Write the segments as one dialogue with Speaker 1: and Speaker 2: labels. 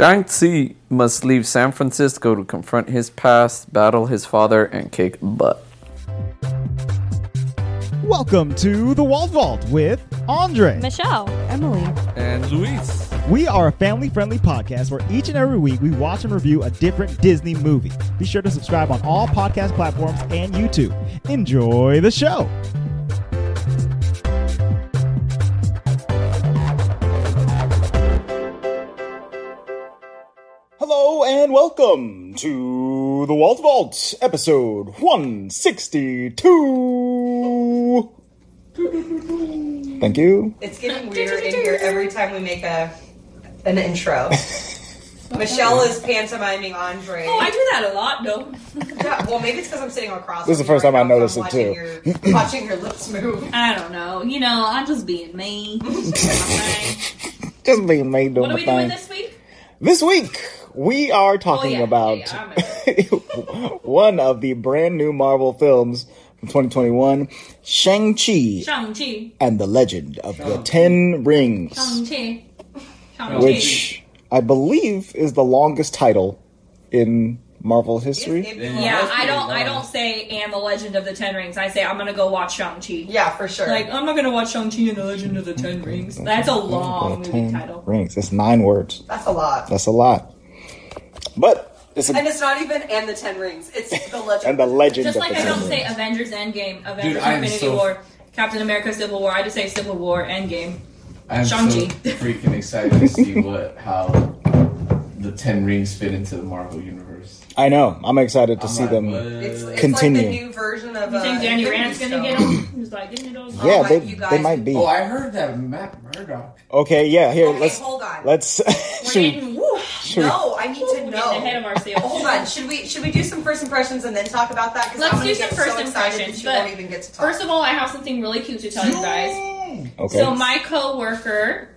Speaker 1: Shang-Chi must leave San Francisco to confront his past, battle his father, and kick butt.
Speaker 2: Welcome to the Wald Vault with Andre.
Speaker 3: Michelle.
Speaker 4: Emily.
Speaker 1: And Luis.
Speaker 2: We are a family friendly podcast where each and every week we watch and review a different Disney movie. Be sure to subscribe on all podcast platforms and YouTube. Enjoy the show.
Speaker 5: Hello and welcome to the Walt Vault, episode 162. Thank you.
Speaker 4: It's getting weird in here every time we make a an intro. Michelle is pantomiming Andre.
Speaker 3: Oh, I do that a lot, though.
Speaker 4: Yeah, well, maybe it's because I'm sitting across.
Speaker 5: This is
Speaker 4: from
Speaker 5: the
Speaker 4: you
Speaker 5: first time I
Speaker 4: now, so I'm
Speaker 5: noticed it,
Speaker 4: watching
Speaker 5: too.
Speaker 4: Your, watching your lips move.
Speaker 3: I don't know. You know, I'm just being me.
Speaker 5: Just being made doing
Speaker 3: what
Speaker 5: my
Speaker 3: are we doing
Speaker 5: thing.
Speaker 3: this week?
Speaker 5: This week, we are
Speaker 3: Oh,
Speaker 5: talking
Speaker 3: yeah.
Speaker 5: about
Speaker 3: Yeah, yeah,
Speaker 5: one of the brand new Marvel films from 2021 Shang-Chi
Speaker 3: I'm Shang-Chi.
Speaker 5: and the Legend of the Ten Rings,
Speaker 3: Shang-Chi. Shang-Chi.
Speaker 5: which I believe is the longest title in Marvel history.
Speaker 3: Yeah, I don't. I don't say "and the Legend of the Ten Rings." I say I'm gonna go watch Shang-Chi.
Speaker 4: yeah, for sure.
Speaker 3: Like I'm not gonna watch Shang-Chi and the Legend of the Ten
Speaker 5: Mm-hmm.
Speaker 3: Rings. That's a long
Speaker 5: The
Speaker 3: movie
Speaker 5: Ten
Speaker 3: title.
Speaker 5: Rings. It's nine words.
Speaker 4: that's a lot.
Speaker 5: That's a lot. But it's a,
Speaker 4: And it's not even and the Ten Rings. It's the legend.
Speaker 5: and the legend
Speaker 3: Just
Speaker 5: of
Speaker 3: like
Speaker 5: the
Speaker 3: I don't
Speaker 5: Ten
Speaker 3: say
Speaker 5: Rings.
Speaker 3: Avengers Endgame, Avengers
Speaker 6: Dude, I am
Speaker 3: Infinity
Speaker 6: so-
Speaker 3: War, Captain America Civil War. I just say Civil War Endgame.
Speaker 6: I'm
Speaker 3: Shang-Chi.
Speaker 6: so freaking excited to see what how the Ten Rings fit into the Marvel universe.
Speaker 5: I know. I'm excited to
Speaker 6: I'm
Speaker 5: see
Speaker 6: like,
Speaker 5: them.
Speaker 6: what?
Speaker 4: it's, it's
Speaker 5: Continue.
Speaker 4: like the new version of.
Speaker 3: You
Speaker 4: uh,
Speaker 3: think Danny
Speaker 4: Infinity
Speaker 3: Rand's gonna
Speaker 4: Stone.
Speaker 3: get him? He's like, give me those.
Speaker 4: Oh
Speaker 5: Yeah,
Speaker 4: my-
Speaker 5: they
Speaker 4: you
Speaker 5: they
Speaker 4: guys-
Speaker 5: might be.
Speaker 6: Oh, I heard that Matt Murdock.
Speaker 5: Okay, yeah. Here,
Speaker 4: Okay,
Speaker 5: let's
Speaker 4: hold on.
Speaker 5: let's.
Speaker 3: We're
Speaker 5: should we-
Speaker 3: getting, woo,
Speaker 5: should we-
Speaker 4: no, I need to
Speaker 3: we're getting
Speaker 4: know.
Speaker 3: ahead of ourselves.
Speaker 4: Hold on. Should we should we do some first impressions and then talk about that? Because
Speaker 3: Let's
Speaker 4: I'm gonna
Speaker 3: do some
Speaker 4: get
Speaker 3: first
Speaker 4: so excited
Speaker 3: impressions,
Speaker 4: that you
Speaker 3: but
Speaker 4: won't even get to talk.
Speaker 3: First of all, I have something really cute to tell you guys.
Speaker 5: Okay.
Speaker 3: So my coworker,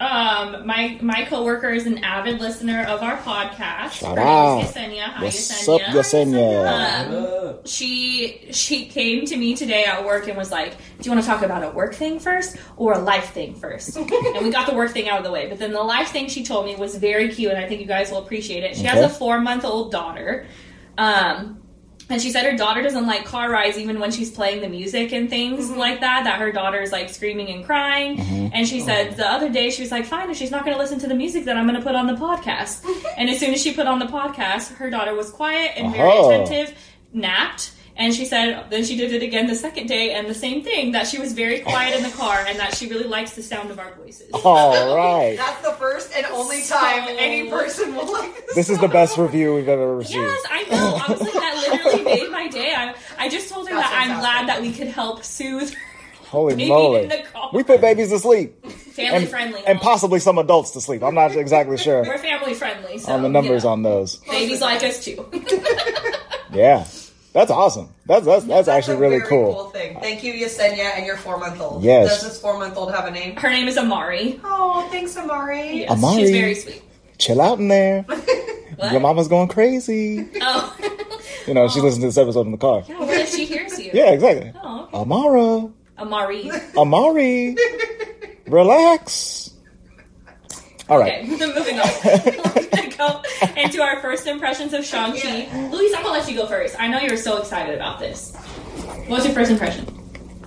Speaker 3: um, my my coworker is an avid listener of our podcast.
Speaker 5: Shout
Speaker 3: Her
Speaker 5: out.
Speaker 3: name is Yesenia. Hi,
Speaker 5: What's up,
Speaker 3: Yesenia.
Speaker 5: Yesenia?
Speaker 3: Um, she she came to me today at work and was like, "Do you want to talk about a work thing first or a life thing first? and we got the work thing out of the way, but then the life thing she told me was very cute, and I think you guys will appreciate it. She has
Speaker 5: Okay.
Speaker 3: a four month old daughter, um, and she said her daughter doesn't like car rides even when she's playing the music and things like that. That her daughter is like screaming and crying. And she said the other day she was like, "Fine, if she's not going to listen to the music, then I'm going to put on the podcast." and as soon as she put on the podcast, her daughter was quiet and
Speaker 5: Uh-huh.
Speaker 3: very attentive, napped. And she said, then she did it again the second day, and the same thing that she was very quiet in the car and that she really likes the sound of our voices.
Speaker 5: Oh, All right.
Speaker 4: That's the first and only time any person will like this.
Speaker 5: This is the best review we've ever received.
Speaker 3: Yes, I know. I was like, that literally made my day. I, I just told her
Speaker 4: That's
Speaker 3: that I'm glad
Speaker 4: fantastic.
Speaker 3: that we could help soothe
Speaker 5: Holy
Speaker 3: baby
Speaker 5: moly!
Speaker 3: in the car.
Speaker 5: We put babies to sleep,
Speaker 3: family
Speaker 5: and,
Speaker 3: friendly.
Speaker 5: and possibly some adults to sleep. I'm not exactly sure
Speaker 3: We're family friendly. So,
Speaker 5: on the numbers
Speaker 3: you know,
Speaker 5: on those.
Speaker 3: babies like us too.
Speaker 5: Yeah, that's awesome. That's that's that's
Speaker 4: That's
Speaker 5: actually
Speaker 4: a
Speaker 5: really
Speaker 4: very
Speaker 5: cool.
Speaker 4: thing. Thank you, Yesenia, and your four month old.
Speaker 5: Yes.
Speaker 4: Does this four month old have a name?
Speaker 3: Her name is Amari.
Speaker 4: Oh, thanks, Amari.
Speaker 3: Yes,
Speaker 5: Amari.
Speaker 3: she's very sweet.
Speaker 5: Chill out in there.
Speaker 3: What?
Speaker 5: Your mama's going crazy.
Speaker 3: Oh,
Speaker 5: You know, she listens to this episode in the car.
Speaker 3: yeah. What if she hears you?
Speaker 5: Yeah, exactly.
Speaker 3: Oh, okay.
Speaker 5: Amara,
Speaker 3: Amari.
Speaker 5: Amari, relax. All
Speaker 3: Okay,
Speaker 5: right.
Speaker 3: moving on. We're gonna go into our first impressions of Shang Chi. Luis, I'm gonna let you go first. I know you're so excited about this. What's your first impression?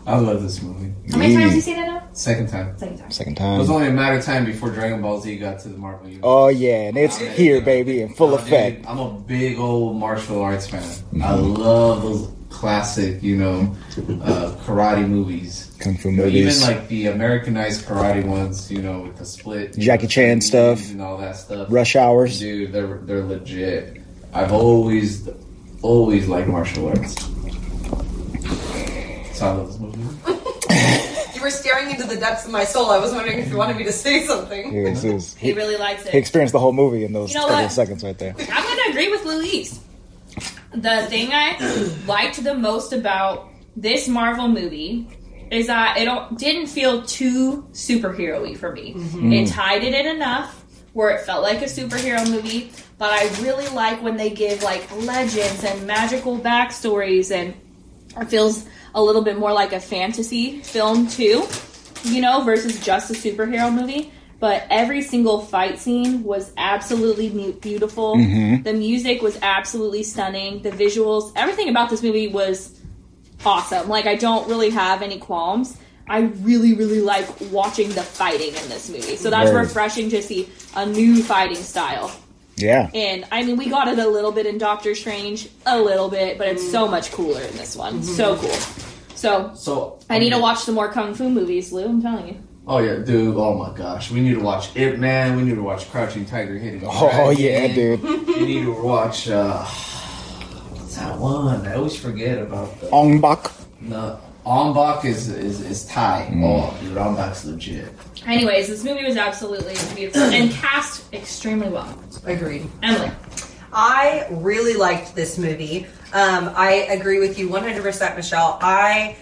Speaker 6: I love this movie.
Speaker 3: How many
Speaker 5: Yeah.
Speaker 3: times have you seen it now?
Speaker 6: Second time.
Speaker 3: Second time.
Speaker 5: Second
Speaker 6: It was
Speaker 5: time.
Speaker 6: only a matter of time before Dragon Ball Z got to the Marvel universe.
Speaker 5: Oh yeah, and it's
Speaker 6: I'm a-
Speaker 5: here, baby, Oh, in full
Speaker 6: I'm a-
Speaker 5: effect. Mm-hmm.
Speaker 6: I'm a big old martial arts fan. I love those classic, you know, uh, karate movies.
Speaker 5: Kung Fu
Speaker 6: You know,
Speaker 5: movies.
Speaker 6: Even like the Americanized karate ones, you know, with the split, you
Speaker 5: Jackie
Speaker 6: know,
Speaker 5: Chan stuff.
Speaker 6: and all that stuff.
Speaker 5: Rush hours.
Speaker 6: dude, they're they're legit. I've always always liked martial arts. So I love this movie.
Speaker 4: You were staring into the depths of my soul. I was wondering if you wanted me to say something.
Speaker 5: He, was- he was-
Speaker 3: He
Speaker 5: he-
Speaker 3: really likes
Speaker 5: he
Speaker 3: it.
Speaker 5: experienced the whole movie in those
Speaker 3: You know
Speaker 5: couple
Speaker 3: what?
Speaker 5: seconds right there.
Speaker 3: I'm gonna agree with Luis. The thing I liked the most about this Marvel movie is that it don't- didn't feel too superhero-y for me. It tied it in enough where it felt like a superhero movie, but I really like when they give like legends and magical backstories and it feels a little bit more like a fantasy film too, you know, versus just a superhero movie. but every single fight scene was absolutely mu- beautiful. The music was absolutely stunning. The visuals, everything about this movie was awesome. Like I don't really have any qualms. I really, really like watching the fighting in this movie. So that's
Speaker 5: Right.
Speaker 3: refreshing to see a new fighting style.
Speaker 5: Yeah.
Speaker 3: And I mean, we got it a little bit in Doctor Strange, a little bit, but it's so much cooler in this one. So cool. So
Speaker 6: So
Speaker 3: I need to watch the more kung fu movies, Lou. I'm telling you.
Speaker 6: Oh yeah, dude. Oh my gosh, we need to watch Ip Man. We need to watch Crouching Tiger, Hidden
Speaker 5: Oh
Speaker 6: Dragon.
Speaker 5: yeah, dude.
Speaker 6: We need to watch. uh What's that one? I always forget about the.
Speaker 5: Ong Bak.
Speaker 6: No, Ombak is is is Thai.
Speaker 5: Mm.
Speaker 6: Oh, dude, Ombak's legit.
Speaker 3: Anyways, this movie was absolutely beautiful and cast extremely well.
Speaker 4: Agreed.
Speaker 3: Emily,
Speaker 4: I really liked this movie. Um, I agree with you 100%, Michelle. I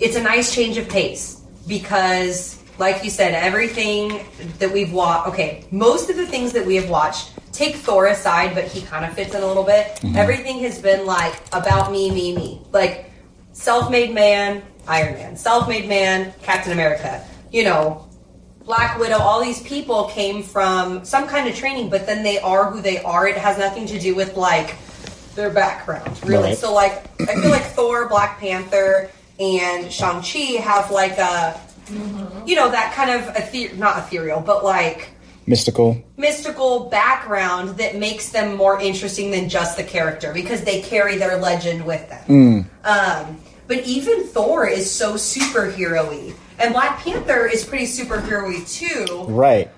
Speaker 4: it's a nice change of pace because, like you said, everything that we've watched. Okay, most of the things that we have watched. Take Thor aside, but he kind of fits in a little bit. Everything has been like about me, me, me. Like self-made man, Iron Man. Self-made man, Captain America. You know, Black Widow, all these people came from some kind of training, but then they are who they are. It has nothing to do with like their background, really.
Speaker 5: Right.
Speaker 4: So like I feel like Thor, Black Panther, and Shang Chi have like a you know that kind of ether- not ethereal, but like
Speaker 5: Mystical.
Speaker 4: mystical background that makes them more interesting than just the character because they carry their legend with them.
Speaker 5: Hmm.
Speaker 4: Um, but even Thor is so superhero-y. And Black Panther is pretty superhero-y too,
Speaker 5: Right.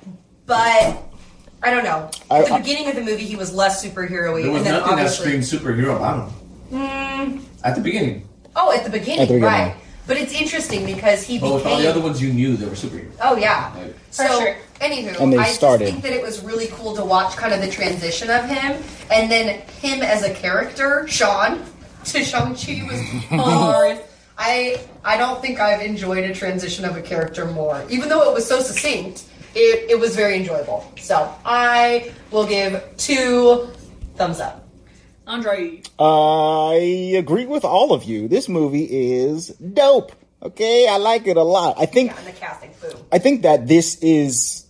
Speaker 4: but I don't know. At
Speaker 5: I-
Speaker 4: the
Speaker 5: I-
Speaker 4: beginning of the movie, he was less superhero-y.
Speaker 6: There was
Speaker 4: and then
Speaker 6: nothing that
Speaker 4: obviously,
Speaker 6: screamed superhero about him
Speaker 3: Hmm.
Speaker 6: at the beginning.
Speaker 4: Oh, at the beginning,
Speaker 5: At the beginning.
Speaker 4: right. But it's interesting because he
Speaker 6: But Oh, with all
Speaker 4: became...
Speaker 6: the other ones, you knew they were superheroes.
Speaker 4: Oh yeah.
Speaker 6: Like-
Speaker 4: So
Speaker 3: For sure.
Speaker 4: anywho,
Speaker 5: And they
Speaker 4: I just
Speaker 5: started.
Speaker 4: think that it was really cool to watch kind of the transition of him and then him as a character, Sean to Shang Chi was hilarious. I I don't think I've enjoyed a transition of a character more, even though it was so succinct. It, it was very enjoyable. So I will give two thumbs up.
Speaker 3: Andre,
Speaker 5: I agree with all of you. This movie is dope. Okay, I like it a lot. I think
Speaker 4: And the casting, boom.
Speaker 5: I think that this is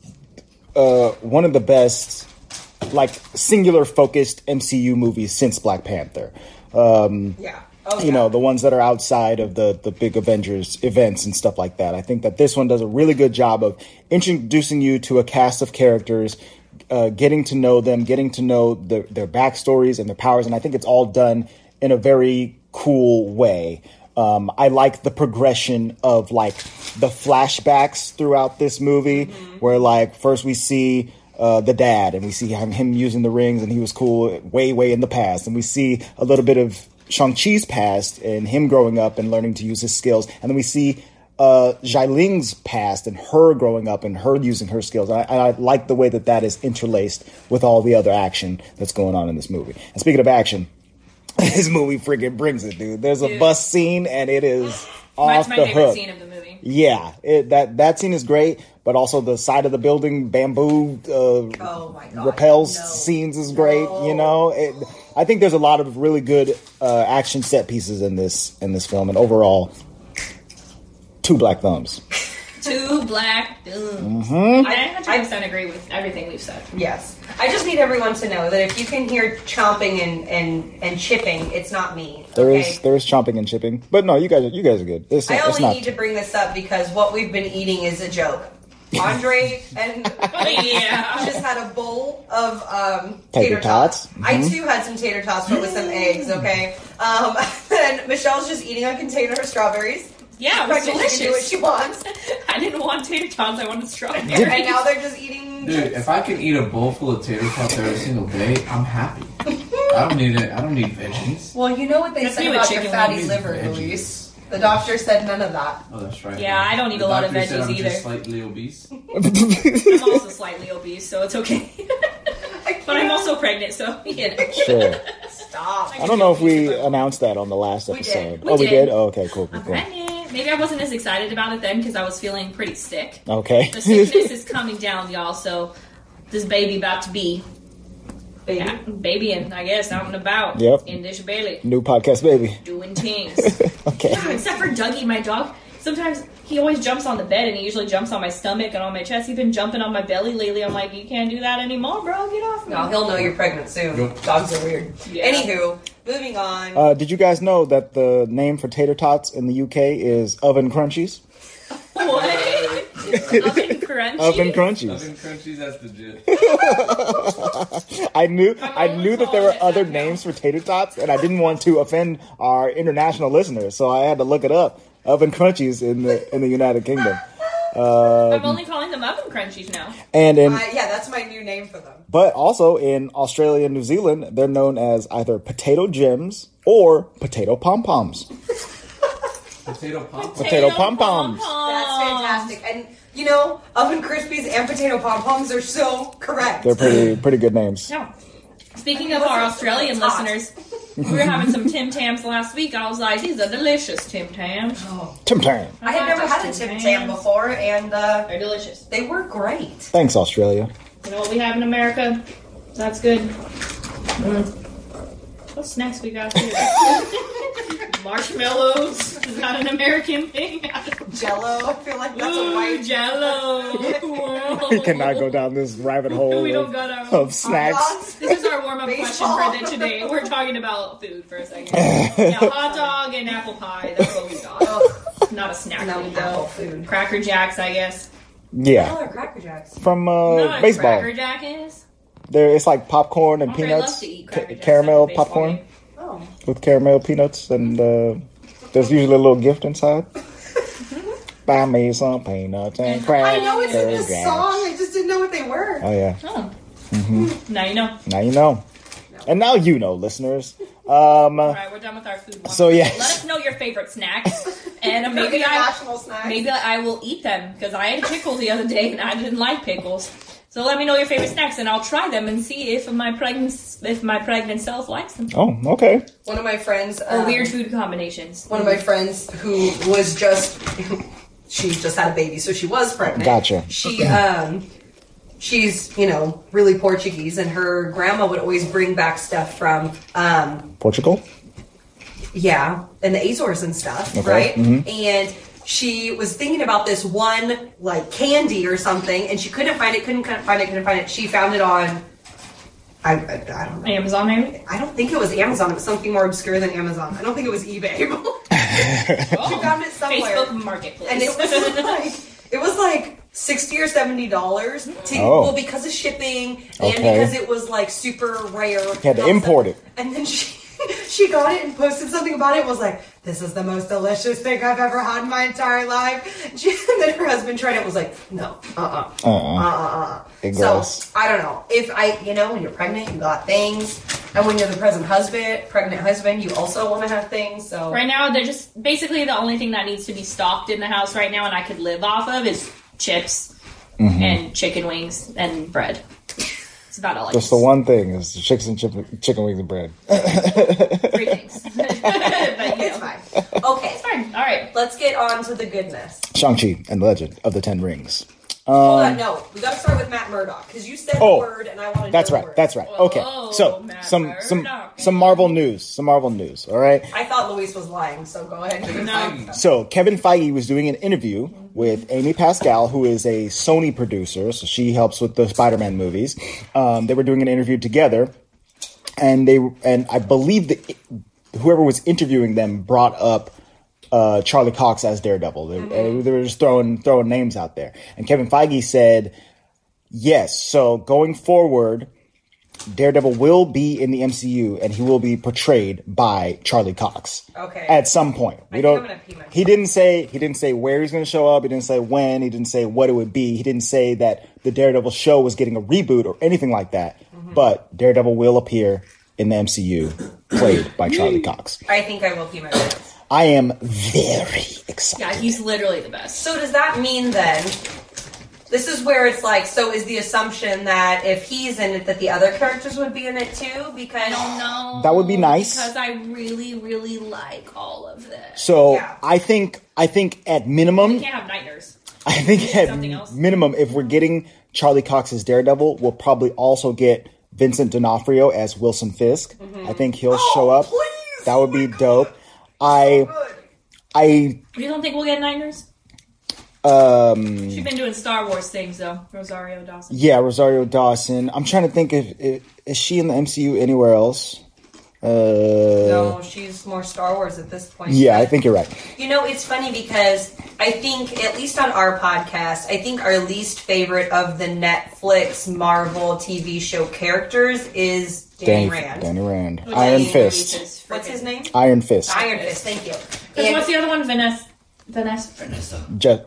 Speaker 5: uh, one of the best, like singular focused MCU movies since Black Panther. Um,
Speaker 4: Yeah. Oh,
Speaker 5: you know the ones that are outside of the the big avengers events and stuff like that i think that this one does a really good job of introducing you to a cast of characters uh, getting to know them getting to know their, their backstories and their powers and i think it's all done in a very cool way um, i like the progression of like the flashbacks throughout this movie where like first we see uh, the dad, and we see him, him using the rings, and he was cool way, way in the past. And we see a little bit of Shang-Chi's past and him growing up and learning to use his skills. And then we see uh, Ling's past and her growing up and her using her skills. And I, and I like the way that that is interlaced with all the other action that's going on in this movie. And speaking of action, this movie freaking brings it, dude. There's a
Speaker 3: Dude.
Speaker 5: bus scene, and it is off
Speaker 3: that's my
Speaker 5: the
Speaker 3: favorite
Speaker 5: hook.
Speaker 3: scene of the movie.
Speaker 5: Yeah, it, that that scene is great, but also the side of the building bamboo uh,
Speaker 4: Oh my god.
Speaker 5: repels
Speaker 4: no.
Speaker 5: scenes is great. You
Speaker 4: No.
Speaker 5: know, it, I think there's a lot of really good uh, action set pieces in this in this film, and overall, two black thumbs.
Speaker 3: Two black dudes.
Speaker 5: Mm-hmm.
Speaker 3: I 100% agree with everything we've said.
Speaker 4: Yes. I just need everyone to know that if you can hear chomping and, and, and chipping, it's not me.
Speaker 5: There is
Speaker 4: okay?
Speaker 5: there is chomping and chipping, but no, you guys are- you guys are good. It's
Speaker 4: I
Speaker 5: not, it's
Speaker 4: only
Speaker 5: not
Speaker 4: need to bring this up because what we've been eating is a joke. Andre and
Speaker 3: yeah.
Speaker 4: just had a bowl of um,
Speaker 5: Tater
Speaker 4: tater, tots.
Speaker 5: tots. Mm-hmm. Mm.
Speaker 4: I too had some tater tots, but with some eggs. Okay. Um, and Michelle's just eating a container of strawberries.
Speaker 3: Yeah, it was
Speaker 4: Pregnant, she can do what
Speaker 3: delicious.
Speaker 4: she wants.
Speaker 3: I didn't want tater tots, I wanted strawberry.
Speaker 4: And now they're just eating.
Speaker 6: Dude, if I can eat a bowl full of tater tots every single day, I'm happy. I don't need it. I don't need veggies.
Speaker 4: Well, you know what they
Speaker 3: That's
Speaker 4: said
Speaker 3: me with
Speaker 4: about your
Speaker 3: chicken
Speaker 4: fatty
Speaker 6: wings.
Speaker 4: liver,
Speaker 6: Veggies.
Speaker 4: Luis. The doctor said none of that.
Speaker 6: Oh, that's right.
Speaker 3: Yeah, I don't eat
Speaker 6: The
Speaker 3: a lot of
Speaker 6: doctor said
Speaker 3: veggies
Speaker 6: I'm
Speaker 3: either.
Speaker 6: Just slightly obese.
Speaker 3: I'm also slightly obese, so it's okay. but I'm also pregnant, so you know.
Speaker 5: sure.
Speaker 4: Stop.
Speaker 5: I don't know if we announced that on the last
Speaker 4: did.
Speaker 5: episode.
Speaker 3: We
Speaker 5: oh, we
Speaker 3: did.
Speaker 5: did. Oh, okay, cool, cool,
Speaker 3: I'm
Speaker 5: cool.
Speaker 3: pregnant. Maybe I wasn't as excited about it then because I was feeling pretty sick.
Speaker 5: Okay.
Speaker 3: The sickness is coming down, y'all. So this baby about to be
Speaker 4: Baby.
Speaker 3: babying, I guess, out and about
Speaker 5: Yep.
Speaker 3: in this belly,
Speaker 5: New podcast, baby.
Speaker 3: doing things.
Speaker 5: Okay.
Speaker 3: Except for Dougie, my dog. sometimes he always jumps on the bed and he usually jumps on my stomach and on my chest. He's been jumping on my belly lately. I'm like, you can't do that anymore, bro. Get off me.
Speaker 4: No, he'll know you're pregnant soon. Dogs are weird.
Speaker 3: Yeah.
Speaker 4: Anywho, moving on.
Speaker 5: Uh, did you guys know that the name for tater tots in the UK is oven crunchies?
Speaker 3: What? Oven crunchy.
Speaker 5: Oven crunchies.
Speaker 6: Oven crunchies, that's legit.
Speaker 5: I knew I
Speaker 3: only
Speaker 5: knew that there were
Speaker 3: calling it
Speaker 5: other
Speaker 3: that now.
Speaker 5: names for tater tots, and I didn't want to offend our international listeners, so I had to look it up. Oven crunchies in the in the United Kingdom,
Speaker 3: I'm only calling them oven crunchies now.
Speaker 5: and in
Speaker 4: Uh, yeah, that's my new name for them.
Speaker 5: but also in Australia and New Zealand, they're known as either potato gems or potato pom poms.
Speaker 6: Potato pop.
Speaker 5: Potato pom-poms.
Speaker 4: That's fantastic. And you know, oven crispies and potato pom poms are so correct.
Speaker 5: They're pretty pretty good names.
Speaker 3: No. Speaking of our Australian listeners, we were having some Tim Tams last week. I was like, these are delicious Tim Tams.
Speaker 5: Tim Tam.
Speaker 4: I had never had a Tim Tam before, and uh,
Speaker 3: They're delicious.
Speaker 4: they were great.
Speaker 5: Thanks, Australia.
Speaker 3: You know what we have in America? That's good. Mm. What snacks we got here? Marshmallows is not an American thing.
Speaker 4: Jello, I feel like that's a
Speaker 3: Ooh,
Speaker 4: white
Speaker 3: Jello.
Speaker 5: We cannot go down this rabbit hole
Speaker 3: We don't
Speaker 5: of,
Speaker 3: got our own
Speaker 5: of snacks.
Speaker 4: Dogs.
Speaker 3: This is our warm up question
Speaker 4: Baseball.
Speaker 3: for the today. We're talking about food for a second. yeah, hot dog and apple pie. That's what we got.
Speaker 4: Oh,
Speaker 3: Not a snack
Speaker 4: No,
Speaker 3: thing,
Speaker 4: apple
Speaker 3: though.
Speaker 4: food.
Speaker 3: Cracker Jacks, I guess.
Speaker 5: Yeah,
Speaker 4: Dollar Cracker Jacks.
Speaker 5: from
Speaker 3: Not
Speaker 5: uh,
Speaker 3: a
Speaker 5: baseball.
Speaker 3: Cracker Jack is.
Speaker 5: There, it's like popcorn and
Speaker 3: Andre
Speaker 5: peanuts,
Speaker 3: loves to eat
Speaker 5: ca-
Speaker 3: Cracker Jacks
Speaker 5: caramel
Speaker 3: at the baseball
Speaker 5: popcorn
Speaker 3: game.
Speaker 4: Oh,
Speaker 5: with caramel peanuts, and uh, there's usually a little gift inside. Buy me some peanuts and
Speaker 4: I
Speaker 5: crackers.
Speaker 4: know it's in the
Speaker 5: Jacks.
Speaker 4: song. I just didn't know what they were.
Speaker 5: Oh yeah,
Speaker 3: Oh.
Speaker 5: Mm-hmm.
Speaker 3: Now you know.
Speaker 5: now you know, and now you know, listeners.
Speaker 3: All right, we're done with our food. walk.
Speaker 5: Uh, So, yes.
Speaker 3: Let us know your favorite snacks, and uh, maybe I
Speaker 4: international snacks.
Speaker 3: maybe I will eat them because I had pickles the other day and I didn't like pickles. So let me know your favorite snacks, and I'll try them and see if my pregnant if my pregnant self likes them.
Speaker 5: Oh, okay.
Speaker 4: One of my friends.
Speaker 3: Or
Speaker 4: um,
Speaker 3: weird food combinations.
Speaker 4: one of my friends who was just she just had a baby, so she was pregnant.
Speaker 5: Gotcha.
Speaker 4: She um she's, you know, really Portuguese and her grandma would always bring back stuff from um
Speaker 5: Portugal.
Speaker 4: yeah, and the Azores and stuff,
Speaker 5: Okay,
Speaker 4: right?
Speaker 5: mhm.
Speaker 4: And she was thinking about this one like candy or something and she couldn't find it, couldn't find it, couldn't find it. She found it on I, I, I don't know.
Speaker 3: Amazon, maybe.
Speaker 4: I don't think it was Amazon. It was something more obscure than Amazon. I don't think it was eBay. she found it somewhere.
Speaker 3: Facebook Marketplace.
Speaker 4: and it was like it was like sixty or seventy dollars to
Speaker 5: Oh.
Speaker 4: well because of shipping and
Speaker 5: Okay.
Speaker 4: because it was like super rare.
Speaker 5: had to import it.
Speaker 4: And then she she got it and posted something about it. and Was like, this is the most delicious thing I've ever had in my entire life. She, and then her husband tried it. and Was like, no, uh, uh
Speaker 5: Oh, It
Speaker 4: So
Speaker 5: gross.
Speaker 4: I don't know if I, you know, when you're pregnant, you got things, and when you're the present husband, pregnant husband, you also want to have things. So
Speaker 3: Right now, they're just basically the only thing that needs to be stocked in the house right now, and I could live off of is chips
Speaker 5: Mm-hmm.
Speaker 3: and chicken wings and bread. It's about all. I
Speaker 5: Just the
Speaker 3: use.
Speaker 5: one thing is chicks and chip- chicken wings and bread.
Speaker 3: Three things. but, you
Speaker 4: it's
Speaker 3: know.
Speaker 4: fine. Okay,
Speaker 3: Fine. All right.
Speaker 4: let's get on to the goodness.
Speaker 5: Shang-Chi and the Legend of the Ten Rings.
Speaker 4: Hold on, no. We gotta start with Matt Murdock because you said
Speaker 5: Um, Oh,
Speaker 4: the word, and I want to.
Speaker 5: That's right. That's right. Okay.
Speaker 3: Whoa,
Speaker 5: So
Speaker 3: Matt
Speaker 5: some some
Speaker 3: Murdock.
Speaker 5: some Marvel news. Some Marvel news. All right.
Speaker 4: I thought Luis was lying, so go ahead.
Speaker 3: No.
Speaker 5: So Kevin Feige was doing an interview with Amy Pascal, who is a Sony producer. So she helps with the Spider-Man movies. Um, they were doing an interview together, and they and I believe that whoever was interviewing them brought up uh, Charlie Cox as Daredevil. They, they were just throwing throwing names out there, and Kevin Feige said, "Yes." So going forward. Daredevil will be in the MCU and he will be portrayed by Charlie Cox.
Speaker 4: Okay.
Speaker 5: At some point. We
Speaker 4: think I'm
Speaker 5: don't
Speaker 4: gonna pee myself.
Speaker 5: He didn't say he didn't say where he's going to show up, he didn't say when, he didn't say what it would be. He didn't say that the Daredevil show was getting a reboot or anything like that.
Speaker 3: Mm-hmm.
Speaker 5: But Daredevil will appear in the MCU played by Charlie Cox.
Speaker 4: I think I will pee my pants.
Speaker 5: I am very excited.
Speaker 3: Yeah, he's literally the best.
Speaker 4: So does that mean then? This is where it's like. So is the assumption that if he's in it, that the other characters would be in it too? Because
Speaker 3: No.
Speaker 5: That would be nice.
Speaker 3: Because I really, really like all of this.
Speaker 5: So
Speaker 4: Yeah.
Speaker 5: I think I think at minimum
Speaker 3: You can't have nighters.
Speaker 5: I think
Speaker 3: Something else?
Speaker 5: at minimum, if we're getting Charlie Cox as Daredevil, we'll probably also get Vincent D'Onofrio as
Speaker 3: Mm-hmm. Oh,
Speaker 5: Wilson Fisk. I think he'll show up.
Speaker 4: please!
Speaker 5: That would be dope. I
Speaker 4: Good.
Speaker 5: I
Speaker 3: You don't think we'll get Niners? Um, She's been doing Star Wars things though, Rosario Dawson.
Speaker 5: yeah, Rosario Dawson. I'm trying to think if, if is she in the MCU anywhere else. Uh,
Speaker 4: No, she's more Star Wars at this point.
Speaker 5: Yeah, I think you're right.
Speaker 4: You know, it's funny because I think, at least on our podcast, I think our least favorite of the Netflix Marvel TV show characters is Danny, Rand.
Speaker 5: Danny Rand. Iron Fist.
Speaker 4: What's his name?
Speaker 5: Iron Fist.
Speaker 4: Iron Fist. Thank you.
Speaker 3: Because
Speaker 4: And-
Speaker 3: what's the other one? Vanessa. Vanessa. Vanessa.
Speaker 5: Je-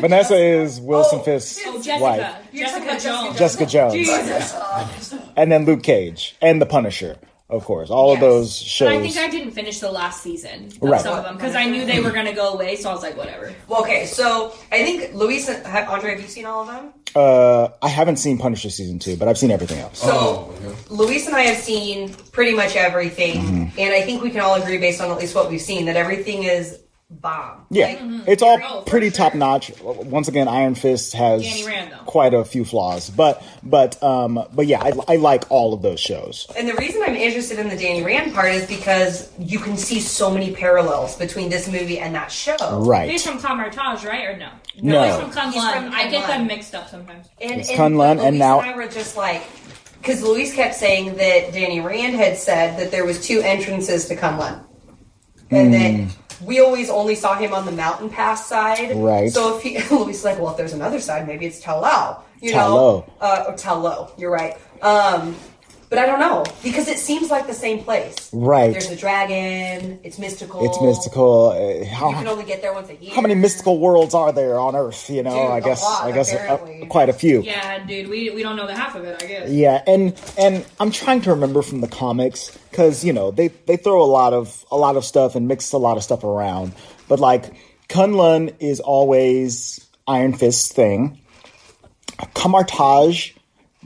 Speaker 5: Vanessa is Wilson
Speaker 4: Oh,
Speaker 5: Fisk's
Speaker 3: Oh, Jessica.
Speaker 5: wife.
Speaker 4: You're talking
Speaker 3: Jessica
Speaker 4: about Jessica
Speaker 3: Jones.
Speaker 5: Jessica Jones.
Speaker 3: Jesus.
Speaker 5: And then Luke Cage. And The Punisher, of course. All of
Speaker 3: Yes.
Speaker 5: those shows.
Speaker 3: But I think I didn't finish the last season of
Speaker 5: Right.
Speaker 3: some of them because I knew they were going to go away, so I was like, whatever.
Speaker 4: Well, okay, so I think Luis and have, Andre, have you seen all of them?
Speaker 5: uh, I haven't seen Punisher season two, but I've seen everything else.
Speaker 4: So
Speaker 6: Oh, okay.
Speaker 4: Luis and I have seen pretty much everything,
Speaker 5: Mm-hmm.
Speaker 4: and I think we can all agree, based on at least what we've seen, that everything is bomb.
Speaker 5: Yeah,
Speaker 4: Like, mm-hmm.
Speaker 5: it's all
Speaker 3: Oh, for
Speaker 5: pretty
Speaker 3: sure.
Speaker 5: top notch. Once again, Iron Fist has
Speaker 3: Danny Rand, though.
Speaker 5: quite a few flaws, but but um, but yeah, I, I like all of those shows.
Speaker 4: And the reason I'm interested in the Danny Rand part is because you can see so many parallels between this movie and that show.
Speaker 5: Right.
Speaker 3: He's from Kamarataj, right? Or no?
Speaker 5: No.
Speaker 3: He's from Kunlun.
Speaker 4: He's from
Speaker 3: I get
Speaker 4: Kunlun.
Speaker 3: them mixed up sometimes.
Speaker 4: And,
Speaker 5: It's Kun Lun, and
Speaker 4: Luis
Speaker 5: now-
Speaker 4: I were just like, because Luis kept saying that Danny Rand had said that there was two entrances to Kunlun, and
Speaker 5: Hmm.
Speaker 4: that we always only saw him on the mountain pass side.
Speaker 5: Right.
Speaker 4: So if he, Luis is like, well, if there's another side, maybe it's Talal. You
Speaker 5: Talal.
Speaker 4: know, uh, or Talal. You're right. Um, but I don't know because it seems like the same place.
Speaker 5: Right.
Speaker 4: There's the dragon. It's mystical.
Speaker 5: It's mystical. Uh, how,
Speaker 4: You can only get there once a year.
Speaker 5: how many mystical worlds are there on Earth? You know,
Speaker 4: Dude,
Speaker 5: I
Speaker 4: a
Speaker 5: guess
Speaker 4: lot,
Speaker 5: I guess uh,
Speaker 4: apparently.
Speaker 5: quite a few.
Speaker 3: Yeah, dude, we, we don't know the half of it, I guess.
Speaker 5: Yeah, and and I'm trying to remember from the comics because you know they they throw a lot of a lot of stuff and mix a lot of stuff around. But like Kunlun is always Iron Fist's thing. Kamartaj,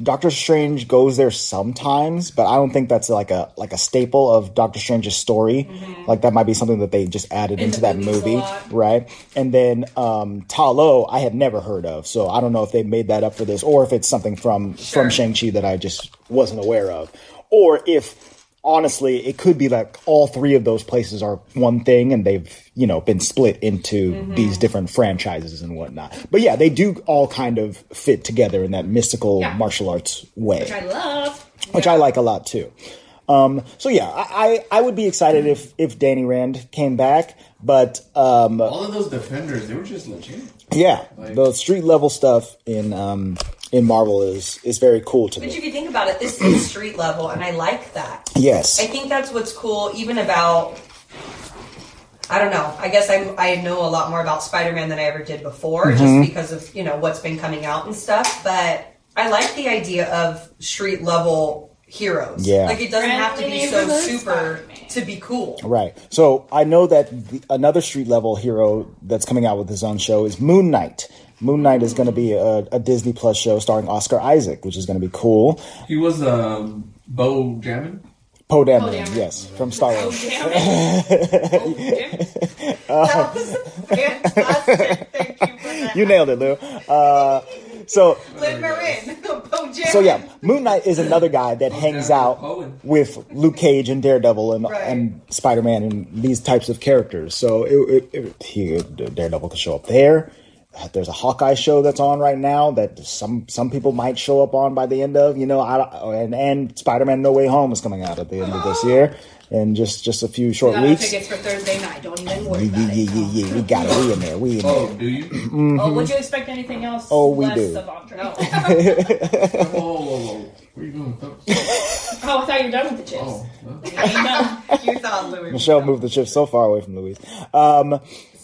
Speaker 5: Doctor Strange goes there sometimes, but I don't think that's like a like a staple of Doctor Strange's story. Like that might be something that they just added
Speaker 3: Mm-hmm. In
Speaker 5: into
Speaker 3: the
Speaker 5: that
Speaker 3: movies a
Speaker 5: movie,
Speaker 3: lot.
Speaker 5: right? And then um Talo, I had never heard of, so I don't know if they made that up for this or if it's something from from
Speaker 3: Sure.
Speaker 5: Shang Chi that I just wasn't aware of, or if honestly it could be like all three of those places are one thing and they've you know been split into
Speaker 3: Mm-hmm.
Speaker 5: these different franchises and whatnot. But yeah, they do all kind of fit together in that mystical
Speaker 3: Yeah.
Speaker 5: martial arts way
Speaker 3: Which I love.
Speaker 5: which I like a lot too. Um, so yeah, I, I, I would be excited if if Danny Rand came back, but um,
Speaker 6: All of those defenders, they were just legit.
Speaker 5: yeah, the street level stuff in um, in Marvel is is very cool to
Speaker 4: But
Speaker 5: me.
Speaker 4: if you think about it, this is street level, and I like that.
Speaker 5: Yes,
Speaker 4: I think that's what's cool, even about. I don't know. I guess I'm, I know a lot more about Spider Man than I ever did before,
Speaker 5: Mm-hmm.
Speaker 4: just because of you know what's been coming out and stuff. But I like the idea of street level heroes.
Speaker 5: Yeah.
Speaker 4: like it doesn't have to be
Speaker 3: Friendly
Speaker 4: so
Speaker 3: neighborhood
Speaker 4: super
Speaker 3: Spider-Man.
Speaker 4: to be cool.
Speaker 5: right. So I know that the, another street level hero that's coming out with his own show is Moon Knight. Moon Knight is going to be a, a Disney Plus show starring Oscar Isaac, which is going to be cool.
Speaker 6: He was um, Bo Jammin.
Speaker 5: Poe Dameron,
Speaker 3: Dameron.
Speaker 5: yes, from Star
Speaker 3: Oh,
Speaker 5: Wars.
Speaker 3: damn it. Oh, damn it.
Speaker 4: That was fantastic. Thank you for that.
Speaker 5: You nailed it, Lou. Uh, so
Speaker 4: Lin Marin, Oh, Bo Jack.
Speaker 5: So yeah, Moon Knight is another guy that hangs out
Speaker 6: Owen.
Speaker 5: with Luke Cage and Daredevil and
Speaker 4: Right.
Speaker 5: and Spider Man and these types of characters. So it, it, it, he, Daredevil could show up there. There's a Hawkeye show that's on right now that some some people might show up on by the end of you know I, don't- and and Spider Man No Way Home is coming out at the end of this year in just just a few short
Speaker 3: Got our
Speaker 5: weeks. Yeah,
Speaker 3: tickets for Thursday night. Don't even worry
Speaker 5: yeah,
Speaker 3: about it.
Speaker 5: yeah, yeah, we got it. We in there. We in there.
Speaker 6: Oh, do you?
Speaker 3: Oh, would you expect anything else?
Speaker 5: Oh, we
Speaker 3: less
Speaker 5: do.
Speaker 3: Of Andre? Oh,
Speaker 6: Whoa, whoa, whoa, whoa. Where you going with those?
Speaker 3: Oh, I thought you were done with the chips.
Speaker 6: Oh, well.
Speaker 3: Ain't done.
Speaker 4: you thought Louis.
Speaker 5: Michelle moved the shift so far away from Louise. Um,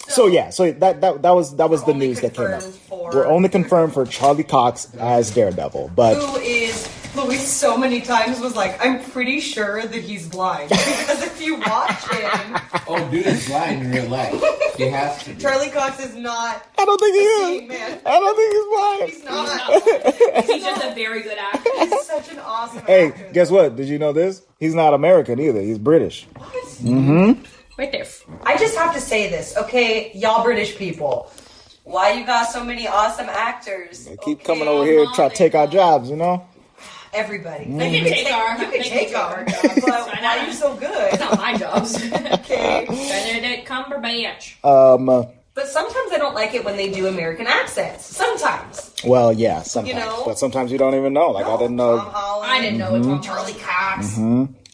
Speaker 5: so yeah, so that that that was that was the
Speaker 4: only
Speaker 5: news that came out.
Speaker 4: confirmed for-
Speaker 5: We're only confirmed for Charlie Cox as Daredevil, but
Speaker 4: who is Luis so many times was like, I'm pretty sure that he's blind. Because if you watch him,
Speaker 6: oh, dude is blind in real life. He has to. Be.
Speaker 4: Charlie Cox is not
Speaker 5: I don't think he
Speaker 4: a seeing
Speaker 5: is.
Speaker 4: man.
Speaker 5: I don't think he's
Speaker 4: He's
Speaker 5: blind.
Speaker 4: not.
Speaker 3: He's just a very good actor.
Speaker 4: He's such an awesome
Speaker 5: Hey,
Speaker 4: actor.
Speaker 5: guess what? Did you know this? He's not American either. He's British.
Speaker 3: Right there.
Speaker 4: I just have to say this, okay, y'all British people. Why you got so many awesome actors?
Speaker 5: Keep
Speaker 4: okay? um,
Speaker 5: coming over here and try to take our jobs, you know?
Speaker 4: everybody.
Speaker 3: They
Speaker 4: You
Speaker 3: can take our-
Speaker 4: You
Speaker 3: they can
Speaker 4: can take
Speaker 3: take our
Speaker 4: our.
Speaker 3: jobs.
Speaker 4: But
Speaker 3: Why
Speaker 4: why are
Speaker 3: not?
Speaker 4: you so good?
Speaker 3: It's not my jobs.
Speaker 4: Okay.
Speaker 3: Benedict Cumberbatch.
Speaker 5: Um, uh,
Speaker 4: But sometimes I don't like it when they do American accents. Sometimes.
Speaker 5: well, yeah, sometimes.
Speaker 4: know?
Speaker 5: But sometimes you don't even know. Like, I didn't know.
Speaker 4: Tom Holland.
Speaker 3: I didn't know what Tom
Speaker 4: Charlie
Speaker 3: Charlie.
Speaker 4: Cox.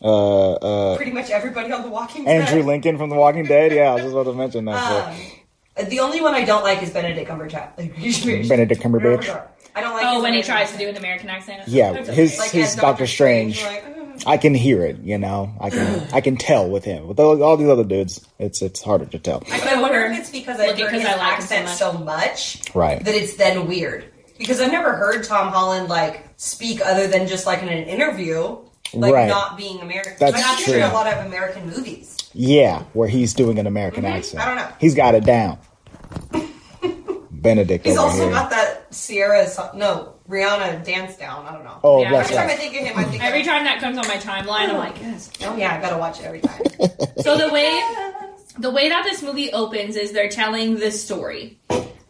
Speaker 5: Uh, uh,
Speaker 4: Pretty much everybody on The Walking Dead.
Speaker 5: Andrew Lincoln from The Walking Dead. Yeah, I was just about to mention that.
Speaker 4: Um, the only one I don't like is Benedict Cumberbatch.
Speaker 5: so. Benedict Cumberbatch.
Speaker 4: I don't like.
Speaker 3: Oh,
Speaker 4: his
Speaker 3: when he
Speaker 4: American
Speaker 3: tries to
Speaker 4: accent.
Speaker 3: do an American accent.
Speaker 5: Yeah,
Speaker 3: That's
Speaker 5: his
Speaker 3: okay.
Speaker 5: his
Speaker 4: as
Speaker 5: Doctor Strange.
Speaker 4: like, "Mm." "Ugh."
Speaker 5: I can hear it. You know, I can I can tell with him. With all, all these other dudes, it's it's harder to tell.
Speaker 3: I
Speaker 4: But I
Speaker 3: couldn't
Speaker 4: wonder
Speaker 3: hear
Speaker 4: if
Speaker 3: him.
Speaker 4: it's because
Speaker 3: Look,
Speaker 4: I've heard
Speaker 3: because I
Speaker 4: his
Speaker 3: like him so
Speaker 4: accent
Speaker 3: much.
Speaker 4: so much,
Speaker 5: Right.
Speaker 4: That it's then weird because I've never heard Tom Holland like speak other than just like in an interview, like
Speaker 5: Right.
Speaker 4: not being American.
Speaker 5: That's
Speaker 4: like, I've
Speaker 5: true.
Speaker 4: seen a lot of American movies.
Speaker 5: Yeah, where he's doing an American accent.
Speaker 4: Mm-hmm. I don't know.
Speaker 5: He's got it down. Benedict
Speaker 4: He's
Speaker 5: over
Speaker 4: also
Speaker 5: here.
Speaker 4: got that Sierra, so- no Rihanna dance down. I don't know.
Speaker 5: oh,
Speaker 3: Yeah.
Speaker 5: bless
Speaker 4: Every time I
Speaker 5: her.
Speaker 4: think of him, I think
Speaker 3: Every time that comes on my timeline, I'm like, yes.
Speaker 4: Oh yeah, I gotta watch it every time.
Speaker 3: So the way the way that this movie opens is they're telling the story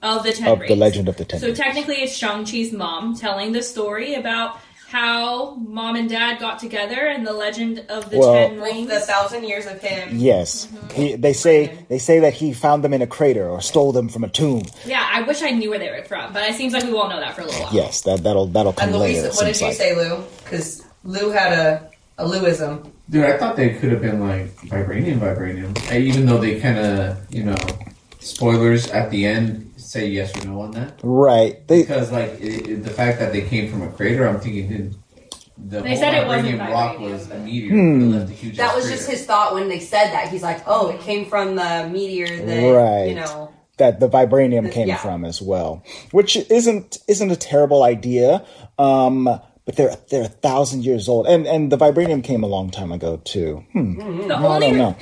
Speaker 3: of the ten
Speaker 5: Of the
Speaker 3: rings.
Speaker 5: legend of the ten.
Speaker 3: So technically, it's Shang Chi's mom telling the story about how mom and dad got together and the legend of the
Speaker 5: Well-
Speaker 3: ten
Speaker 4: Well,
Speaker 3: rings.
Speaker 4: the thousand years of him.
Speaker 5: yes,
Speaker 4: Mm-hmm.
Speaker 5: he, they say they say that he found them in a crater or stole them from a tomb.
Speaker 3: yeah, I wish I knew where they were from, but it seems like we won't know that for a little while.
Speaker 5: Yes, that that'll that'll come
Speaker 4: And Louise,
Speaker 5: later. it
Speaker 4: what did
Speaker 5: seems
Speaker 4: you
Speaker 5: like.
Speaker 4: say, Lou? Because Lou had a a Louism.
Speaker 6: Dude, I thought they could have been like vibranium, vibranium. I, even though they kind of, you know, spoilers at the end say yes or no on that.
Speaker 5: Right. They,
Speaker 6: Because like it, it- the fact that they came from a crater, I'm thinking dude, the
Speaker 3: They
Speaker 6: whole
Speaker 3: said it
Speaker 6: vibranium
Speaker 3: wasn't
Speaker 6: rock
Speaker 3: vibranium,
Speaker 6: was a
Speaker 3: but-
Speaker 6: meteor. that left a huge
Speaker 4: That
Speaker 6: ass
Speaker 4: was just
Speaker 6: crater.
Speaker 4: his thought when they said that. He's like, oh, it came from the meteor that
Speaker 5: Right.
Speaker 4: you know.
Speaker 5: that the vibranium came
Speaker 4: yeah.
Speaker 5: from as well, which isn't isn't a terrible idea. Um, but they're they're a thousand years old, and and the vibranium came a long time ago too. Hmm.
Speaker 3: The
Speaker 5: I
Speaker 3: only
Speaker 5: don't know.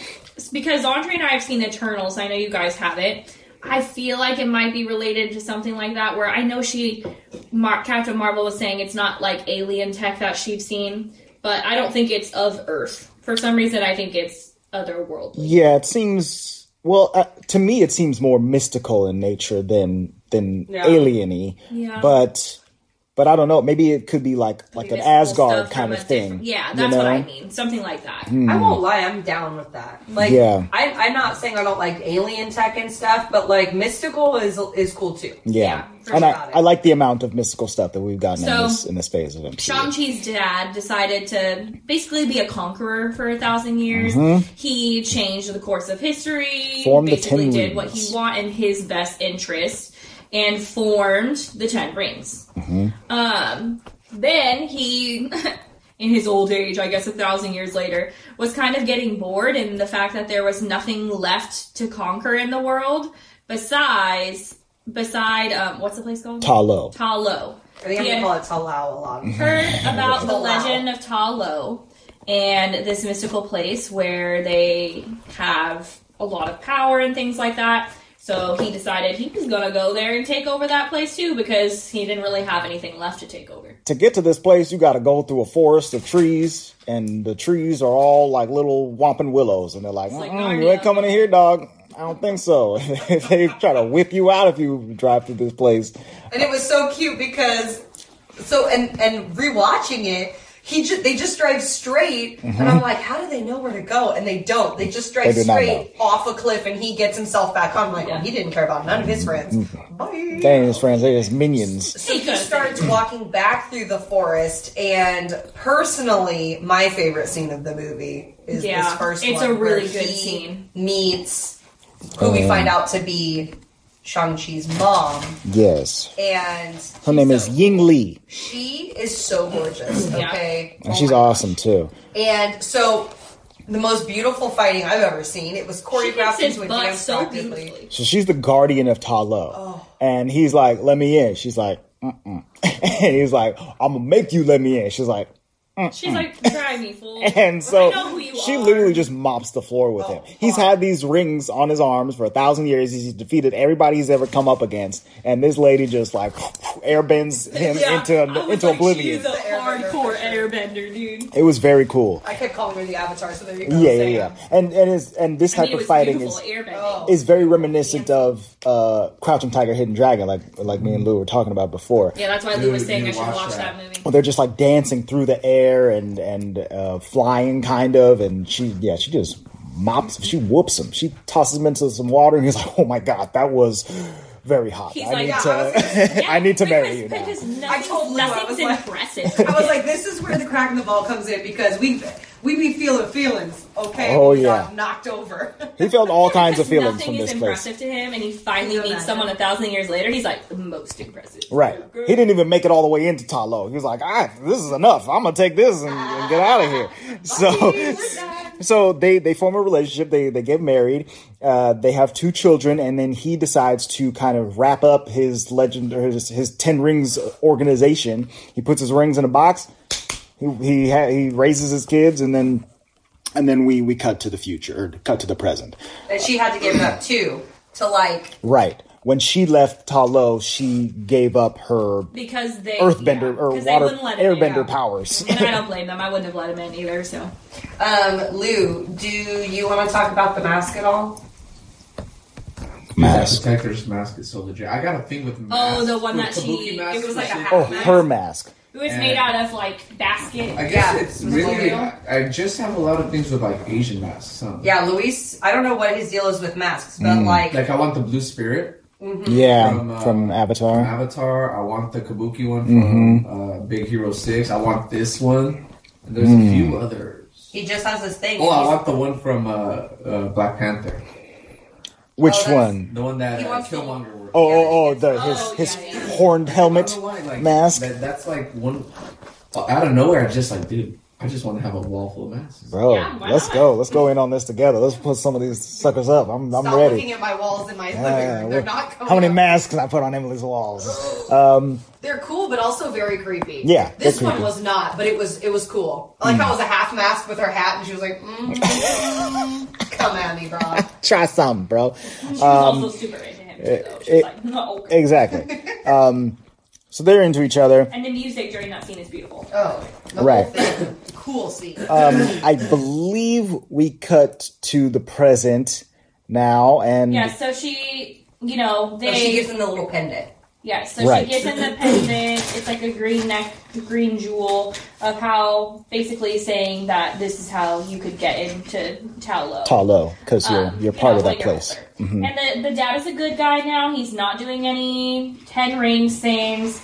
Speaker 3: because Andre and I have seen Eternals. I know you guys haven't. I feel like it might be related to something like that, where I know she, Mar- Captain Marvel was saying it's not like alien tech that she's seen, but I don't think it's of Earth. For some reason, I think it's otherworldly.
Speaker 5: Yeah, it seems. Well, uh, to me, it seems more mystical in nature than than
Speaker 4: Yeah.
Speaker 5: alieny.
Speaker 3: Yeah.
Speaker 5: But but I don't know. Maybe it could be like like an
Speaker 3: Mystical
Speaker 5: Asgard
Speaker 3: stuff
Speaker 5: kind
Speaker 3: from
Speaker 5: of
Speaker 3: a
Speaker 5: thing.
Speaker 3: different- Yeah,
Speaker 5: you
Speaker 3: that's what I
Speaker 5: know?
Speaker 3: mean. Something like that.
Speaker 4: I won't lie, I'm down with that. Like,
Speaker 5: Hmm. Yeah.
Speaker 4: I, I'm not saying I don't like alien tech and stuff, but like mystical is is cool too.
Speaker 5: Yeah,
Speaker 4: Yeah,
Speaker 5: and
Speaker 4: about
Speaker 5: I,
Speaker 4: it.
Speaker 5: I like the amount of mystical stuff that we've gotten in
Speaker 3: So,
Speaker 5: this in this phase of MCU.
Speaker 3: Shang Chi's dad decided to basically be a conqueror for a thousand years. He changed the course of history,
Speaker 5: Mm-hmm. Formed the
Speaker 3: basically
Speaker 5: Ten
Speaker 3: did
Speaker 5: Rings.
Speaker 3: what he wanted in his best interest, and formed the Ten Rings.
Speaker 5: Mm-hmm.
Speaker 3: Um, then he, in his old age, I guess a thousand years later, was kind of getting bored in the fact that there was nothing left to conquer in the world besides beside um, what's the place called
Speaker 5: Talo.
Speaker 3: Talo.
Speaker 4: I think I'm
Speaker 3: Yeah
Speaker 4: gonna call it Talau a lot.
Speaker 3: heard about the
Speaker 4: Wow.
Speaker 3: legend of Talo and this mystical place where they have a lot of power and things like that. So he decided he was gonna go there and take over that place too because he didn't really have anything left to take over.
Speaker 5: to get to this place, you got to go through a forest of trees, and the trees are all like little whomping willows, and they're like,
Speaker 3: like
Speaker 5: "Mm-mm, "You ain't
Speaker 3: Narnia.
Speaker 5: coming in here, dog." I don't think so. they try to whip you out if you drive through this place.
Speaker 4: and it was so cute because so and and rewatching it he ju- they just drive straight and i'm like how do they know where to go and they don't they just drive
Speaker 5: Mm-hmm. They do not
Speaker 4: straight off a cliff and he gets himself back on I'm like well, he didn't care about none of his friends Bye.
Speaker 5: They ain't Mm-hmm. his friends; they're his minions.
Speaker 4: So he
Speaker 3: Because-
Speaker 4: starts walking back through the forest, and personally, my favorite scene of the movie is
Speaker 3: Yeah,
Speaker 4: this first
Speaker 3: it's
Speaker 4: one.
Speaker 3: a really
Speaker 4: where
Speaker 3: good
Speaker 4: he
Speaker 3: scene.
Speaker 4: Meets who we
Speaker 5: Uh-huh.
Speaker 4: find out to be Shang Chi's mom,
Speaker 5: Yes,
Speaker 4: and
Speaker 5: her name is Ying Li,
Speaker 4: she is so gorgeous.
Speaker 3: Yeah.
Speaker 4: Okay,
Speaker 5: and she's awesome too.
Speaker 4: and so the most beautiful fighting I've ever seen. It was
Speaker 3: She
Speaker 4: choreographed
Speaker 3: gets his
Speaker 4: into a
Speaker 3: butt
Speaker 4: dance
Speaker 3: so
Speaker 4: practically.
Speaker 3: beautifully.
Speaker 5: So she's the guardian of Talo,
Speaker 3: Oh.
Speaker 5: and he's like, "Let me in." She's like, "Mm." and he's like, "I'm gonna make you let me in." She's like,
Speaker 3: She's like, try me, fool.
Speaker 5: Mm-hmm. And so
Speaker 3: I know who you
Speaker 5: she
Speaker 3: are. Oh.
Speaker 5: literally just mops the floor with him. He's had these rings on his arms for a thousand years. He's defeated everybody he's ever come up against, and this lady just like airbends him
Speaker 3: Yeah,
Speaker 5: into
Speaker 3: I was
Speaker 5: into
Speaker 3: like,
Speaker 5: oblivion.
Speaker 3: She's a hardcore airbender, dude.
Speaker 5: It was very cool.
Speaker 4: I kept calling her the Avatar, so there you go.
Speaker 5: Yeah, yeah,
Speaker 4: Sam.
Speaker 5: yeah. And and is and this
Speaker 3: I
Speaker 5: type
Speaker 3: mean, it
Speaker 5: of
Speaker 3: was
Speaker 5: fighting
Speaker 3: beautiful
Speaker 5: is
Speaker 3: airbending.
Speaker 4: Oh.
Speaker 5: is very reminiscent of uh, Crouching Tiger, Hidden Dragon, like like me and Lou were talking about before.
Speaker 3: Yeah, that's why Lou
Speaker 6: Dude,
Speaker 3: was saying
Speaker 6: you
Speaker 3: I should
Speaker 6: watch
Speaker 3: watch that,
Speaker 6: that.
Speaker 3: movie.
Speaker 5: Well, they're just like dancing through the air and and uh, flying, kind of. And she, yeah, she just mops, she whoops him, she tosses him into some water, and he's like, "Oh my god, that was very hot.
Speaker 3: He's
Speaker 5: I
Speaker 3: like,
Speaker 5: need
Speaker 3: yeah,
Speaker 5: to,
Speaker 4: I was gonna
Speaker 5: I need to
Speaker 3: because-
Speaker 5: marry you now."
Speaker 3: Because
Speaker 4: I told
Speaker 3: nothing,
Speaker 4: Lou, I was
Speaker 3: nothing's
Speaker 4: like-
Speaker 3: impressive.
Speaker 4: I was like, this is where the crack in the ball comes in because we we be feeling feelings, okay?
Speaker 5: Oh,
Speaker 4: We
Speaker 5: yeah.
Speaker 4: got knocked over.
Speaker 5: He felt all kinds of
Speaker 3: Because
Speaker 5: feelings from
Speaker 3: nothing is
Speaker 5: this place.
Speaker 3: impressive to him, and he finally
Speaker 4: Can you
Speaker 3: meets
Speaker 4: imagine?
Speaker 3: someone a thousand years later. He's like the most impressive.
Speaker 5: Right. He didn't even make it all the way into Talo. He was like, ah, this is enough. I'm gonna take this and, and get out of here. So, so they they form a relationship. They they get married. Uh, they have two children, and then he decides to kind of wrap up his legend or his, his ten rings organization. He puts his rings in a box. He he ha- he raises his kids, and then and then we we cut to the future or cut to the present.
Speaker 4: and she had to give it up too to like
Speaker 5: Right. When she left Talo, she gave up her
Speaker 3: because they
Speaker 5: earthbender
Speaker 3: yeah,
Speaker 5: or water
Speaker 3: 'cause they wouldn't let him in.
Speaker 5: airbender
Speaker 4: yeah.
Speaker 5: powers.
Speaker 3: And I don't blame them. I wouldn't have let him in either. So
Speaker 4: um Lou, do you want to talk about the mask at all?
Speaker 6: Mask. Protector's mask is so legit. I got a thing with masks.
Speaker 3: Oh, the one
Speaker 6: with
Speaker 3: that she-
Speaker 6: kabuki masks
Speaker 3: it was
Speaker 6: and
Speaker 3: like a
Speaker 6: shit.
Speaker 3: hat.
Speaker 5: Oh,
Speaker 3: Mask.
Speaker 5: her mask.
Speaker 3: it was
Speaker 6: And-
Speaker 3: made out of like basket.
Speaker 6: I guess
Speaker 4: Yeah.
Speaker 6: it's really.
Speaker 4: Real.
Speaker 6: I just have a lot of things with like Asian masks. Huh?
Speaker 4: Yeah, Luis, I don't know what his deal is with masks, but like, mm-hmm.
Speaker 6: Like I want the blue spirit
Speaker 5: Mm. Yeah, from,
Speaker 6: From, uh, from
Speaker 5: Avatar.
Speaker 6: Avatar. I want the kabuki one from uh, Big Hero Six. I want this one. And there's a few others.
Speaker 4: he just has this thing.
Speaker 6: Oh, I
Speaker 4: He's-
Speaker 6: want the one from uh, uh, Black Panther.
Speaker 5: Which
Speaker 4: Oh, that's-
Speaker 5: one?
Speaker 6: The one that
Speaker 4: He
Speaker 6: uh,
Speaker 4: wants the-
Speaker 6: Killmonger wore.
Speaker 5: Oh, oh, oh, the
Speaker 3: Oh,
Speaker 5: his
Speaker 3: yeah,
Speaker 5: his
Speaker 3: yeah, yeah.
Speaker 5: horned helmet.
Speaker 6: I don't know why, like,
Speaker 5: mask.
Speaker 6: That, that's like one out of nowhere. I just like, dude, I just want to have a wall full of masks.
Speaker 5: Bro,
Speaker 3: Yeah, why
Speaker 5: let's
Speaker 3: not?
Speaker 5: go. Let's go in on this together. Let's put some of these suckers up. I'm I'm
Speaker 4: Stop looking
Speaker 5: ready.
Speaker 4: at my walls in my living
Speaker 5: Yeah,
Speaker 4: room.
Speaker 5: we're-
Speaker 4: They're not going
Speaker 5: how many
Speaker 4: up.
Speaker 5: masks can I put on Emily's walls?
Speaker 4: They're cool, but also very creepy.
Speaker 5: Yeah, they're
Speaker 4: this one
Speaker 5: creepy.
Speaker 4: was not, but it was it was cool. Like I was a half mask with her hat, and she was like, mm, "Come at me, bro."
Speaker 5: Try some, bro.
Speaker 3: she was also super into him. Too, though. She
Speaker 5: Um, it-
Speaker 3: was like, oh, no.
Speaker 5: Exactly. Um, so they're into each other.
Speaker 3: and the music during that scene is beautiful.
Speaker 4: Oh, the
Speaker 5: Right. Uh,
Speaker 4: Whole thing. Cool scene.
Speaker 5: Um, I believe we cut to the present now, and
Speaker 3: Yeah. So she, you know, they.
Speaker 4: So Oh, she gives him the little pendant.
Speaker 3: Yeah, so
Speaker 5: Right.
Speaker 3: she gets in the pendant. It's like a green neck, green jewel of how basically saying that this is how you could get into Taulo.
Speaker 5: Talo, because you're
Speaker 3: Um,
Speaker 5: you're
Speaker 3: you
Speaker 5: part
Speaker 3: know,
Speaker 5: of that
Speaker 3: like your
Speaker 5: place. Mm-hmm.
Speaker 3: altar. And the, the dad is a good guy now. He's not doing any ten rings things.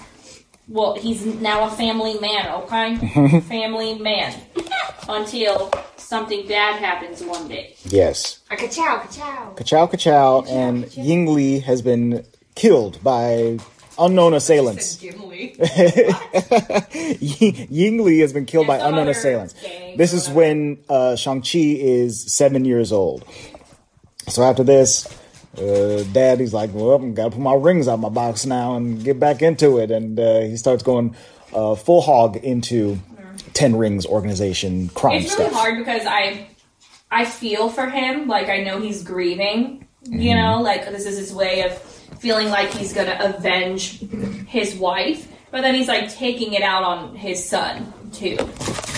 Speaker 3: Well, he's now a family man,
Speaker 5: Mm-hmm.
Speaker 3: okay? family man. Until something bad happens one day.
Speaker 5: Yes.
Speaker 4: A ka-chow, ka-chow.
Speaker 5: Kachow Kachow and Yingli has been killed by unknown assailants.
Speaker 4: Gimli.
Speaker 5: Yingli has been killed by
Speaker 3: There's some
Speaker 5: unknown
Speaker 3: other
Speaker 5: assailants.
Speaker 3: gang
Speaker 5: This
Speaker 3: or
Speaker 5: is
Speaker 3: whatever.
Speaker 5: when uh, Shang-Chi is seven years old. So after this, uh, daddy's like, well, i got to put my rings out my box now and get back into it. And uh, he starts going uh, full hog into Ten Rings organization crime
Speaker 3: it's really
Speaker 5: stuff.
Speaker 3: hard because I I feel for him. Like I know he's grieving.
Speaker 5: Mm-hmm.
Speaker 3: You know, like this is his way of feeling like he's gonna avenge his wife, but then he's like taking it out on his son too.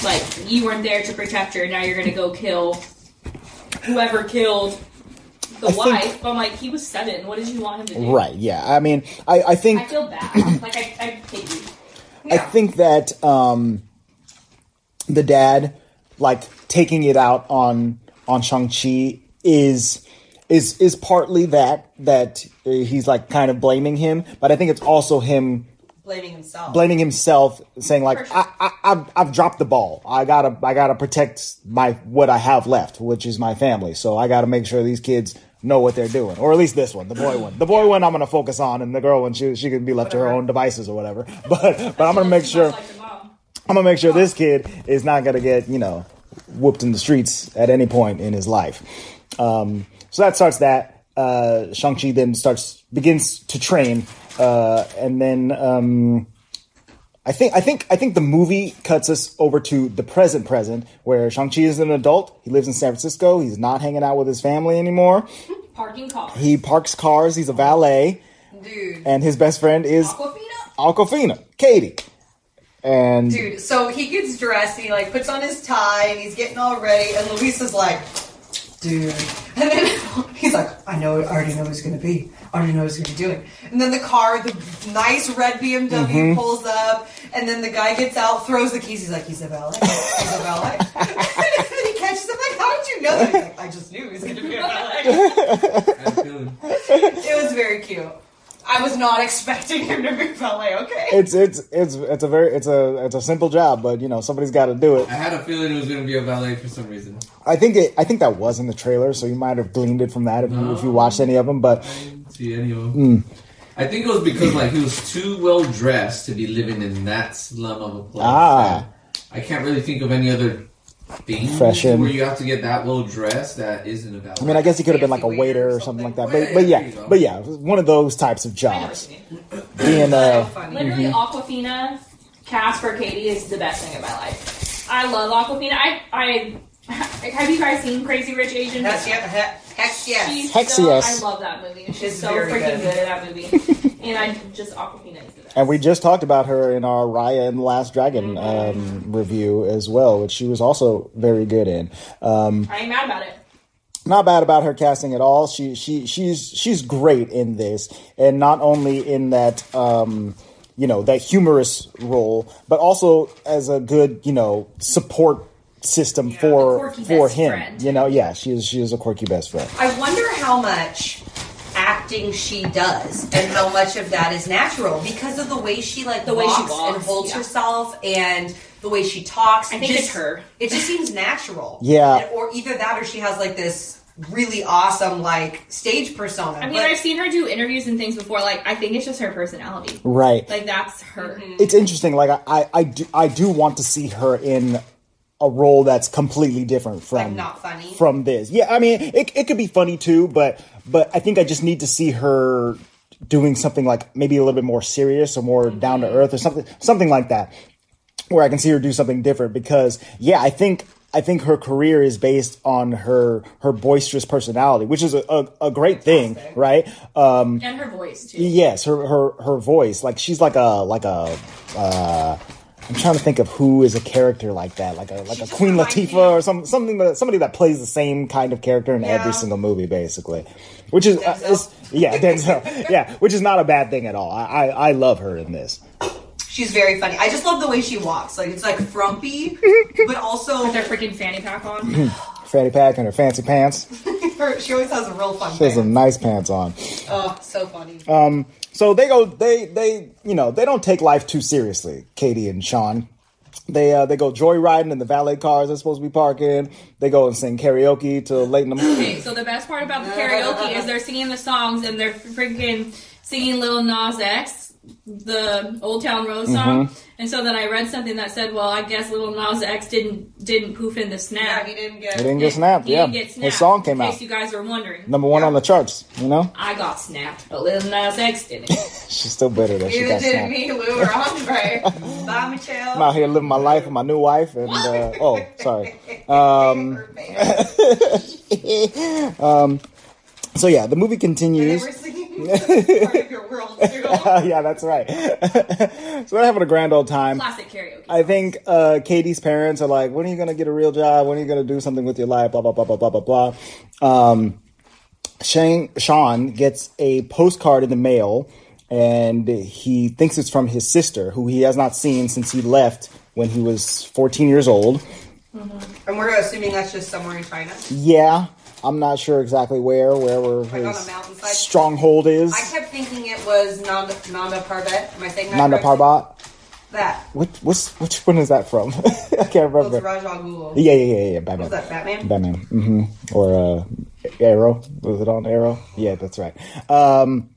Speaker 3: Like you weren't there to protect her, now you're gonna go kill whoever killed the
Speaker 5: I think-
Speaker 3: wife. but I'm like, he was seven. What did you want him to do?
Speaker 5: Right, yeah. I mean, I, I think...
Speaker 3: I feel bad. like I, I pity.
Speaker 5: I think that um, the dad, like taking it out on on Shang Chi, is is is partly that that uh, he's like kind of blaming him, but I think it's also him
Speaker 4: Blaming himself.
Speaker 5: blaming himself, saying like I, I I've, I've dropped the ball. I gotta I gotta protect my what I have left, which is my family. So I gotta make sure these kids know what they're doing, or at least this one, the boy one. The boy one I'm gonna focus on, and the girl one she she can be left to her own devices or whatever. But but I'm gonna make sure.
Speaker 3: Like the mom.
Speaker 5: I'm gonna make sure this kid is not gonna get you know whooped in the streets at any point in his life. Um, so that starts that. Uh, Shang Chi then starts begins to train, uh, and then um, I think I think I think the movie cuts us over to the present present where Shang Chi is an adult. He lives in San Francisco. He's not hanging out with his family anymore.
Speaker 3: Parking car.
Speaker 5: He parks cars. He's a valet,
Speaker 4: Dude.
Speaker 5: and his best friend is
Speaker 4: Aquafina?
Speaker 5: Aquafina, Katie. and
Speaker 4: Dude, so he gets dressed and he like puts on his tie and he's getting all ready and Luis is like, dude. And then he's like, I know, I already know who's gonna be. I already know who's gonna be doing. And then the car, the nice red BMW pulls up, and then the guy gets out, throws the keys, he's like, He's a valet. He's a valet. and then he catches him like, How did you know that? He's like, I just knew he was gonna be a valet. it was very cute. I was not expecting him to be valet, okay?
Speaker 5: it's it's it's it's a very it's a it's a simple job, but you know somebody's got to do it.
Speaker 6: I had a feeling it was going to be a valet for some reason.
Speaker 5: I think it I think that was in the trailer, so you might have gleaned it from that if you if you watched any of them. But
Speaker 6: I didn't see any of them.
Speaker 5: Hmm.
Speaker 6: I think it was because like he was too well dressed to be living in that slum of a place.
Speaker 5: Ah.
Speaker 6: I can't really think of any other thing
Speaker 5: Fashion.
Speaker 6: where you have to get that well dressed that isn't a valet.
Speaker 5: I mean, I guess he could have been like a waiter or something like that. But but yeah, but yeah, one of those types of
Speaker 4: I know what
Speaker 5: jobs.
Speaker 4: you mean.
Speaker 5: Being uh,
Speaker 3: Literally, Aquafina, Casper, Katie is the best thing of my life. I love Aquafina. I, I, have you guys seen Crazy Rich Asian?
Speaker 4: That's yeah, he- heck yes.
Speaker 3: She's
Speaker 5: Hex
Speaker 3: so,
Speaker 5: yes.
Speaker 3: I love that movie. She's,
Speaker 4: She's
Speaker 3: so
Speaker 4: very
Speaker 3: freaking
Speaker 4: good.
Speaker 3: good. at that movie. and I just Aquafina is the best.
Speaker 5: and we just talked about her in our Raya and the Last Dragon um, review as well, which she was also very good in. Um,
Speaker 3: I ain't mad about it.
Speaker 5: not bad about her casting at all. She she she's she's great in this, and not only in that um, you know that humorous role, but also as a good you know support system for
Speaker 3: quirky
Speaker 5: for
Speaker 3: best
Speaker 5: him.
Speaker 3: friend.
Speaker 5: You know, yeah, she is she is a quirky best friend.
Speaker 4: I wonder how much acting she does and how much of that is natural because of the way she like
Speaker 3: The way she
Speaker 4: and
Speaker 3: walks,
Speaker 4: holds
Speaker 3: yeah.
Speaker 4: herself and the way she talks.
Speaker 3: I think
Speaker 4: Just-
Speaker 3: it's her.
Speaker 4: It just seems natural.
Speaker 5: Yeah.
Speaker 4: And- or either that or she has like this really awesome like stage persona.
Speaker 3: I mean,
Speaker 4: but
Speaker 3: I've seen her do interviews and things before. Like, I think it's just her personality.
Speaker 5: Right.
Speaker 3: Like, that's her.
Speaker 4: Mm-hmm.
Speaker 5: it's interesting. Like I, I, I do I do want to see her in a role that's completely different from
Speaker 4: Like, not funny?
Speaker 5: from this. Yeah, I mean it it could be funny too, but but I think I just need to see her doing something like maybe a little bit more serious or more down to earth or something something like that where I can see her do something different because yeah, I think I think her career is based on her her boisterous personality, which is a, a, a great thing, right?
Speaker 3: And her voice, too.
Speaker 5: Yes, her her her voice. Like she's like a like a. Uh, I'm trying to think of who is a character like that, like a like a
Speaker 4: just
Speaker 5: Queen
Speaker 4: reminds
Speaker 5: Latifah
Speaker 4: me-
Speaker 5: or some something that somebody that plays the same kind of character in every
Speaker 4: Yeah.
Speaker 5: single movie, basically. Which is, uh,
Speaker 4: Denzel.
Speaker 5: is yeah, Denzel, yeah, which is not a bad thing at all. I, I I love her in this.
Speaker 4: she's very funny. I just love the way she walks. Like it's like frumpy, but also
Speaker 3: Their freaking fanny pack on.
Speaker 5: Fanny pack and her fancy pants.
Speaker 4: her, she always has a real fun.
Speaker 5: She has Uh, some
Speaker 4: thing.
Speaker 5: nice pants on.
Speaker 4: Oh, so funny.
Speaker 5: So they go, they they you know they don't take life too seriously. Katie and Sean, they uh, they go joyriding in the valet cars they're supposed to be parking. They go and sing karaoke till late in the morning.
Speaker 3: Okay, so the best part about the karaoke is they're singing the songs and they're freaking singing Little Nas X, the Old Town Road song.
Speaker 5: Mm-hmm.
Speaker 3: And so then I read something that said, "Well, I guess Little Nas X didn't didn't poof in the
Speaker 4: yeah,
Speaker 3: snap.
Speaker 4: he didn't get.
Speaker 5: It didn't get snapped.
Speaker 3: He
Speaker 5: Yeah,
Speaker 3: didn't get snapped,
Speaker 5: his song came
Speaker 3: in
Speaker 5: out
Speaker 3: case you guys were wondering.
Speaker 5: number one on the charts. You know,
Speaker 3: I got snapped, but Little Nas X didn't.
Speaker 5: she's still bitter that she
Speaker 4: Neither
Speaker 5: got
Speaker 4: did
Speaker 5: snapped.
Speaker 4: me, Lou or Andre. Bye, Michelle.
Speaker 5: I'm out here living my life with my new wife, and uh, oh, sorry. Um,
Speaker 4: and
Speaker 5: So yeah, the movie
Speaker 4: they
Speaker 5: continues.
Speaker 4: were singing part of your world too.
Speaker 5: yeah, that's right. so they're having a grand old time.
Speaker 3: Classic karaoke.
Speaker 5: I think uh, Katie's parents are like, when are you going to get a real job? When are you going to do something with your life? Blah, blah, blah, blah, blah, blah, blah. Um, Shane, Sean gets a postcard in the mail and he thinks it's from his sister, who he has not seen since he left when he was 14 years old.
Speaker 4: And we're assuming that's just somewhere in China.
Speaker 5: Yeah, I'm not sure exactly where, wherever
Speaker 4: on
Speaker 5: his
Speaker 4: a mountainside.
Speaker 5: stronghold is.
Speaker 4: I kept thinking it was Nanda, Nanda Parbat. Am I saying that?
Speaker 5: Nanda
Speaker 4: correctly?
Speaker 5: Parbat.
Speaker 4: That.
Speaker 5: Which, what's, which one is that from? I can't
Speaker 4: Well, it's
Speaker 5: remember.
Speaker 4: Raj Al Ghul.
Speaker 5: Yeah, yeah, yeah, yeah.
Speaker 4: Was
Speaker 5: Batman.
Speaker 4: that Batman?
Speaker 5: Batman. hmm Or uh, Arrow. Was it on Arrow? Yeah, that's right. Um,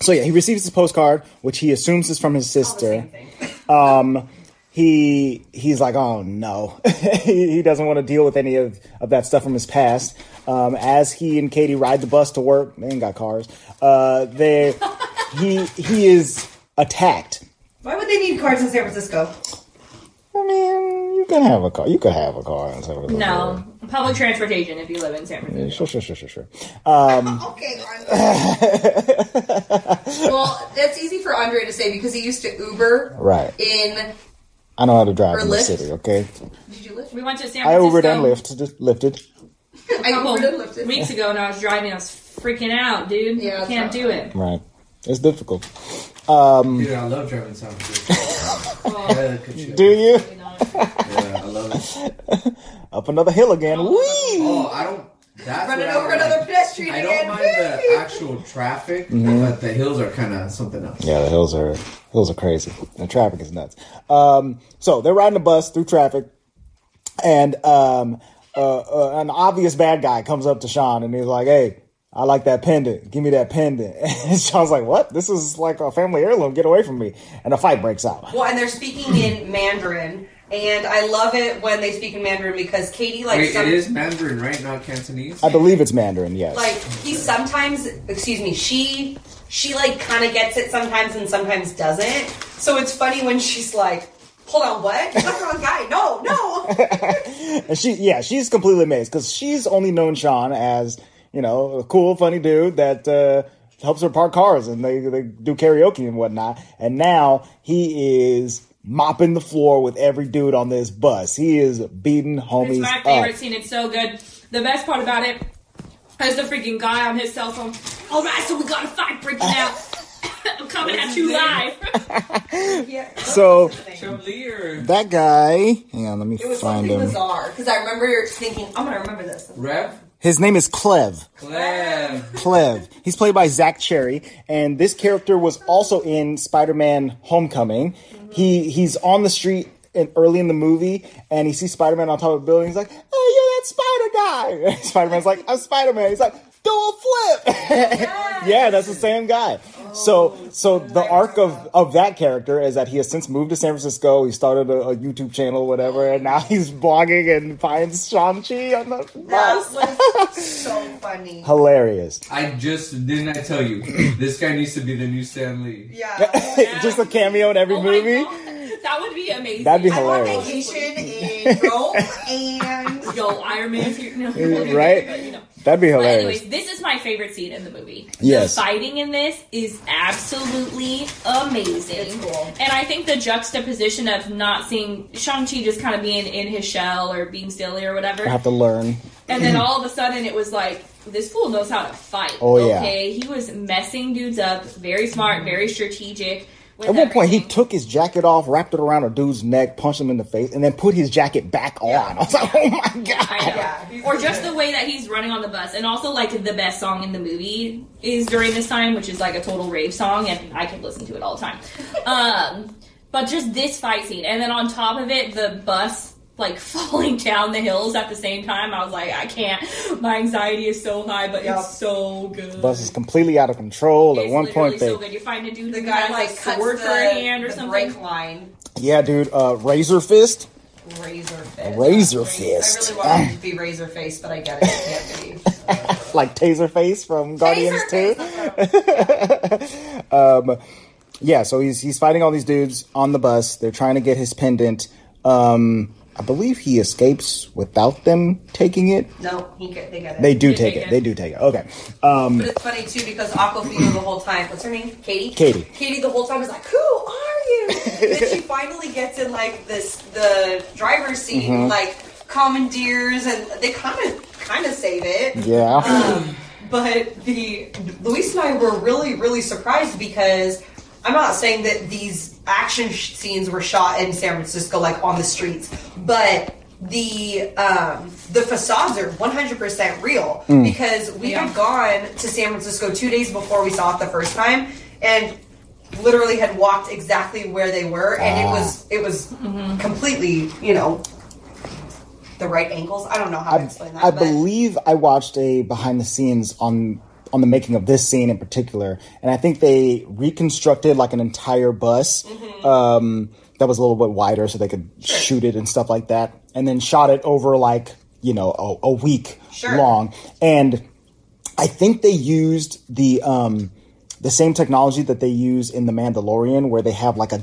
Speaker 5: so yeah, he receives his postcard, which he assumes is from his
Speaker 4: All the same
Speaker 5: sister.
Speaker 4: thing.
Speaker 5: He he's like, oh no, he, he doesn't want to deal with any of, of that stuff from his past. Um, as he and Katie ride the bus to work, they ain't got cars. Uh, they he he is attacked.
Speaker 4: Why would they need cards in San Francisco?
Speaker 5: I mean, you can have a car. You can have a car. in San Francisco.
Speaker 3: no public transportation if you live in San Francisco.
Speaker 5: Sure, sure, sure, sure, sure.
Speaker 4: Okay, Andre. well, that's easy for Andre to say because he used to Uber
Speaker 5: Right.
Speaker 4: in
Speaker 5: I know how to drive
Speaker 4: Or
Speaker 5: in the
Speaker 4: Lyft.
Speaker 5: city. Okay,
Speaker 4: Did you lift?
Speaker 3: We went to San
Speaker 5: I
Speaker 3: Francisco
Speaker 5: Ubered and Lyft, just lifted.
Speaker 4: I
Speaker 3: a couple
Speaker 4: Ubered and lifted.
Speaker 3: weeks ago, and I was driving. I was freaking out, dude.
Speaker 4: Yeah, it's
Speaker 3: can't
Speaker 4: not
Speaker 3: do it.
Speaker 5: Right, it's difficult.
Speaker 6: Dude, I love driving San Francisco. Yeah, good shit.
Speaker 5: Do you
Speaker 6: Yeah, I love it.
Speaker 5: up another hill again? Wee!
Speaker 6: Oh, I don't. That's
Speaker 4: Running
Speaker 6: what I
Speaker 4: over
Speaker 6: like.
Speaker 4: another pedestrian
Speaker 6: I
Speaker 4: again.
Speaker 6: don't mind the actual traffic, but the hills are kind of something else.
Speaker 5: Mm-hmm. Yeah, the hills are hills are crazy. The traffic is nuts. Um, so they're riding a bus through traffic, and um, uh, uh, an obvious bad guy comes up to Sean and he's like, "Hey, I like that pendant. Give me that pendant." And Sean's like, "What? This is like a family heirloom. Get away from me!" And a fight breaks out.
Speaker 4: Well, and they're speaking in Mandarin, and I love it when they speak in Mandarin because Katie like
Speaker 6: Wait,
Speaker 4: some-
Speaker 6: it is Mandarin, right? Not Cantonese.
Speaker 5: I believe it's Mandarin. Yes.
Speaker 4: like he sometimes excuse me she she like kind of gets it sometimes and sometimes doesn't so it's funny when she's like hold on what you're not the wrong guy no no
Speaker 5: And she, yeah, she's completely amazed because she's only known Sean as you know a cool, funny dude that uh, helps her park cars and they they do karaoke and whatnot. And now he is mopping the floor with every dude on this bus. He is beating
Speaker 3: It's
Speaker 5: homies
Speaker 3: my favorite
Speaker 5: up.
Speaker 3: scene. It's so good. The best part about it is the freaking guy on his cell phone. All right, so we got a fight breaking out. I'm coming at you live.
Speaker 4: yeah
Speaker 5: So
Speaker 6: Chandelier.
Speaker 5: that guy, hang on, let me
Speaker 4: it was
Speaker 5: find
Speaker 4: something
Speaker 5: him.
Speaker 4: bizarre because i remember thinking i'm gonna remember this
Speaker 6: Rev.
Speaker 5: His name is Clev.
Speaker 6: Clev.
Speaker 5: Clev. He's played by Zach Cherry, and this character was also in Spider-Man: Homecoming. He he's on the street in, early in the movie, and he sees Spider-Man on top of a building. He's like, "Oh, you're that Spider guy!" And Spider-Man's like, "I'm Spider-Man." He's like, "Do a flip!" yeah, that's the same guy. So so the arc of of that character is that he has since moved to San Francisco. He started a, a YouTube channel, whatever, and now he's blogging and finds Shang Chi on the
Speaker 4: that
Speaker 5: bus.
Speaker 4: was so funny
Speaker 5: Hilarious.
Speaker 6: I just didn't. I tell you, this guy needs to be the new Stan Lee.
Speaker 4: yeah
Speaker 5: Just a cameo in every
Speaker 3: Oh my
Speaker 5: movie.
Speaker 3: God. That would be amazing.
Speaker 5: That'd be
Speaker 4: i'm on
Speaker 5: hilarious.
Speaker 4: vacation in rome and
Speaker 3: Yo, Iron Man. if you- no.
Speaker 5: Right?
Speaker 3: You know.
Speaker 5: That'd be
Speaker 3: But
Speaker 5: hilarious.
Speaker 3: anyways, this is my favorite scene in the movie.
Speaker 5: Yes.
Speaker 3: The fighting in this is absolutely amazing.
Speaker 4: It's cool.
Speaker 3: And I think the juxtaposition of not seeing Shang-Chi just kind of being in his shell or being silly or whatever.
Speaker 5: I have to learn.
Speaker 3: And then all of a sudden it was like, this fool knows how to fight.
Speaker 5: Oh, yeah.
Speaker 3: Okay, he was messing dudes up. Very smart, very strategic. with
Speaker 5: At one point, he
Speaker 3: everything.
Speaker 5: took his jacket off, wrapped it around a dude's neck, punched him in the face, and then put his jacket back on. I was like, oh my
Speaker 3: I know.
Speaker 5: god.
Speaker 4: Yeah, he's
Speaker 3: or just the way that he's running on the bus, and also like the best song in the movie is during this time, which is like a total rave song, and I can listen to it all the time. Um, but just this fight scene, and then on top of it, the bus like falling down the hills at the same time. I was like, I can't. My anxiety is so high, but
Speaker 4: Yep.
Speaker 3: it's so good.
Speaker 5: Bus is completely out of control. At
Speaker 3: It's
Speaker 5: one
Speaker 3: literally
Speaker 5: point,
Speaker 3: so
Speaker 5: they
Speaker 3: good. You find a dude
Speaker 4: the
Speaker 3: who
Speaker 4: guy
Speaker 3: has
Speaker 4: like
Speaker 3: a
Speaker 4: cuts
Speaker 3: sword
Speaker 4: the,
Speaker 3: for a hand or
Speaker 4: the
Speaker 3: something.
Speaker 4: brake line
Speaker 5: yeah, dude, uh, razor fist,
Speaker 4: razor fist
Speaker 5: razor
Speaker 4: I
Speaker 5: fist, Mm.
Speaker 4: really wanted to be razor face, but I get it. It can't be.
Speaker 5: like taser face from Guardians
Speaker 4: Razor
Speaker 5: Two.
Speaker 4: face.
Speaker 5: Yeah, so he's he's fighting all these dudes on the bus. They're trying to get his pendant. Um, I believe he escapes without them taking it.
Speaker 4: No, he get, they get it.
Speaker 5: They do take it. They do take it. Okay. Um,
Speaker 4: But it's funny too because Aquafina the whole time. What's her name? Katie.
Speaker 5: Katie.
Speaker 4: Katie the whole time is like, "Who are you?" then she finally gets in like this the driver's seat,
Speaker 5: Mm-hmm.
Speaker 4: like commandeers, and they kind of kind of save it.
Speaker 5: yeah.
Speaker 3: Uh,
Speaker 4: Um, But the Luis and I were really, really surprised because I'm not saying that these action sh- scenes were shot in San Francisco, like on the streets, but the um, the facades are 100% real
Speaker 5: Mm.
Speaker 4: because we had gone to San Francisco two days before we saw it the first time, and literally had walked exactly where they were, and it was it was completely, you know. The right angles. I don't know how to explain that.
Speaker 5: I
Speaker 4: but-
Speaker 5: believe I watched a behind the scenes on on the making of this scene in particular, and I think they reconstructed like an entire bus
Speaker 4: Mm-hmm.
Speaker 5: um, that was a little bit wider, so they could shoot it and stuff like that, and then shot it over like you know a, a week
Speaker 4: Sure.
Speaker 5: long, and I think they used the. Um, the same technology that they use in The Mandalorian, where they have like a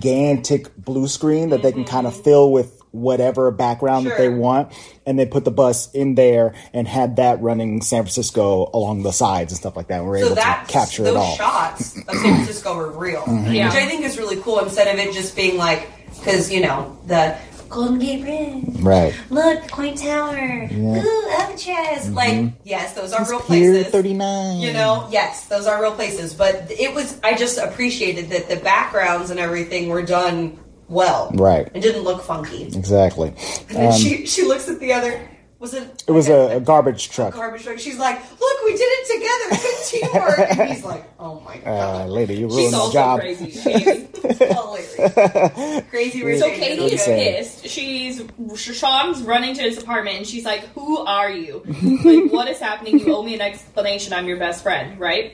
Speaker 5: gigantic blue screen that they can kind of fill with whatever background that they
Speaker 4: Mm-hmm. Sure.
Speaker 5: want, and they put the bus in there and had that running San Francisco along the sides and stuff like that. And we're
Speaker 4: So
Speaker 5: able to
Speaker 4: that
Speaker 5: capture
Speaker 4: those
Speaker 5: it all. Mm-hmm.
Speaker 4: shots of San Francisco were real,
Speaker 3: Yeah.
Speaker 4: which I think is really cool. Instead of it just being like because you know the Golden Gate Bridge.
Speaker 5: Right.
Speaker 4: Look, Coin Tower.
Speaker 5: Yeah. Mm-hmm.
Speaker 4: Ooh, Alcatraz. Like, yes, those are real
Speaker 5: Pier
Speaker 4: places.
Speaker 5: 39.
Speaker 4: You know, yes, those are real places. But it was, I just appreciated that the backgrounds and everything were done well.
Speaker 5: Right.
Speaker 4: It didn't look funky.
Speaker 5: Exactly. Um,
Speaker 4: And then she, she looks at the other, was it?
Speaker 5: It was a, a garbage truck.
Speaker 4: garbage truck. She's like, look, we did it together. Good teamwork. and he's like, oh my
Speaker 5: Uh,
Speaker 4: God.
Speaker 5: lady, you ruined
Speaker 3: She's
Speaker 5: the
Speaker 3: also
Speaker 5: job.
Speaker 3: crazy. She's-
Speaker 4: Hilarious. Crazy rich
Speaker 3: so
Speaker 4: Asian
Speaker 3: Katie is
Speaker 5: Insane.
Speaker 3: pissed. She's Sean's running to his apartment, and she's like, "Who are you? Like, what is happening? You owe me an explanation. I'm your best friend, right?"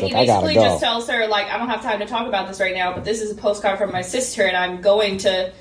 Speaker 5: He's
Speaker 3: he
Speaker 5: like, "I gotta
Speaker 3: basically
Speaker 5: go."
Speaker 3: just tells her, "Like, I don't have time to talk about this right now, but this is a postcard from my sister, and I'm going to."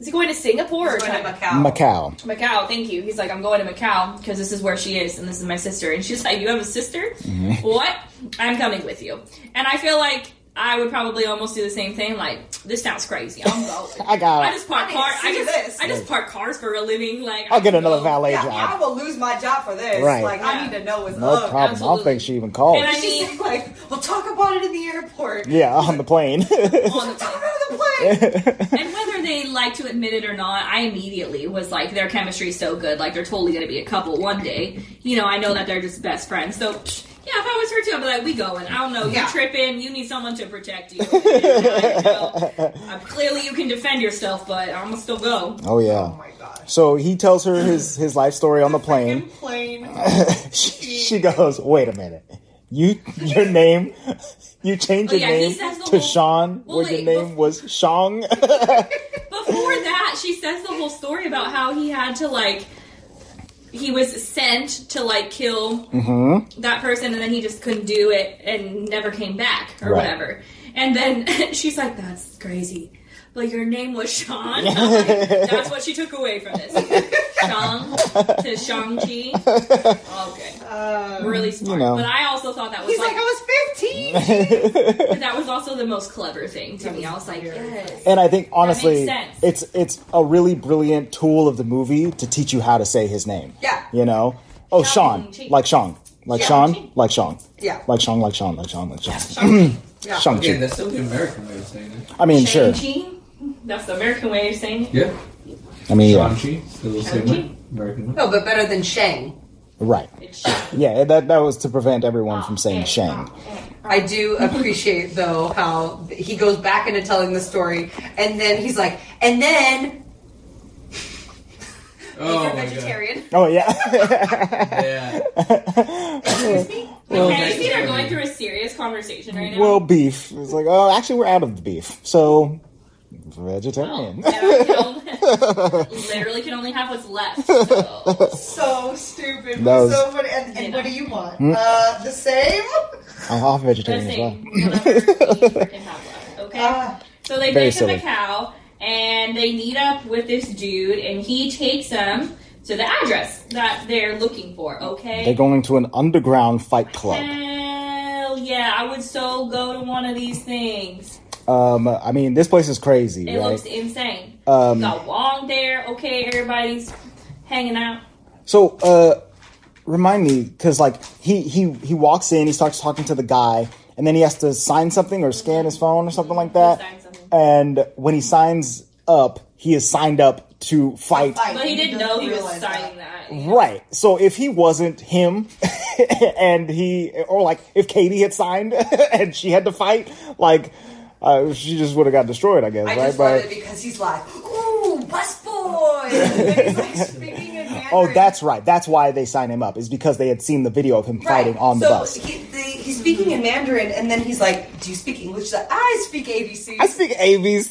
Speaker 3: Is he going to Singapore or
Speaker 4: Going to
Speaker 3: China?
Speaker 4: Macau.
Speaker 5: Macau.
Speaker 3: Macau, thank you. He's like, I'm going to Macau because this is where she is and this is my sister. And she's like, You have a sister?
Speaker 5: Mm-hmm.
Speaker 3: What? I'm coming with you. And I feel like I would probably almost do the same thing. Like, this sounds crazy. I'm going.
Speaker 5: I got
Speaker 3: I
Speaker 5: it.
Speaker 3: just park
Speaker 4: I didn't
Speaker 3: cars. I
Speaker 4: see
Speaker 3: just
Speaker 4: this.
Speaker 3: I just park cars for a living. Like,
Speaker 5: I'll get
Speaker 3: don't
Speaker 5: another
Speaker 3: know.
Speaker 5: valet
Speaker 4: Yeah, I
Speaker 5: job.
Speaker 4: will lose my job for this.
Speaker 5: Right.
Speaker 4: Like, I need to know what's
Speaker 5: No
Speaker 4: up.
Speaker 5: problem. I don't
Speaker 3: Oh, absolutely.
Speaker 5: think she even called.
Speaker 3: And I
Speaker 4: She's
Speaker 3: mean,
Speaker 4: like, we'll talk about it in the airport.
Speaker 5: Yeah, on the plane.
Speaker 4: On the top of the plane.
Speaker 3: and whether they like to admit it or not, I immediately was like, their chemistry is so good, like they're totally gonna be a couple one day. You know, I know that they're just best friends. So psh, yeah, if I was her too, I'd be like, we going. I don't know,
Speaker 4: Yeah.
Speaker 3: you're tripping, you need someone to protect you. You know, uh, clearly you can defend yourself, but I'm gonna still go.
Speaker 5: oh
Speaker 4: Oh
Speaker 5: yeah.
Speaker 4: my gosh.
Speaker 5: So he tells her his his life story on the plane.
Speaker 4: Plane.
Speaker 5: she, she goes, "Wait a minute. You your name you changed
Speaker 3: Oh,
Speaker 5: your
Speaker 3: yeah, he
Speaker 5: name
Speaker 3: says the
Speaker 5: to
Speaker 3: whole-
Speaker 5: Sean
Speaker 3: Well,
Speaker 5: where
Speaker 3: wait,
Speaker 5: your name
Speaker 3: bef-
Speaker 5: was Shong."
Speaker 3: Before that, she says the whole story about how he had to like he was sent to like kill
Speaker 5: Mm-hmm.
Speaker 3: that person and then he just couldn't do it and never came back or
Speaker 5: Right.
Speaker 3: whatever. And then she's like, That's crazy. But your name was Sean. Like, that's what she took away from this. Shang to Shang-Chi. Okay. really smart.
Speaker 5: know.
Speaker 3: But I also thought that was
Speaker 4: Um, Uh, He's
Speaker 3: like,
Speaker 4: like, "Oh." I was 15.
Speaker 3: that was also the most clever thing to me. I was like, yes.
Speaker 5: and I think honestly
Speaker 3: sense.
Speaker 5: it's it's a really brilliant tool of the movie to teach you how to say his name.
Speaker 4: Yeah.
Speaker 5: You know? Oh, Sean.
Speaker 3: Shang-Chi.
Speaker 5: Like Sean. Like Sean,
Speaker 3: Shang-Chi.
Speaker 5: like Sean.
Speaker 4: Yeah.
Speaker 5: Like Sean, like Sean, like Sean, like Sean.
Speaker 4: Yeah.
Speaker 6: Again,
Speaker 5: Shang-Chi.
Speaker 6: that's still the American way of saying it.
Speaker 5: I mean, sure.
Speaker 3: Shang-Chi? That's the American way of saying it.
Speaker 6: Yeah.
Speaker 5: I mean, yeah.
Speaker 6: Shang-Chi, still the same way. American way.
Speaker 4: No, but better than Shang.
Speaker 5: Right.
Speaker 3: It's Shang.
Speaker 5: Yeah, that that was to prevent everyone
Speaker 3: Oh,
Speaker 5: from saying Shang.
Speaker 4: I do appreciate, though, how he goes back into telling the story, and then he's like, and then
Speaker 6: Oh
Speaker 4: you're
Speaker 6: my god.
Speaker 4: vegetarian.
Speaker 5: Oh yeah.
Speaker 6: Yeah.
Speaker 3: Okay, you see they're going through a serious conversation right now.
Speaker 5: well, beef. It's like, oh, actually, we're out of the beef, so vegetarian.
Speaker 3: And I can only- literally can only have what's left. So.
Speaker 7: So stupid.
Speaker 5: That was- Hmm?
Speaker 7: so funny. And, and what do you want? Uh, the same?
Speaker 5: I'm half
Speaker 3: They're
Speaker 5: vegetarian as well.
Speaker 3: saying whatever we freaking have left, okay?
Speaker 4: Uh,
Speaker 7: Ah.
Speaker 3: so they
Speaker 5: Very
Speaker 3: take him
Speaker 5: silly.
Speaker 3: a cow and they meet up with this dude and he takes them to the address that they're looking for, okay?
Speaker 5: They're going to an underground fight club.
Speaker 3: Hell yeah, I would so go to one of these things.
Speaker 5: Um, I mean, this place is crazy,
Speaker 3: It
Speaker 5: right?
Speaker 3: looks insane.
Speaker 5: Um,
Speaker 3: Got Wong there, okay, everybody's hanging out.
Speaker 5: So, uh, remind me, because like he he he walks in, he starts talking to the guy, and then he has to sign something or scan his phone or something like that.
Speaker 3: Sign something.
Speaker 5: And when he signs up, he is signed up to fight.
Speaker 7: Fight.
Speaker 3: But he didn't know he was
Speaker 7: realize
Speaker 3: signing
Speaker 7: that.
Speaker 3: that.
Speaker 5: Right. So if he wasn't him, and he, or like if Katie had signed and she had to fight, like uh, she just would have got destroyed, I guess,
Speaker 4: I
Speaker 5: right?
Speaker 4: just love it because he's like, ooh, bus boy. And he's like speaking in Mandarin.
Speaker 5: oh, that's right. That's why they sign him up is because they had seen the video of him fighting on the
Speaker 4: so
Speaker 5: bus.
Speaker 4: He, the, he's speaking in Mandarin, and then he's like, do you speak English? He's like, I speak ABC.
Speaker 5: I speak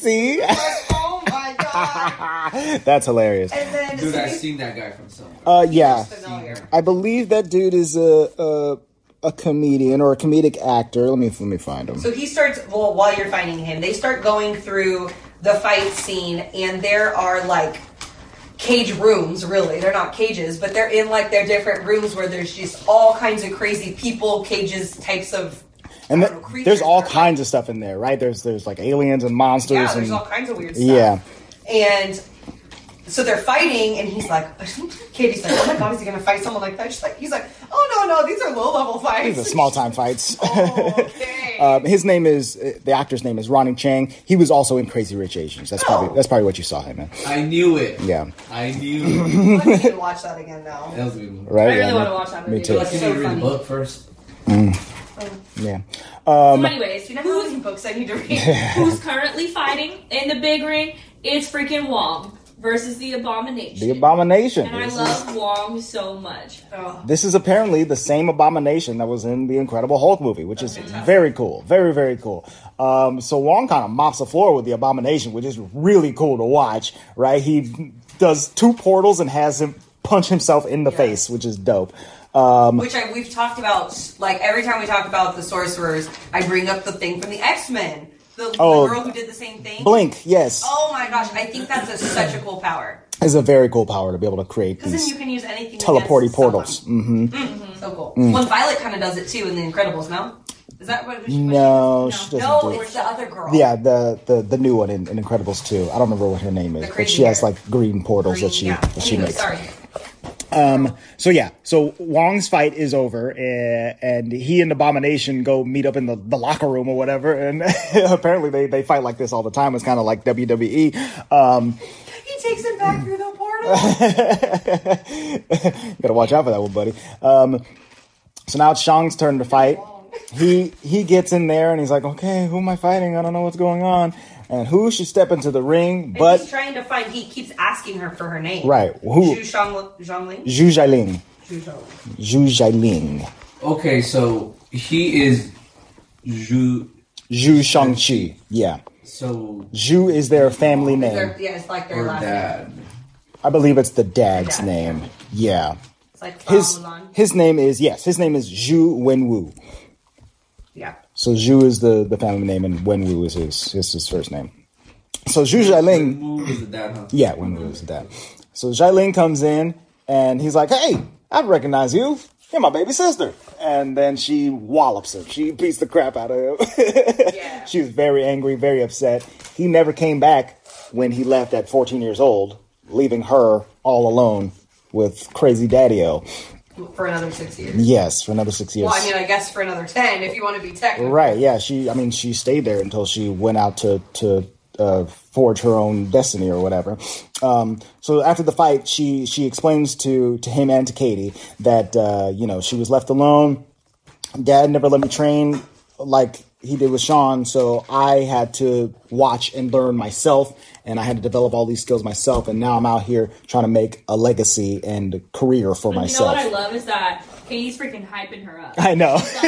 Speaker 5: ABC.
Speaker 7: Oh my god.
Speaker 5: That's hilarious.
Speaker 4: and then
Speaker 6: Dude,
Speaker 4: so
Speaker 6: I've
Speaker 4: he-
Speaker 6: seen that guy from somewhere.
Speaker 5: Uh, yeah,
Speaker 4: familiar.
Speaker 5: I believe that dude is a a, a comedian or a comedic actor. Let me let me find him.
Speaker 4: So he starts, well, while you're finding him, they start going through the fight scene, and there are like cage rooms, really. They're not cages, but they're in like their different rooms where there's just all kinds of crazy people, cages, types of.
Speaker 5: And
Speaker 4: I
Speaker 5: th-
Speaker 4: don't know,
Speaker 5: there's all
Speaker 4: creatures.
Speaker 5: kinds of stuff in there, right? There's there's like aliens and monsters
Speaker 4: Yeah,
Speaker 5: and
Speaker 4: there's all kinds of weird stuff.
Speaker 5: yeah.
Speaker 4: And So they're fighting, and he's like, Katie's like, oh my god, is he gonna fight someone like that? She's like, he's like, oh no, no, these are low level fights.
Speaker 5: These are small time fights.
Speaker 4: Oh, okay.
Speaker 5: Uh, his name is uh, the actor's name is Ronnie Chang. He was also in Crazy Rich Asians. That's probably that's probably what you saw him in.
Speaker 6: I knew it.
Speaker 5: Yeah,
Speaker 6: I knew it.
Speaker 7: I need to watch that again now.
Speaker 6: That was a good one.
Speaker 5: right.
Speaker 3: I really
Speaker 5: yeah,
Speaker 3: want to watch that
Speaker 5: me
Speaker 3: movie.
Speaker 5: too.
Speaker 6: Like, you need to read the book first.
Speaker 5: Yeah, Um,
Speaker 3: So anyways,
Speaker 4: You know
Speaker 3: who's
Speaker 4: how many books I need to read?
Speaker 3: who's currently fighting in the big ring is freaking Wong versus the Abomination.
Speaker 5: the Abomination.
Speaker 3: and I
Speaker 5: This is-
Speaker 3: love Wong so much.
Speaker 4: oh,
Speaker 5: This is apparently the same abomination that was in the Incredible Hulk movie, which is very cool. Very, very cool. Um, so Wong kind of mops the floor with the abomination, which is really cool to watch, right? He does two portals and has him punch himself in the face, which is dope.
Speaker 4: which I, we've talked about. Like every time we talk about the sorcerers, I bring up the thing from the X Men, the,
Speaker 5: Oh.
Speaker 4: the girl who did the same thing.
Speaker 5: Blink, yes,
Speaker 4: Oh my gosh, I think that's a, such a cool power.
Speaker 5: is a very cool power to be able to create
Speaker 4: Because then you
Speaker 5: these
Speaker 4: can use anything.
Speaker 5: teleporty
Speaker 4: against someone. Mm-hmm.
Speaker 5: portals. Mm.
Speaker 4: So cool. Well, Violet kind of does it too in The Incredibles, no? Is that what?
Speaker 5: No, she doesn't
Speaker 4: No,
Speaker 5: do it.
Speaker 4: it's the other girl.
Speaker 5: Yeah, the, the the new one in, in Incredibles 2. I don't remember what her name is,
Speaker 4: The
Speaker 5: but
Speaker 4: crazy
Speaker 5: she has
Speaker 4: hair.
Speaker 5: like green portals
Speaker 4: Green,
Speaker 5: that she
Speaker 4: yeah.
Speaker 5: that she
Speaker 4: Anyway,
Speaker 5: makes.
Speaker 4: Sorry.
Speaker 5: So yeah, so Wong's fight is over, eh, and he and Abomination go meet up in the, the locker room or whatever. And apparently they, they fight like this all the time. It's kind of like WWE. Um,
Speaker 4: He takes him back through the portal.
Speaker 5: gotta watch out for that one, buddy. Um, so now it's Shang's turn to fight. He he gets in there and he's like, okay, who am I fighting? I don't know what's going on. And who should step into the ring?
Speaker 4: But
Speaker 5: But
Speaker 4: he's trying to find. He keeps asking her for her name.
Speaker 5: Right, who-
Speaker 4: Zhu Shang Zhongling.
Speaker 5: Zhu Jialing.
Speaker 4: Zhu Zhongling.
Speaker 5: Zhu Jialing.
Speaker 6: Okay, so he is Zhu.
Speaker 5: Zhu Shangqi. Yeah.
Speaker 6: So
Speaker 5: Zhu is their family name.
Speaker 4: They're- Yeah, it's like their
Speaker 6: or
Speaker 4: last. name.
Speaker 6: dad.
Speaker 5: I believe it's the dad's
Speaker 4: Dad.
Speaker 5: name. Yeah.
Speaker 4: It's like
Speaker 5: His
Speaker 4: Mulan.
Speaker 5: his name is yes, his name is Zhu Wenwu.
Speaker 4: yeah.
Speaker 5: So Zhu is the, the family name and Wenwu is his is his first name. So Zhu Xiaoling
Speaker 6: Wu is the dad, huh?
Speaker 5: Yeah, Wenwu is the dad. So Xiaoling comes in and he's like, Hey, I recognize you. You're my baby sister. And then she wallops him. She beats the crap out of him.
Speaker 4: Yeah.
Speaker 5: She was very angry, very upset. He never came back when he left at 14 years old, leaving her all alone with crazy daddy o.
Speaker 4: For another six years.
Speaker 5: Yes, for another six years.
Speaker 4: Well, I mean, I guess for another ten, if you want to be technical.
Speaker 5: right, yeah. She, I mean, she stayed there until she went out to to uh, forge her own destiny or whatever. Um, so after the fight, she she explains to to him and to Katie that uh, you know she was left alone. Dad never let me train like he did with Sean, so I had to watch and learn myself, and I had to develop all these skills myself. And now I'm out here trying to make a legacy and career for
Speaker 3: And you know
Speaker 5: myself.
Speaker 3: what I love is that Katie's freaking hyping her up.
Speaker 5: I know.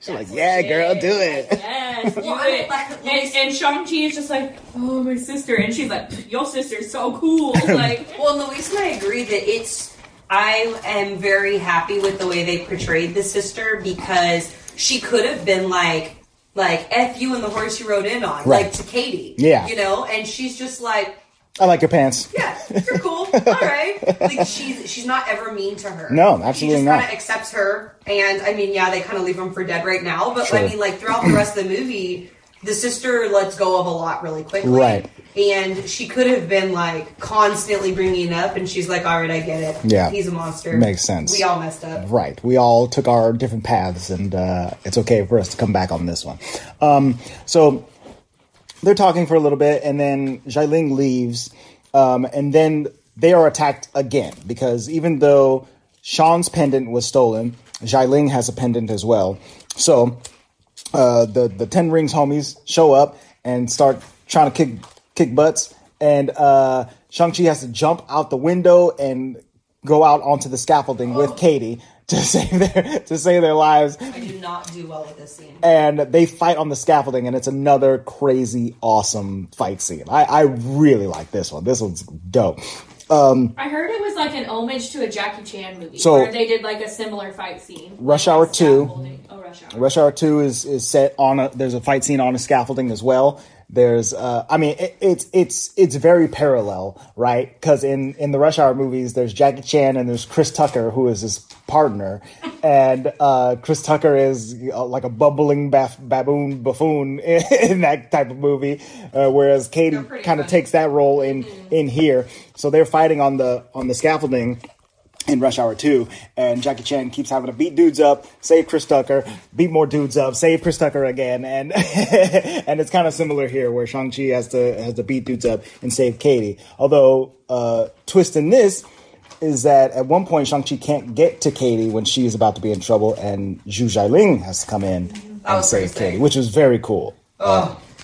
Speaker 5: She's like, yeah, girl, do it.
Speaker 3: Yes, do
Speaker 4: Well,
Speaker 3: it.
Speaker 4: I'm like-
Speaker 3: And, and Shang-Chi is just like, oh, my sister. And she's like, your sister's so cool. Like,
Speaker 4: Well, Luis and I agree that it's. I am very happy with the way they portrayed the sister because she could have been like, like "f you" and the horse you rode in on,
Speaker 5: Right.
Speaker 4: like to Katie.
Speaker 5: Yeah.
Speaker 4: you know, and she's just like,
Speaker 5: I like your pants.
Speaker 4: "Yeah, you're cool, all right." Like she's she's not ever mean to her.
Speaker 5: No,
Speaker 4: she
Speaker 5: absolutely
Speaker 4: just
Speaker 5: not.
Speaker 4: Kind of accepts her, and I mean, yeah, they kind of leave him for dead right now, but
Speaker 5: Sure.
Speaker 4: I mean, like throughout the rest of the movie, the sister lets go of a lot really quickly,
Speaker 5: Right.
Speaker 4: And she could have been like constantly bringing it up, and she's like, "All right, I get it.
Speaker 5: Yeah.
Speaker 4: he's a monster.
Speaker 5: Makes sense.
Speaker 4: We all messed up.
Speaker 5: Right. We all took our different paths, and uh, it's okay for us to come back on this one. Um, so they're talking for a little bit, and then Xiling leaves, um, and then they are attacked again because even though Sean's pendant was stolen, Xiling has a pendant as well. So uh, the the Ten Rings homies show up and start trying to kick kick butts, and uh, Shang Chi has to jump out the window and go out onto the scaffolding with Katie to save their to save their lives
Speaker 4: I do not do well with this scene.
Speaker 5: and they fight on the scaffolding, and it's another crazy, awesome fight scene. I, I really like this one. This one's dope.
Speaker 3: I heard it was like an homage to a Jackie Chan movie
Speaker 5: So-
Speaker 3: where they did like a similar fight scene.
Speaker 5: Rush
Speaker 3: Like,
Speaker 5: Hour
Speaker 3: like
Speaker 5: 2.
Speaker 3: scaffolding. Oh, Rush Hour.
Speaker 5: Rush Hour Two is is set on a. There's a fight scene on a scaffolding as well, There's, uh, I mean, it, it's it's it's very parallel, right? Because in in the Rush Hour movies, there's Jackie Chan and there's Chris Tucker, who is his partner, and uh, Chris Tucker is you know, like a bumbling baf- baboon buffoon in, in that type of movie, uh, whereas Katie
Speaker 3: pretty
Speaker 5: kind of
Speaker 3: funny. Mm-hmm.
Speaker 5: takes that role in in here. So they're fighting on the on the scaffolding in Rush Hour 2, and Jackie Chan keeps having to beat dudes up, save Chris Tucker, beat more dudes up, save Chris Tucker again, and and it's kind of similar here where Shang Chi has to has to beat dudes up and save Katie. Although uh, twist in this is that at one point Shang Chi can't get to Katie when she is about to be in trouble, and Zhu Jialing has to come in
Speaker 3: Mm-hmm.
Speaker 5: and
Speaker 4: was pretty
Speaker 5: save
Speaker 4: sick.
Speaker 5: Katie, which was very cool.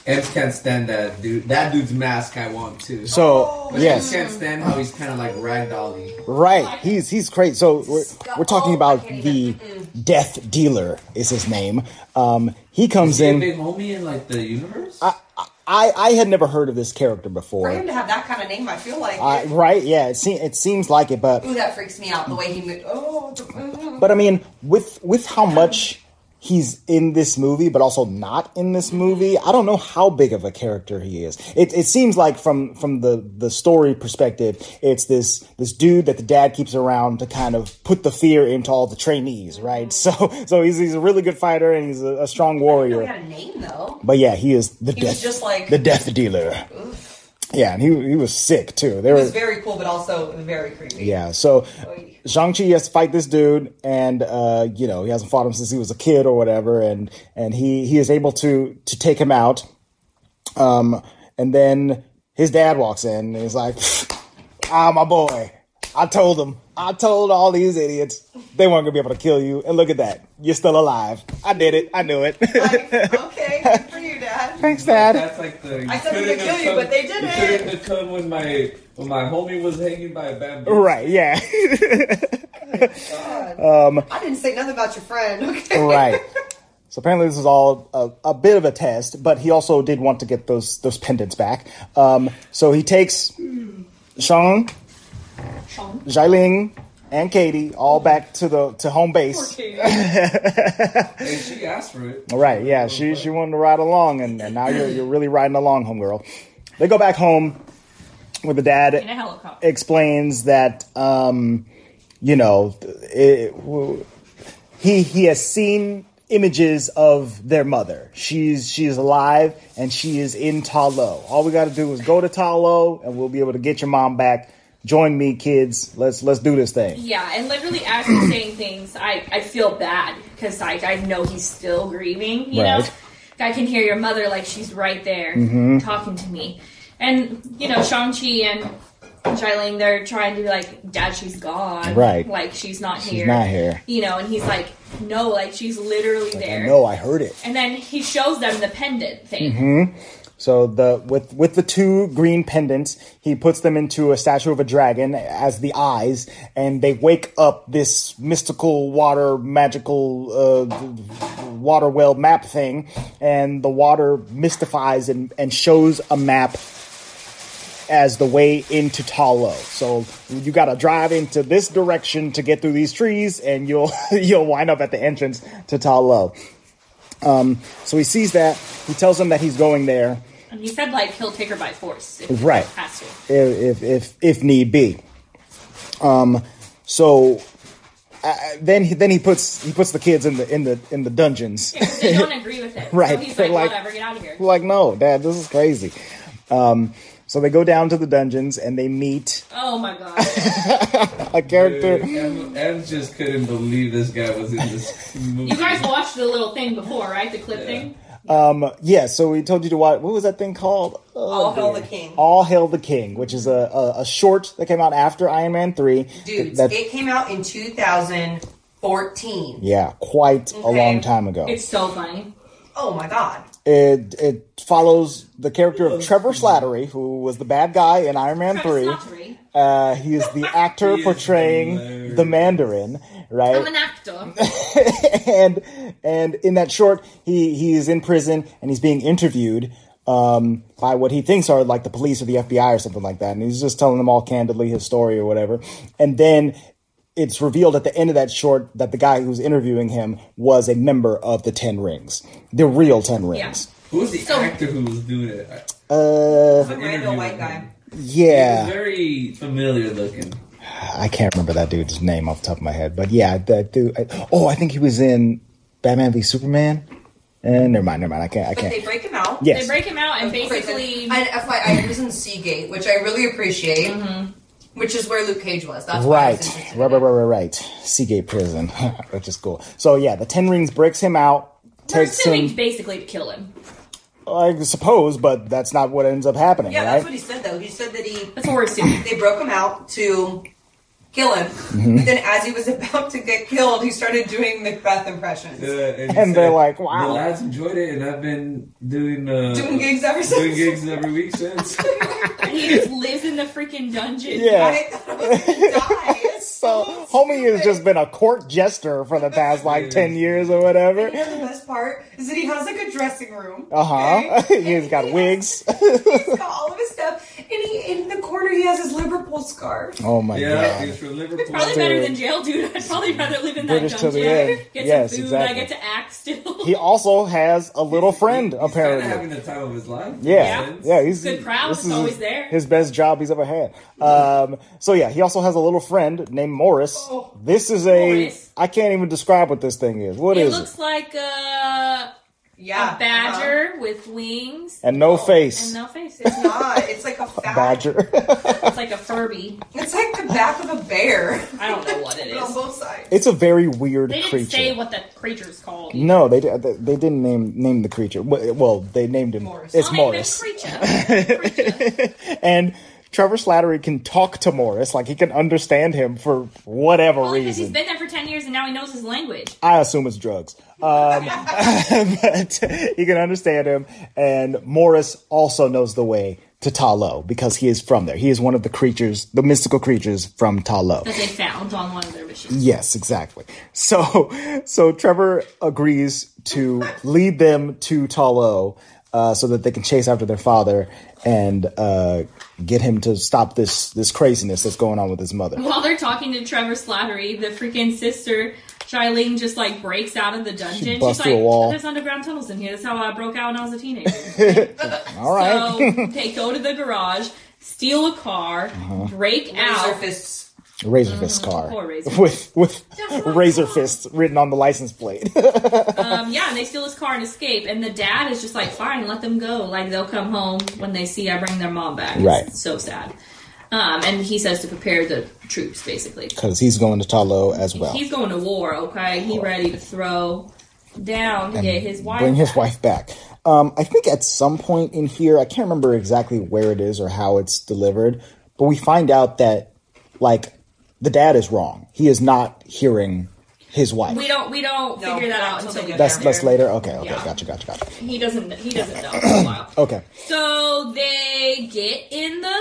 Speaker 6: Ems can't stand that dude. That dude's mask I want too.
Speaker 3: Oh.
Speaker 5: So
Speaker 6: but
Speaker 5: yes,
Speaker 6: she can't stand how he's kind of like ragdolly.
Speaker 5: Right. He's he's crazy. So we're, we're talking
Speaker 4: Oh,
Speaker 5: about
Speaker 4: okay.
Speaker 5: the Death Dealer is his name. Um, he comes
Speaker 6: Is he a
Speaker 5: in.
Speaker 6: big homie in like the universe?
Speaker 5: I I had never heard of this character
Speaker 4: For him
Speaker 5: before.
Speaker 4: to have that kind of name, I feel like.
Speaker 5: I, right? Yeah. It, se- it seems like it, but
Speaker 4: Ooh, that freaks me out the way he moved. Oh, the, mm.
Speaker 5: but I mean, with with how much he's in this movie, but also not in this movie, I don't know how big of a character he is. It, it seems like from from the the story perspective, it's this this dude that the dad keeps around to kind of put the fear into all the trainees, right? So so he's he's a really good fighter and he's a, a strong
Speaker 4: he
Speaker 5: warrior.
Speaker 4: had a name though.
Speaker 5: But yeah, he is the
Speaker 4: He
Speaker 5: death
Speaker 4: was just like
Speaker 5: the death dealer. Yeah, and he he was sick too. There
Speaker 4: it
Speaker 5: was
Speaker 4: was very cool, but also very creepy.
Speaker 5: yeah, so
Speaker 4: Oy.
Speaker 5: Shang-Chi has to fight this dude, and uh, you know, he hasn't fought him since he was a kid or whatever, and and he he is able to to take him out. Um, and then his dad walks in and he's like, "Ah, my boy, I told him, I told all these idiots they weren't gonna be able to kill you, and look at that, you're still alive. I did it, I knew it.
Speaker 7: Like, okay, good for you, Dad.
Speaker 5: Thanks, Dad.
Speaker 6: That's like the.
Speaker 4: I said they could
Speaker 6: couldn't have
Speaker 4: kill you,
Speaker 6: come-
Speaker 4: but they didn't.
Speaker 6: couldn't have come when my when my homie was hanging by a bamboo.
Speaker 5: Right? Yeah."
Speaker 7: I didn't say nothing about your friend. Okay.
Speaker 5: right. So apparently this is all a, a bit of a test, but he also did want to get those those pendants back. Um, so he takes Sean,
Speaker 3: Sean.
Speaker 5: Jiling, and Katie all back to the to home base.
Speaker 6: And she asked for it.
Speaker 5: Right? Yeah, she she wanted to ride along, and, and now you're you're really riding along, homegirl. They go back home with the dad
Speaker 3: In a helicopter.
Speaker 5: explains that um, you know it, w- he he has seen images of their mother. She's she's alive and she is in Talo. All we got to do is go to Talo and we'll be able to get your mom back. Join me, kids. Let's let's do this thing.
Speaker 3: Yeah, and literally as he's saying things, I, I feel bad because I, I know he's still grieving, you know?
Speaker 5: Right. Mm-hmm.
Speaker 3: I can hear your mother like she's right there talking to me. And, you know, Shang-Chi and Jiling, they're trying to be like, Dad, she's gone.
Speaker 5: Right.
Speaker 3: Like, she's not
Speaker 5: She's
Speaker 3: here.
Speaker 5: not here.
Speaker 3: You know, and he's like, no, like, she's literally there.
Speaker 5: No, I heard it.
Speaker 3: And then he shows them the pendant thing.
Speaker 5: Mm-hmm. So the with with the two green pendants, he puts them into a statue of a dragon as the eyes, and they wake up this mystical water magical uh, water well map thing, and the water mystifies and, and shows a map as the way into Talo. So you got to drive into this direction to get through these trees, and you'll you'll wind up at the entrance to Talo. Um, so he sees that. He tells them that he's going there.
Speaker 3: And he said, like, he'll take her by force. If he
Speaker 5: Right.
Speaker 3: Has to.
Speaker 5: if if if, if need be. Um, so uh, then he, then he puts he puts the kids in the in the in the dungeons.
Speaker 3: Yeah, 'cause they don't agree with it.
Speaker 5: Right,
Speaker 3: So he's
Speaker 5: they're
Speaker 3: like,
Speaker 5: like-
Speaker 3: whatever, get out of here.
Speaker 5: like, no, Dad, this is crazy. Um, so they go down to the dungeons and they meet
Speaker 3: Oh my god.
Speaker 5: a character.
Speaker 6: Em, Em just couldn't believe this guy was in this movie.
Speaker 3: You guys watched the little thing before, right? The clip thing?
Speaker 5: Um, yeah, so we told you to watch. What was that thing called?
Speaker 4: All
Speaker 5: Oh,
Speaker 4: hail the
Speaker 5: dear.
Speaker 4: king.
Speaker 5: All Hail the King, which is a, a, a short that came out after Iron Man three.
Speaker 4: Dudes,
Speaker 5: That-
Speaker 4: it came out in 2014.
Speaker 5: yeah, quite a
Speaker 4: Okay.
Speaker 5: long time ago.
Speaker 3: It's so funny.
Speaker 4: Oh my god.
Speaker 5: It it follows the character of Trevor Slattery, who was the bad guy in Iron Man
Speaker 3: Travis
Speaker 5: Three.
Speaker 3: Lottery.
Speaker 5: Uh, he is the actor
Speaker 6: He is
Speaker 5: portraying
Speaker 6: hilarious.
Speaker 5: the Mandarin,
Speaker 3: I'm
Speaker 5: right?
Speaker 3: an actor.
Speaker 5: and and in that short, he he is in prison and he's being interviewed um, by what he thinks are like the police or the FBI or something like that, and he's just telling them all candidly his story or whatever. And then it's revealed at the end of that short that the guy who's interviewing him was a member of the Ten Rings, the real Ten Rings.
Speaker 6: Who was the
Speaker 3: So-
Speaker 6: actor who was doing it? I-
Speaker 5: Uh,
Speaker 6: an
Speaker 4: Some random
Speaker 6: interview
Speaker 4: white
Speaker 6: with
Speaker 4: guy.
Speaker 6: him. He was
Speaker 5: yeah,
Speaker 6: very familiar looking.
Speaker 5: I can't remember that dude's name off the top of my head, but yeah, that dude. I, oh, I think he was in Batman v Superman. And never mind, never mind. I can't. I
Speaker 4: But they
Speaker 5: can't.
Speaker 4: break him out.
Speaker 5: Yes.
Speaker 3: They break him out and
Speaker 4: Prison.
Speaker 3: basically
Speaker 4: And FYI, he was in Seagate, which I really appreciate, which is where Luke Cage was. That's why I was
Speaker 5: Right,
Speaker 4: interested in
Speaker 5: right,
Speaker 4: it.
Speaker 5: right, right, right, right. Seagate Prison, which is cool. So yeah, the Ten Rings breaks him out,
Speaker 3: we're
Speaker 5: takes
Speaker 3: assuming
Speaker 5: him.
Speaker 3: basically to kill him.
Speaker 5: I suppose, but that's not what ends up happening,
Speaker 4: Yeah,
Speaker 5: right?
Speaker 4: that's what he said though. He said that he
Speaker 3: That's what we're assuming.
Speaker 4: they broke him out to kill him.
Speaker 5: Mm-hmm.
Speaker 4: But then, as he was about to get killed, he started doing Macbeth impressions.
Speaker 6: Uh, and he
Speaker 5: And they're
Speaker 6: said,
Speaker 5: like, wow.
Speaker 6: The lads enjoyed it, and I've been doing uh,
Speaker 4: Doing gigs ever since.
Speaker 6: doing gigs every week since.
Speaker 3: he just lives in the freaking dungeon.
Speaker 5: yeah.
Speaker 4: I thought I was gonna die.
Speaker 5: So homie has just been a court jester for the past like
Speaker 6: Yeah.
Speaker 5: ten years or whatever.
Speaker 4: You know the best part is that he has like a dressing room.
Speaker 5: Uh huh.
Speaker 4: okay?
Speaker 5: He's got wigs.
Speaker 4: He's got all of his stuff, and he in the corner he has his Liverpool scarf.
Speaker 5: Oh my
Speaker 6: yeah, he
Speaker 5: god.
Speaker 6: was from Liverpool.
Speaker 3: Probably better than jail, dude. I'd probably rather live in that
Speaker 5: British till
Speaker 3: dungeon.
Speaker 5: the end.
Speaker 3: Get some
Speaker 5: Yes,
Speaker 3: food.
Speaker 5: exactly.
Speaker 3: I get to act still.
Speaker 5: He also has a little friend
Speaker 6: He's
Speaker 5: apparently.
Speaker 6: kinda having the time of his life.
Speaker 5: Yeah,
Speaker 6: Since.
Speaker 5: yeah, he's
Speaker 3: Good crowd,
Speaker 5: this
Speaker 3: it's
Speaker 5: is
Speaker 3: always
Speaker 5: his,
Speaker 3: there.
Speaker 5: His best job he's ever had. Um, so yeah, he also has a little friend named Morris. this is a
Speaker 3: Oh, Morris.
Speaker 5: I can't even describe what this thing is. What
Speaker 3: it
Speaker 5: is
Speaker 3: looks like uh,
Speaker 4: Yeah, Uh-huh.
Speaker 3: a badger with wings
Speaker 5: it? And no face.
Speaker 3: and no face. It's,
Speaker 4: Uh-huh.
Speaker 3: not,
Speaker 4: Ah, it's like a fat.
Speaker 5: Badger.
Speaker 3: it's like a Furby.
Speaker 4: It's like the back of a bear
Speaker 3: I don't know what it
Speaker 4: but on
Speaker 3: is.
Speaker 4: both sides.
Speaker 5: it's a very weird
Speaker 3: They didn't
Speaker 5: creature.
Speaker 3: say what that creature's called.
Speaker 5: no, they di- they they didn't name name the creature. Well, Well, they named him.
Speaker 4: Morris.
Speaker 5: It's
Speaker 3: I'll name
Speaker 5: Morris.
Speaker 3: it Creature. Creature.
Speaker 5: and Trevor Slattery can talk to Morris, like he can understand him for whatever
Speaker 3: Only because he's
Speaker 5: reason.
Speaker 3: been there for 10 years and now he knows his language.
Speaker 5: I assume it's drugs. Um, but you can understand him. And Morris also knows the way to Talo because he is from there. He is one of the creatures, the mystical creatures from Talo.
Speaker 3: That they found on one of their machines.
Speaker 5: Yes, exactly. So, so Trevor agrees to lead them to Talo uh, so that they can chase after their father and uh, get him to stop this this craziness that's going on with his mother.
Speaker 3: While they're talking to Trevor Slattery, the freaking sister Shailene just like breaks out of the dungeon.
Speaker 5: busts
Speaker 3: She's
Speaker 5: through
Speaker 3: like,
Speaker 5: a wall.
Speaker 3: "There's underground tunnels in here. That's how I broke out when I was a teenager."
Speaker 5: All right. Uh-huh.
Speaker 3: So they go to the garage, steal a car, break
Speaker 4: Razor
Speaker 3: out.
Speaker 4: fists.
Speaker 5: Razor Fist car
Speaker 3: poor Razor
Speaker 5: with with
Speaker 3: That's right.
Speaker 5: Razor Fist written on the license plate.
Speaker 3: Um, yeah, and they steal his car and escape. And the dad is just like, "Fine, let them go. Like they'll come home when they see I bring their mom back." It's
Speaker 5: Right.
Speaker 3: so sad. Um, and he says to prepare the troops, basically.
Speaker 5: because he's going to Talo as well.
Speaker 3: He's going to war, okay? He ready to throw down to get his wife.
Speaker 5: Bring his
Speaker 3: back.
Speaker 5: wife back. Um, I think at some point in here, I can't remember exactly where it is or how it's delivered, but we find out that like the dad is wrong. He is not hearing his wife.
Speaker 3: We don't we don't
Speaker 4: No,
Speaker 3: figure that out
Speaker 4: until
Speaker 3: until
Speaker 4: they
Speaker 3: we
Speaker 4: get
Speaker 5: that's
Speaker 3: get
Speaker 5: that's
Speaker 3: there.
Speaker 5: later. Okay, okay,
Speaker 3: Yeah.
Speaker 5: gotcha, gotcha, gotcha.
Speaker 3: He doesn't he doesn't know for a while.
Speaker 5: Okay,
Speaker 3: So they get in the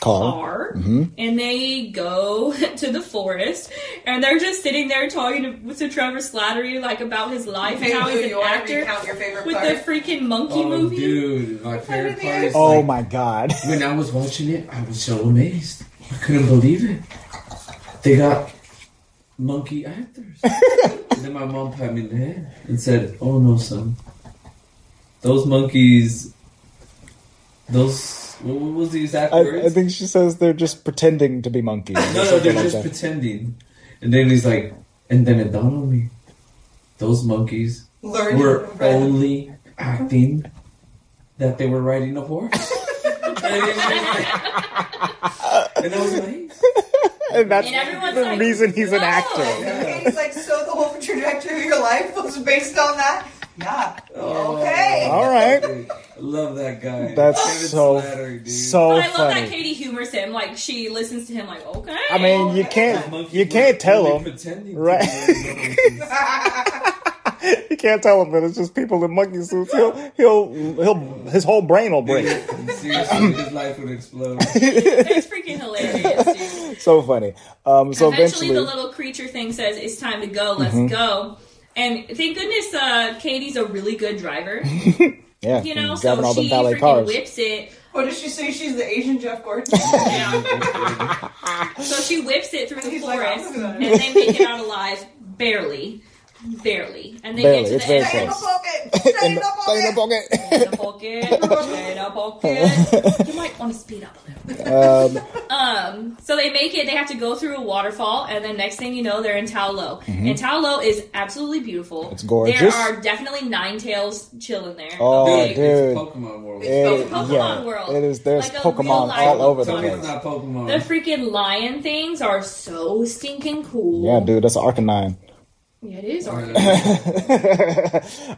Speaker 5: call.
Speaker 3: car
Speaker 5: Mm-hmm.
Speaker 3: and they go to the forest and they're just sitting there talking to, to Trevor Slattery like about his life
Speaker 4: Hey,
Speaker 3: and how
Speaker 4: Lou,
Speaker 3: he's
Speaker 4: you
Speaker 3: an
Speaker 4: wanna
Speaker 3: actor
Speaker 4: recount your favorite
Speaker 3: with
Speaker 4: part?
Speaker 3: the freaking monkey
Speaker 6: Oh,
Speaker 3: movie.
Speaker 6: dude, my favorite part is
Speaker 5: Oh
Speaker 6: like,
Speaker 5: my god.
Speaker 6: When I was watching it, I was so amazed. I couldn't believe it. They got monkey actors. and then my mom pat me in the head and said, "Oh no, son, those monkeys, those what, what was the exact
Speaker 5: I,
Speaker 6: words?
Speaker 5: I think she says they're just pretending to be monkeys. or
Speaker 6: no, no,
Speaker 5: something
Speaker 6: they're
Speaker 5: like
Speaker 6: just
Speaker 5: that.
Speaker 6: pretending." And then he's like, and then it dawned on me, those monkeys
Speaker 4: Learn
Speaker 6: were
Speaker 4: from Fred.
Speaker 6: only acting that they were riding a horse. and I was like,
Speaker 5: and that's
Speaker 3: And everyone's
Speaker 5: the
Speaker 3: like,
Speaker 5: reason he's an
Speaker 3: "Whoa."
Speaker 5: actor.
Speaker 4: Okay, he's like, so the whole trajectory of your life was based on that? Nah.
Speaker 6: Oh.
Speaker 4: Okay.
Speaker 5: All right,
Speaker 6: Dude, I love that guy.
Speaker 5: that's
Speaker 6: Kevin
Speaker 5: so
Speaker 6: Slattery, dude.
Speaker 5: so
Speaker 3: But I love that
Speaker 5: funny.
Speaker 3: Katie humors him, like she listens to him like, okay.
Speaker 5: I mean, you
Speaker 6: Those
Speaker 5: can't
Speaker 6: monkeys
Speaker 5: you
Speaker 6: were
Speaker 5: can't tell
Speaker 6: only
Speaker 5: him.
Speaker 6: pretending to
Speaker 5: Right.
Speaker 6: be monkeys.
Speaker 5: You can't tell him that it's just people in monkey suits. He'll he'll he'll his whole brain will break.
Speaker 6: Seriously, his life would explode.
Speaker 3: it's freaking hilarious, dude.
Speaker 5: so funny. Um, so
Speaker 3: eventually,
Speaker 5: eventually, Mm-hmm.
Speaker 3: the little creature thing says it's time to go let's go and thank goodness uh, katie's a really good driver
Speaker 5: yeah,
Speaker 3: you
Speaker 5: from
Speaker 3: know so
Speaker 5: grabbing all them
Speaker 3: she
Speaker 5: valet
Speaker 3: freaking
Speaker 5: cars.
Speaker 3: whips it
Speaker 4: What does she say? She's the Asian Jeff Gordon.
Speaker 3: down. so she whips it through the
Speaker 4: He's like, I'm
Speaker 3: forest
Speaker 4: gonna-
Speaker 3: and they make it out alive barely barely, and they
Speaker 5: Barely,
Speaker 3: get
Speaker 5: it's
Speaker 3: to
Speaker 5: very
Speaker 3: the
Speaker 7: Stay in
Speaker 3: end.
Speaker 7: the
Speaker 5: close.
Speaker 7: pocket. Stay in the
Speaker 5: Stay in the
Speaker 7: pocket.
Speaker 5: pocket.
Speaker 3: in the pocket, in the pocket. You might want to speed up a little. Um, so they make it. They have to go through a waterfall, and then next thing you know, they're in Taulo. And Taulo is absolutely beautiful.
Speaker 5: Mm-hmm. It's gorgeous.
Speaker 3: There are definitely nine tails chilling there.
Speaker 5: Oh,
Speaker 3: Okay.
Speaker 5: dude.
Speaker 6: It's Pokemon World.
Speaker 5: It-
Speaker 3: It's Oh, Pokemon
Speaker 5: yeah,
Speaker 3: World.
Speaker 5: it is. There's
Speaker 3: Like a
Speaker 5: Pokemon
Speaker 3: real-life
Speaker 5: all over the
Speaker 6: Tell me
Speaker 5: place.
Speaker 6: it's not Pokemon.
Speaker 3: The freaking lion things are so stinking cool.
Speaker 5: Yeah, dude, that's Arcanine.
Speaker 3: Yeah, it is. Arcane.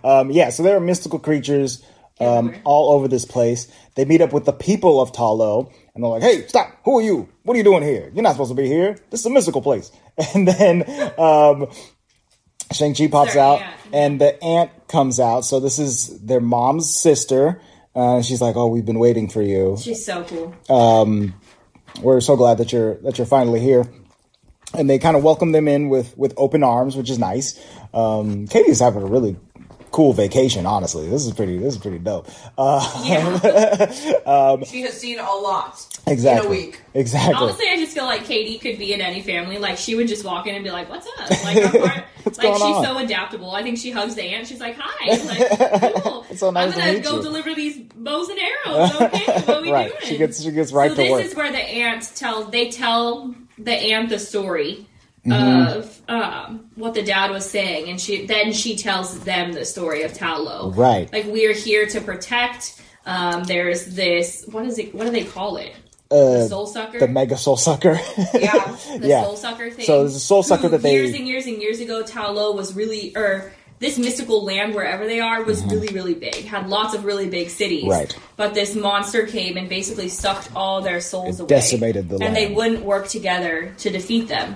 Speaker 5: Um, yeah, so there are mystical creatures um,
Speaker 3: Everywhere.
Speaker 5: all over this place. They meet up with the people of Talo, and they're like, "Hey, stop! Who are you? What are you doing here? You're not supposed to be here. This is a mystical place." And then um, Shang Chi pops
Speaker 3: Their
Speaker 5: out,
Speaker 3: aunt.
Speaker 5: and the aunt comes out. So this is their mom's sister. Uh, she's like, "Oh, we've been waiting for you.
Speaker 3: She's so cool.
Speaker 5: We're so glad that you're that you're finally here." And they kind of welcome them in with with open arms, which is nice. Um, Katie's having a really cool vacation. Honestly, this is pretty. This is pretty dope. Uh-huh.
Speaker 4: She has seen a lot.
Speaker 5: Exactly.
Speaker 4: week.
Speaker 5: Exactly.
Speaker 3: Honestly, I just feel like Katie could be in any family. Like she would just walk in and be like, "What's up?" Like, I'm part,
Speaker 5: What's
Speaker 3: like
Speaker 5: going
Speaker 3: she's
Speaker 5: on?
Speaker 3: so adaptable. I think she hugs the aunt. She's like, "Hi, like, cool.
Speaker 5: so nice
Speaker 3: I'm
Speaker 5: to
Speaker 3: gonna
Speaker 5: meet
Speaker 3: go
Speaker 5: you."
Speaker 3: deliver these bows and arrows." Okay, what we
Speaker 5: Right.
Speaker 3: doing?
Speaker 5: She gets- she gets right
Speaker 3: so
Speaker 5: to
Speaker 3: this
Speaker 5: work.
Speaker 3: is where the aunt tell they tell the aunt the story
Speaker 5: Mm-hmm.
Speaker 3: of um, what the dad was saying, and she then she tells them the story of Talo.
Speaker 5: Right.
Speaker 3: Like we are here to protect. Um, there's this. What is it? What do they call it? the soul sucker.
Speaker 5: Uh, the mega soul sucker.
Speaker 4: Yeah.
Speaker 3: the
Speaker 5: Yeah.
Speaker 3: soul sucker thing.
Speaker 5: So there's a soul sucker
Speaker 3: Who
Speaker 5: that they-
Speaker 3: years and years and years ago, Talo was really or this mystical land wherever they are was really really big, had lots of really big cities.
Speaker 5: Mm-hmm. Right.
Speaker 3: But this monster came and basically sucked all their souls
Speaker 5: It
Speaker 3: away,
Speaker 5: decimated the
Speaker 3: and
Speaker 5: land.
Speaker 3: they wouldn't work together to defeat them.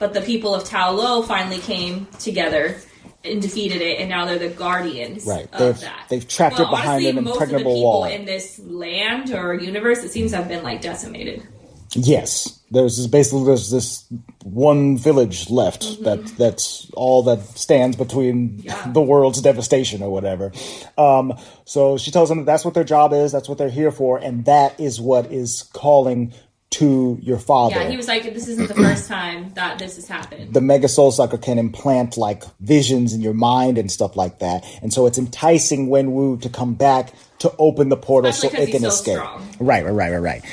Speaker 3: But the people of Talo finally came together. And defeated it, and now they're the guardians
Speaker 5: Right.
Speaker 3: of
Speaker 5: They've-
Speaker 3: that.
Speaker 5: they've trapped it
Speaker 3: Well,
Speaker 5: behind
Speaker 3: honestly,
Speaker 5: an
Speaker 3: most of the
Speaker 5: impregnable
Speaker 3: people
Speaker 5: wall.
Speaker 3: in this land or universe. It seems have been like decimated.
Speaker 5: yes. There's this, basically there's this one village left that that's all that stands between
Speaker 3: Mm-hmm. Yeah.
Speaker 5: the world's devastation or whatever. Um, so she tells them that that's what their job is, that's what they're here for, and that is what is calling to your father.
Speaker 3: Yeah, he was like, this isn't the first time that this has happened.
Speaker 5: the mega soul sucker can implant like visions in your mind and stuff like that. And so it's enticing Wenwu to come back to open the portal
Speaker 3: Especially
Speaker 5: so it
Speaker 3: 'cause
Speaker 5: can
Speaker 3: he's so
Speaker 5: escape.
Speaker 3: strong.
Speaker 5: Right, right, right, right, right.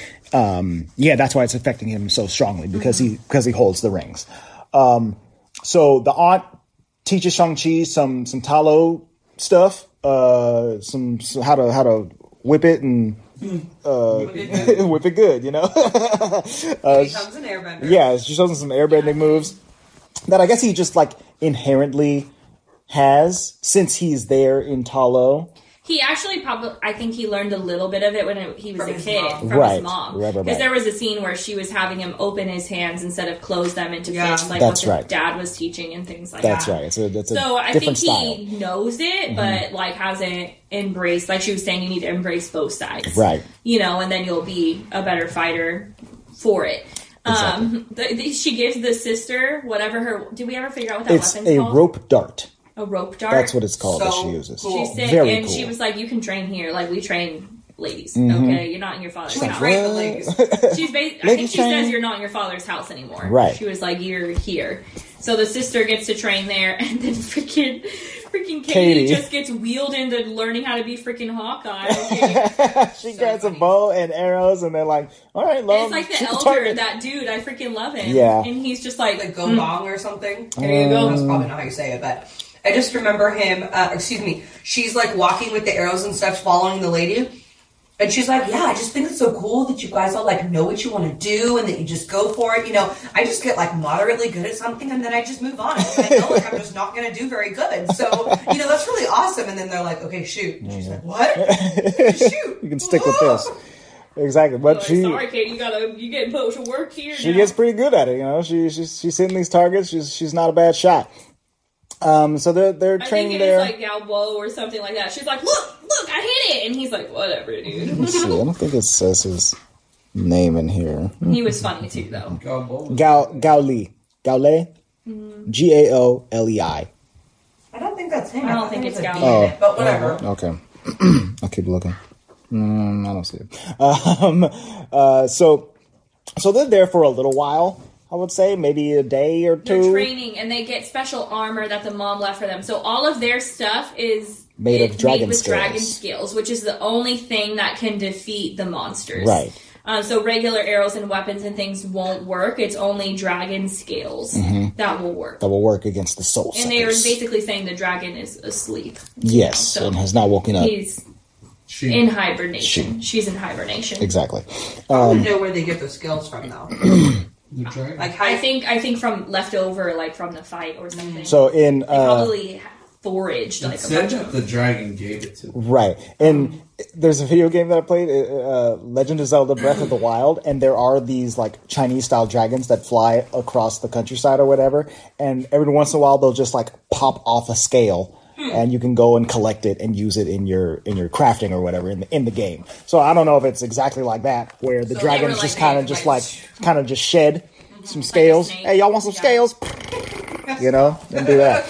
Speaker 5: Um, yeah, that's why it's affecting him so strongly because
Speaker 3: Mm-hmm.
Speaker 5: he because he holds the rings. Um, so the aunt teaches Shang Chi some some Talo stuff, uh, some, some how to how to whip it and whip it good, you know.
Speaker 4: she becomes an airbender.
Speaker 5: Yeah, she shows him some airbending moves that I guess he just like inherently has since he's there in Talo.
Speaker 3: He actually probably, I think he learned a little bit of it when he was
Speaker 4: From
Speaker 3: a
Speaker 4: his
Speaker 3: kid
Speaker 4: mom.
Speaker 3: from
Speaker 5: Right,
Speaker 3: his mom.
Speaker 5: right, right, right.
Speaker 3: Because there was a scene where she was having him open his hands instead of close them into
Speaker 4: Yeah.
Speaker 3: fists, like
Speaker 5: That's
Speaker 3: what his
Speaker 5: right.
Speaker 3: dad was teaching and things like
Speaker 5: That's
Speaker 3: that.
Speaker 5: right. It's a that's a
Speaker 3: So I think
Speaker 5: different
Speaker 3: he
Speaker 5: style. Mm-hmm.
Speaker 3: knows it, but like hasn't embraced. Like she was saying, you need to embrace both sides,
Speaker 5: Right.
Speaker 3: You know, and then you'll be a better fighter for it. Um, the, the- she gives the sister whatever her. Did we ever figure out what that
Speaker 5: It's
Speaker 3: weapon's
Speaker 5: a
Speaker 3: called?
Speaker 5: rope dart.
Speaker 3: A rope dart.
Speaker 5: That's what it's called that she
Speaker 4: So
Speaker 5: uses.
Speaker 4: cool.
Speaker 3: She said,
Speaker 5: Very
Speaker 3: and
Speaker 5: cool. Mm-hmm.
Speaker 3: she was like, "You can train here. Like we train ladies. Okay, you're not in your father's house.
Speaker 4: Train the ladies.
Speaker 3: She's ba- I think
Speaker 5: Ladies
Speaker 3: she
Speaker 5: train.
Speaker 3: says you're not in your father's house anymore.
Speaker 5: Right.
Speaker 3: She was like, "You're here." So the sister gets to train there, and then freaking, freaking Katie,
Speaker 5: Katie.
Speaker 3: just gets wheeled into learning how to be freaking Hawkeye. Okay?
Speaker 5: she
Speaker 3: so
Speaker 5: grabs a
Speaker 3: funny.
Speaker 5: bow and arrows, and they're like, "All right, love."
Speaker 3: it's like the
Speaker 5: shoot
Speaker 3: elder,
Speaker 5: target."
Speaker 3: that dude. I freaking love him.
Speaker 5: Yeah.
Speaker 3: And he's just like,
Speaker 4: Like go
Speaker 3: "Mm,
Speaker 4: gong or something.
Speaker 3: there you go.
Speaker 4: That's probably not how you say it, but I just remember him. Uh, excuse me. She's like walking with the arrows and stuff, following the lady. And she's like, "Yeah, I just think it's so cool that you guys all like know what you want to do and that you just go for it. You know, I just get like moderately good at something and then I just move on. And I know like I'm just not gonna do very good. So you know that's really awesome. And then they're like, "Okay, shoot." And she's like, "What? shoot?
Speaker 5: You can stick with this. Exactly, but
Speaker 3: Like,
Speaker 5: she
Speaker 3: "Oh, Sorry, Katie. You gotta. You get put to work here.
Speaker 5: she
Speaker 3: now."
Speaker 5: gets pretty good at it. You know, she she's she's hitting these targets. She's she's not a bad shot. Um, so they're they're
Speaker 3: I
Speaker 5: training
Speaker 3: think
Speaker 5: there.
Speaker 3: it's like Galbo or something like that. She's like, look, look, I hit it, and he's like, whatever, dude.
Speaker 5: Let's see, I don't think it says his name in here.
Speaker 3: he was funny too, though.
Speaker 6: Galbo.
Speaker 5: Gao Gaoli. Gaole?
Speaker 3: Mm-hmm.
Speaker 5: G A O L E I.
Speaker 4: I don't think that's him.
Speaker 3: I don't
Speaker 4: thought
Speaker 3: think
Speaker 4: there
Speaker 3: it's
Speaker 4: was a
Speaker 3: Gal.
Speaker 4: D in
Speaker 5: Oh.
Speaker 4: it, but whatever."
Speaker 5: Okay. I'll keep looking. Mm, I don't see it. Um, uh, so, so they're there for a little while. I would say maybe a day or
Speaker 3: They're
Speaker 5: two.
Speaker 3: training and they get special armor that the mom left for them. So all of their stuff is
Speaker 5: Made of
Speaker 3: it-
Speaker 5: dragon
Speaker 3: with dragon
Speaker 5: scales.
Speaker 3: scales, which is the only thing that can defeat the monsters.
Speaker 5: Right.
Speaker 3: Um, so regular arrows and weapons and things won't work. It's only dragon scales that will work.
Speaker 5: That will work against Mm-hmm. the soul.
Speaker 3: And they are
Speaker 5: suckers.
Speaker 3: basically saying the dragon is asleep.
Speaker 5: yes,
Speaker 3: so-
Speaker 5: and has not woken up.
Speaker 3: He's
Speaker 6: She,
Speaker 3: in hibernation. She's in hibernation.
Speaker 5: Exactly.
Speaker 4: I want to know where they get those skills from, though.
Speaker 6: the dragon.
Speaker 4: Like, how
Speaker 3: I think I think from leftover, like from the fight or something.
Speaker 5: So in
Speaker 3: they
Speaker 5: uh,
Speaker 3: probably foraged
Speaker 6: it
Speaker 3: like a
Speaker 6: said
Speaker 3: bunch of
Speaker 6: that the dragon gave it to them.
Speaker 5: Right. And there's a video game that I played, uh, uh, Legend of Zelda Breath of the Wild, and there are these like Chinese style dragons that fly across the countryside or whatever. And every once in a while, they'll just like pop off a scale. And you can go and collect it and use it in your in your crafting or whatever in the in the game. So I don't know if it's exactly like that, where the
Speaker 4: So they were,
Speaker 5: dragons
Speaker 4: like,
Speaker 5: just kind of
Speaker 4: they,
Speaker 5: just like
Speaker 4: like,
Speaker 5: kind of just shed some scales.
Speaker 3: snake.
Speaker 5: hey, y'all want some
Speaker 3: Yeah.
Speaker 5: scales? you know, and do that.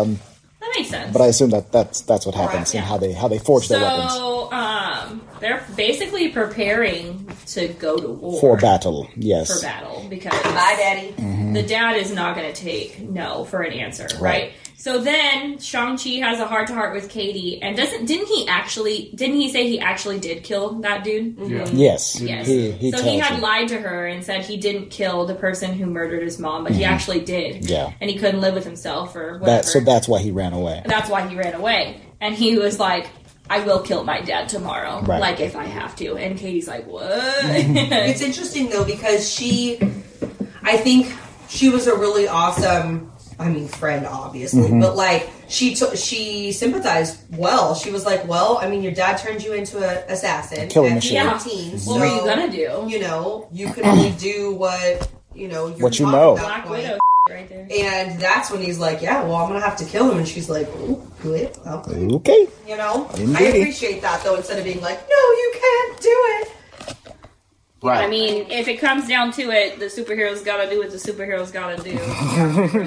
Speaker 3: That makes sense.
Speaker 5: But I assume that that's that's what happens and
Speaker 3: yeah.
Speaker 5: how they how they forge their weapons.
Speaker 3: so um, they're basically preparing to go to war
Speaker 5: for battle. Yes.
Speaker 3: for battle because
Speaker 4: Bye, Daddy.
Speaker 3: the dad is not going to take no for an answer, right?
Speaker 5: Right.
Speaker 3: So then Shang Chi has a heart to heart with Katie, and doesn't didn't he actually didn't he say he actually did kill that dude?
Speaker 6: Yeah.
Speaker 5: Yes.
Speaker 3: Yes.
Speaker 5: He, he
Speaker 3: so
Speaker 5: tells
Speaker 3: he had
Speaker 5: you.
Speaker 3: lied to her and said he didn't kill the person who murdered his mom, but he actually did.
Speaker 5: Mm-hmm. Yeah.
Speaker 3: And he couldn't live with himself or whatever.
Speaker 5: that, so that's why he ran away.
Speaker 3: that's why he ran away. And he was like, I will kill my dad tomorrow,
Speaker 5: Right. Mm-hmm.
Speaker 3: like if I have to. And Katie's like, what?
Speaker 4: It's interesting though because she, I think she was a really awesome. I mean, friend, obviously,
Speaker 5: Mm-hmm.
Speaker 4: but like she took, she sympathized well. She was like, "Well, I mean, your dad turned you into an assassin,
Speaker 5: killing
Speaker 4: at
Speaker 5: machine.
Speaker 3: Yeah.
Speaker 4: 15,
Speaker 3: what were you
Speaker 4: so,
Speaker 3: gonna do?
Speaker 4: You know, you could only do what you know. You're
Speaker 5: What you
Speaker 4: taught
Speaker 5: know.
Speaker 4: at that
Speaker 3: Black
Speaker 4: point.
Speaker 3: Widow right there.
Speaker 4: And that's when he's like, "Yeah, well, I'm gonna have to kill him," and she's like, "Ooh, good, okay."
Speaker 5: Okay.
Speaker 4: You know, I
Speaker 5: Indeed.
Speaker 4: appreciate that though. Instead of being like, "No, you can't do it."
Speaker 5: Right.
Speaker 3: I mean, if it comes down to it, the superheroes gotta do what the superheroes gotta do. you
Speaker 5: Gotta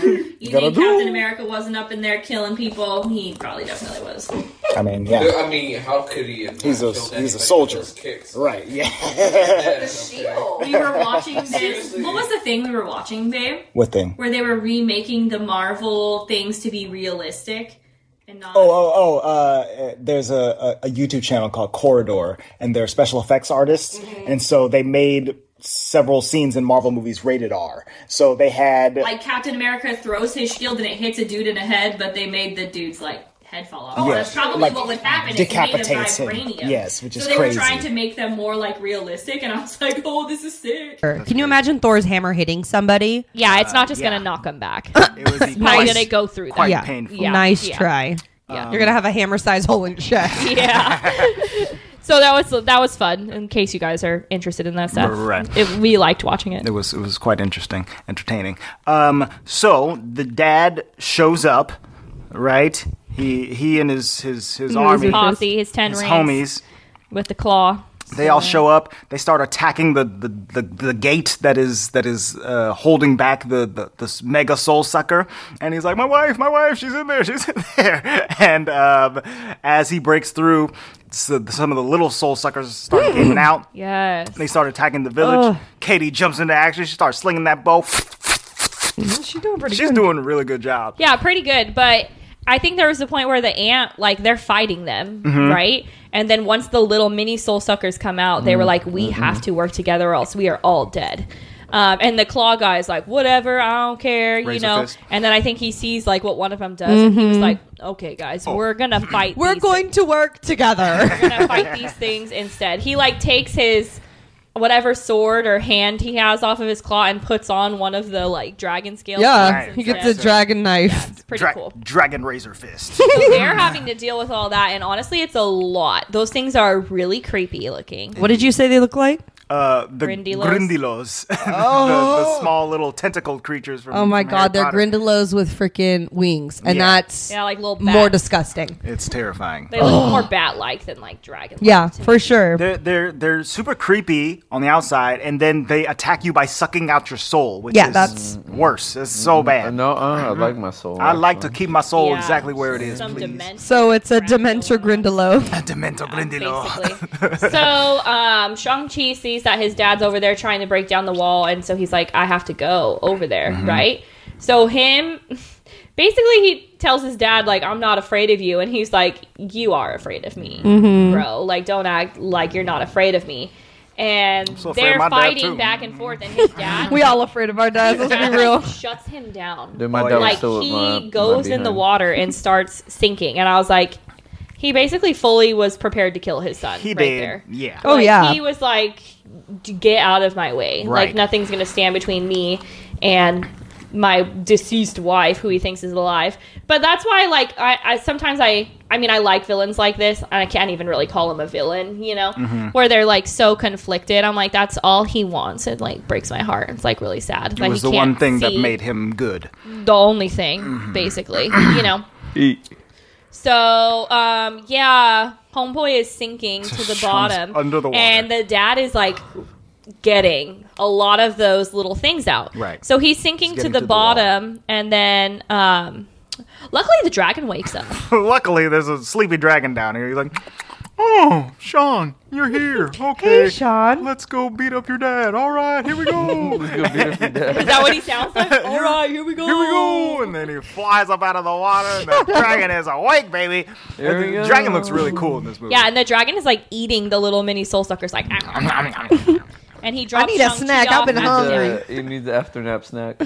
Speaker 3: think
Speaker 5: do.
Speaker 3: Captain America wasn't up in there killing people? He probably definitely was.
Speaker 5: I mean, yeah.
Speaker 6: I mean, how could he? have
Speaker 5: He's a-
Speaker 6: killed
Speaker 5: he's a
Speaker 6: anybody with
Speaker 5: soldier.
Speaker 6: those Kicks?
Speaker 5: Right.
Speaker 6: Yeah,
Speaker 5: Yeah.
Speaker 6: okay.
Speaker 4: Shield.
Speaker 3: We were watching this.
Speaker 6: Seriously.
Speaker 3: What was the thing we were watching, babe?
Speaker 5: what thing?
Speaker 3: Where they were remaking the Marvel things to be realistic and not.
Speaker 5: Oh, oh, oh! Uh, uh, there's a, a, a YouTube channel called Corridor, and they're special effects artists,
Speaker 3: Mm-hmm.
Speaker 5: and so they made several scenes in Marvel movies rated R. So they had
Speaker 3: like Captain America throws his shield and it hits a dude in the head, but they made the dude's like head fall off.
Speaker 5: Yeah.
Speaker 3: That's probably
Speaker 5: Like,
Speaker 3: what would happen.
Speaker 5: decapitates
Speaker 3: if
Speaker 5: him.
Speaker 3: it made him.
Speaker 5: Yes, which is
Speaker 3: so they
Speaker 5: crazy.
Speaker 3: were trying to make them more like realistic, and I was like, oh, this is sick.
Speaker 8: Can you imagine Thor's hammer hitting somebody?
Speaker 9: Yeah, it's not just
Speaker 5: yeah.
Speaker 9: gonna knock them back.
Speaker 5: it was
Speaker 9: How are you gonna go through that?
Speaker 8: yeah.
Speaker 5: painful.
Speaker 9: Yeah.
Speaker 8: Nice
Speaker 9: Yeah.
Speaker 8: try.
Speaker 9: Yeah.
Speaker 8: You're gonna have a hammer sized hole in your chest.
Speaker 9: yeah. so that was that was fun. In case you guys are interested in that stuff,
Speaker 5: Right.
Speaker 9: It- we liked watching it.
Speaker 5: It was it was quite interesting, entertaining. Um, so the dad shows up, right? He he and his his his army,
Speaker 9: his posse, his ten
Speaker 5: his
Speaker 9: rings
Speaker 5: homies.
Speaker 9: with the claw.
Speaker 5: They all show up. They start attacking the the, the, the gate that is that is uh, holding back the, the this mega soul sucker. And he's like, "My wife, my wife, she's in there, she's in there." And um, as he breaks through, so, some of the little soul suckers start getting out.
Speaker 9: Yes.
Speaker 5: They start attacking the village. Katie jumps into action. She starts slinging that bow.
Speaker 8: She's doing pretty
Speaker 5: She's doing a really good job.
Speaker 9: Yeah, pretty good. But I think there was a point where the ant, like, they're fighting them,
Speaker 5: Mm-hmm.
Speaker 9: right? And then once the little mini soul suckers come out, they
Speaker 5: Mm,
Speaker 9: were like, we
Speaker 5: mm-hmm.
Speaker 9: have to work together or else we are all dead. Um, and the claw guy's like, whatever, I don't care,
Speaker 5: Raise a
Speaker 9: you know.
Speaker 5: fist. Mm-hmm.
Speaker 9: And then I think he sees like what one of them does, and he was like, "Okay, guys,
Speaker 5: Oh.
Speaker 9: we're gonna fight.
Speaker 8: We're
Speaker 9: these
Speaker 8: going to work together.
Speaker 9: we're gonna fight these things instead. He like takes his whatever sword or hand he has off of his claw and puts on one of the like dragon scales.
Speaker 8: yeah.
Speaker 5: Right.
Speaker 8: He gets a
Speaker 9: instead.
Speaker 8: dragon knife.
Speaker 9: It's pretty
Speaker 5: Dra-
Speaker 9: cool.
Speaker 5: Dragon Razor Fist.
Speaker 9: So they're having to deal with all that, and honestly, it's a lot. Those things are really creepy looking.
Speaker 8: What did you say they look like?
Speaker 5: Uh, the
Speaker 9: Grindylos?
Speaker 5: Grindylos. The- the, small little tentacled creatures from
Speaker 8: Oh my
Speaker 5: from
Speaker 8: god,
Speaker 5: Harry
Speaker 8: they're
Speaker 5: Potter.
Speaker 8: grindelows with freaking wings. And
Speaker 5: Yeah.
Speaker 8: that's
Speaker 9: Yeah, like little bats.
Speaker 8: more disgusting.
Speaker 5: It's terrifying.
Speaker 9: They look more bat-like than like dragon.
Speaker 8: Yeah, for sure.
Speaker 5: They're, they're they're super creepy on the outside, and then they attack you by sucking out your soul, which
Speaker 8: Yeah,
Speaker 5: is
Speaker 8: that's
Speaker 5: worse. It's so bad.
Speaker 1: No, uh, I like my soul.
Speaker 5: I like to keep my soul
Speaker 3: Yeah.
Speaker 5: exactly where it is,
Speaker 3: Some
Speaker 5: please.
Speaker 3: Dementor
Speaker 4: So it's a
Speaker 3: Dracula.
Speaker 4: Dementor Grindelow.
Speaker 5: Demento Grindelow.
Speaker 3: basically. so um, Shang-Chi sees that his dad's over there trying to break down the wall, and so he's like, I have to go over there,
Speaker 5: Mm-hmm.
Speaker 3: right? So him, basically, he tells his dad, like, I'm not afraid of you, and he's like, you are afraid of me,
Speaker 4: Mm-hmm.
Speaker 3: bro. Like, don't act like you're not afraid of me. And
Speaker 5: so afraid of my
Speaker 3: they're
Speaker 5: dad, too.
Speaker 3: fighting back and forth, and his dad,
Speaker 4: We all afraid of our dads. Let's
Speaker 3: dad,
Speaker 4: be
Speaker 3: like,
Speaker 4: real.
Speaker 3: shuts him down
Speaker 1: Dude, my
Speaker 5: Oh,
Speaker 1: dad was
Speaker 3: like
Speaker 1: still with
Speaker 3: he
Speaker 1: my- my
Speaker 3: goes in the
Speaker 1: behind.
Speaker 3: water and starts sinking and i was like he basically fully was prepared to kill his son
Speaker 5: He
Speaker 3: right
Speaker 5: did.
Speaker 3: there
Speaker 5: Yeah.
Speaker 4: Oh,
Speaker 3: Like,
Speaker 4: yeah.
Speaker 3: he was like "D- get out of my way
Speaker 5: Right.
Speaker 3: like nothing's gonna stand between me and my deceased wife who he thinks is alive but that's why like i, I sometimes i i mean i like villains like this and i can't even really call him a villain you know
Speaker 5: Mm-hmm.
Speaker 3: where they're like so conflicted i'm like that's all he wants it like breaks my heart it's like really sad
Speaker 5: It
Speaker 3: like,
Speaker 5: was
Speaker 3: he
Speaker 5: the one
Speaker 3: can't
Speaker 5: thing that
Speaker 3: see-
Speaker 5: made him good.
Speaker 3: the only thing,
Speaker 5: Mm-hmm.
Speaker 3: basically, you know. So, um, yeah, homeboy is sinking to the bottom
Speaker 5: under the water.
Speaker 3: and the dad is like getting a lot of those little things out.
Speaker 5: Right.
Speaker 3: So he's sinking
Speaker 5: He's
Speaker 3: to
Speaker 5: getting
Speaker 3: the
Speaker 5: to the wall.
Speaker 3: bottom, and then, um, luckily, the dragon wakes up.
Speaker 5: Luckily, there's a sleepy dragon down here. He's like, oh, Sean, you're here. Okay.
Speaker 4: Hey, Sean.
Speaker 5: Let's go beat up your dad. All right, here we go. here
Speaker 3: Is that what he sounds like? All right, here we go.
Speaker 5: we go. And then he flies up out of the water, and the dragon is awake, baby.
Speaker 1: Here
Speaker 5: And
Speaker 1: we
Speaker 5: the dragon
Speaker 1: go.
Speaker 5: looks really cool in this movie.
Speaker 3: Yeah, and the dragon is like eating the little mini soul suckers, like, "Ah, ah, ah," and he drops.
Speaker 4: need a
Speaker 3: Shang-Chi
Speaker 4: snack. I've
Speaker 3: off
Speaker 4: been
Speaker 3: at the
Speaker 4: hungry.
Speaker 1: Uh,
Speaker 3: dairy.
Speaker 1: you need the after nap snack.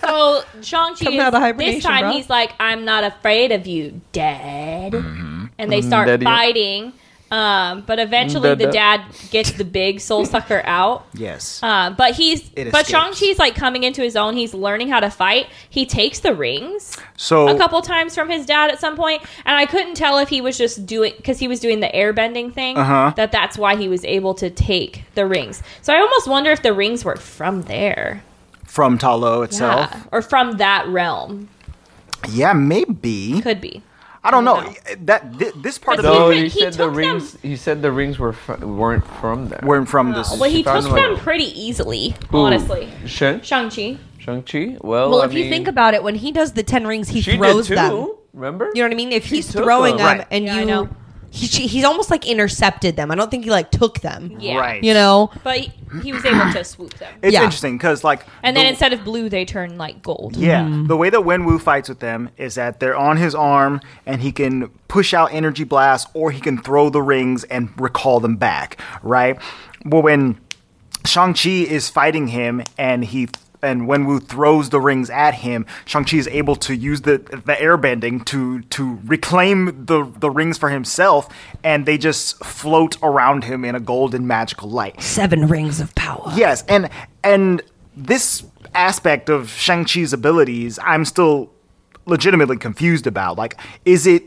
Speaker 3: So Shang-Chi
Speaker 4: Coming out of
Speaker 3: is,
Speaker 4: hibernation,
Speaker 3: this time
Speaker 4: bro.
Speaker 3: he's like, I'm not afraid of you, Dad.
Speaker 5: Mm-hmm.
Speaker 3: And
Speaker 4: Mm-hmm.
Speaker 3: they start
Speaker 1: Daddy.
Speaker 3: fighting. Um, but eventually
Speaker 1: Dada.
Speaker 3: the dad gets the big soul sucker out.
Speaker 5: Yes.
Speaker 3: Uh, but he's
Speaker 5: It
Speaker 3: but
Speaker 5: escapes.
Speaker 3: Shang-Chi's like coming into his own. He's learning how to fight. He takes the rings
Speaker 5: so
Speaker 3: a couple times from his dad at some point, and I couldn't tell if he was just doing because he was doing the airbending thing
Speaker 5: Uh-huh.
Speaker 3: that that's why he was able to take the rings. So I almost wonder if the rings were from there,
Speaker 5: from Talo itself.
Speaker 3: yeah, or from that realm.
Speaker 5: Yeah, maybe.
Speaker 3: Could be.
Speaker 5: I don't know.
Speaker 3: know.
Speaker 5: That thi- this part of
Speaker 3: But
Speaker 5: the
Speaker 1: No,
Speaker 3: he
Speaker 1: he, said
Speaker 3: took
Speaker 1: the
Speaker 3: them-
Speaker 1: rings. He said the rings were fr- weren't from there.
Speaker 5: weren't from this.
Speaker 3: Uh, Well, he
Speaker 1: found
Speaker 3: took
Speaker 1: like-
Speaker 3: them pretty easily,
Speaker 1: Who?
Speaker 3: honestly.
Speaker 1: Shang
Speaker 3: Shang Chi.
Speaker 1: Chi. Well,
Speaker 4: Well,
Speaker 1: I
Speaker 4: if you
Speaker 1: mean,
Speaker 4: think about it, when he does the ten rings, he
Speaker 1: she
Speaker 4: throws
Speaker 1: did too.
Speaker 4: them.
Speaker 1: Remember?
Speaker 4: You know what I mean? If he's
Speaker 1: took
Speaker 4: throwing
Speaker 1: them.
Speaker 4: them,
Speaker 5: Right.
Speaker 4: and
Speaker 3: Yeah, I
Speaker 4: you
Speaker 3: know.
Speaker 4: know, he, she, he's almost like intercepted them. I don't think he like took them.
Speaker 3: Yeah.
Speaker 5: Right.
Speaker 4: You know,
Speaker 3: But he, he was able to swoop them.
Speaker 5: It's
Speaker 4: Yeah.
Speaker 5: interesting because like
Speaker 3: And then
Speaker 5: the-
Speaker 3: instead of blue, they turn like gold.
Speaker 5: Yeah, the way that Wenwu fights with them is that they're on his arm and he can push out energy blasts or he can throw the rings and recall them back, right? Well, when Shang-Chi is fighting him and he and Wenwu throws the rings at him, Shang-Chi is able to use the the airbending to to reclaim the the rings for himself and they just float around him in a golden magical light.
Speaker 4: seven rings of power.
Speaker 5: Yes, and and this aspect of Shang Chi's abilities, I'm still legitimately confused about. Like, is it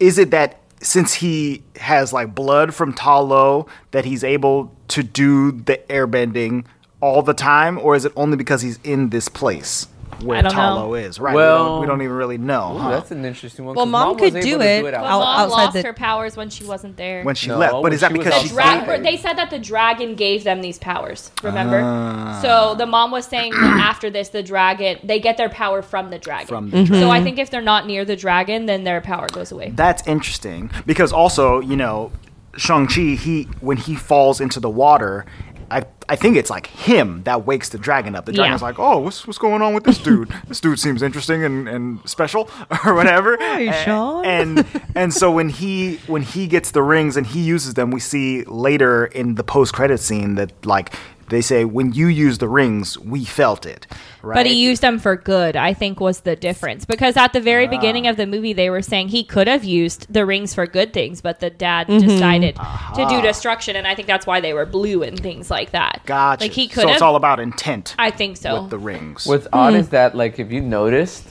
Speaker 5: is it that since he has like blood from Talo that he's able to do the airbending all the time, or is it only because he's in this place where
Speaker 3: I don't
Speaker 5: Talo
Speaker 3: know.
Speaker 5: is? Right. we,
Speaker 1: Well-
Speaker 5: don't, we don't even really know
Speaker 1: Ooh,
Speaker 5: huh?
Speaker 1: that's an interesting one.
Speaker 4: Well,
Speaker 1: 'cause
Speaker 4: Mom could
Speaker 1: was
Speaker 4: do
Speaker 1: able to
Speaker 4: it.
Speaker 1: it
Speaker 3: But
Speaker 4: Out-
Speaker 1: outside.
Speaker 3: mom
Speaker 4: outside
Speaker 3: lost
Speaker 4: the-
Speaker 3: her powers when she wasn't there.
Speaker 5: when she
Speaker 1: No,
Speaker 5: left. But is that
Speaker 1: when she was
Speaker 5: because
Speaker 3: the
Speaker 5: she's
Speaker 1: outside.
Speaker 3: dra- they said that the dragon gave them these powers. Remember?
Speaker 5: Ah.
Speaker 3: so the mom was saying that after this, the dragon they get their power from the dragon.
Speaker 5: From the
Speaker 3: So I think if they're not near the dragon, then their power goes away.
Speaker 5: That's interesting because also, you know, Shang-Chi, he when he falls into the water, I, I think it's like him that wakes the dragon up. The
Speaker 3: Yeah.
Speaker 5: dragon's like, "Oh, what's what's going on with this dude? this dude seems interesting and, and special or whatever." A-
Speaker 4: Sean.
Speaker 5: And and so when he when he gets the rings and he uses them, we see later in the post-credit scene that like they say when you use the rings, we felt it. Right?
Speaker 3: But he used them for good, I think was the difference. Because at the
Speaker 5: Ah.
Speaker 3: very beginning of the movie, they were saying he could have used the rings for good things, but the dad
Speaker 5: Mm-hmm.
Speaker 3: decided to do destruction. And I think that's why they were blue and things like that.
Speaker 5: gotcha.
Speaker 3: Like he could
Speaker 5: so
Speaker 3: have.
Speaker 5: it's all about intent
Speaker 3: I think so.
Speaker 5: with the rings.
Speaker 1: What's
Speaker 4: Hmm.
Speaker 1: odd is that, like, if you noticed,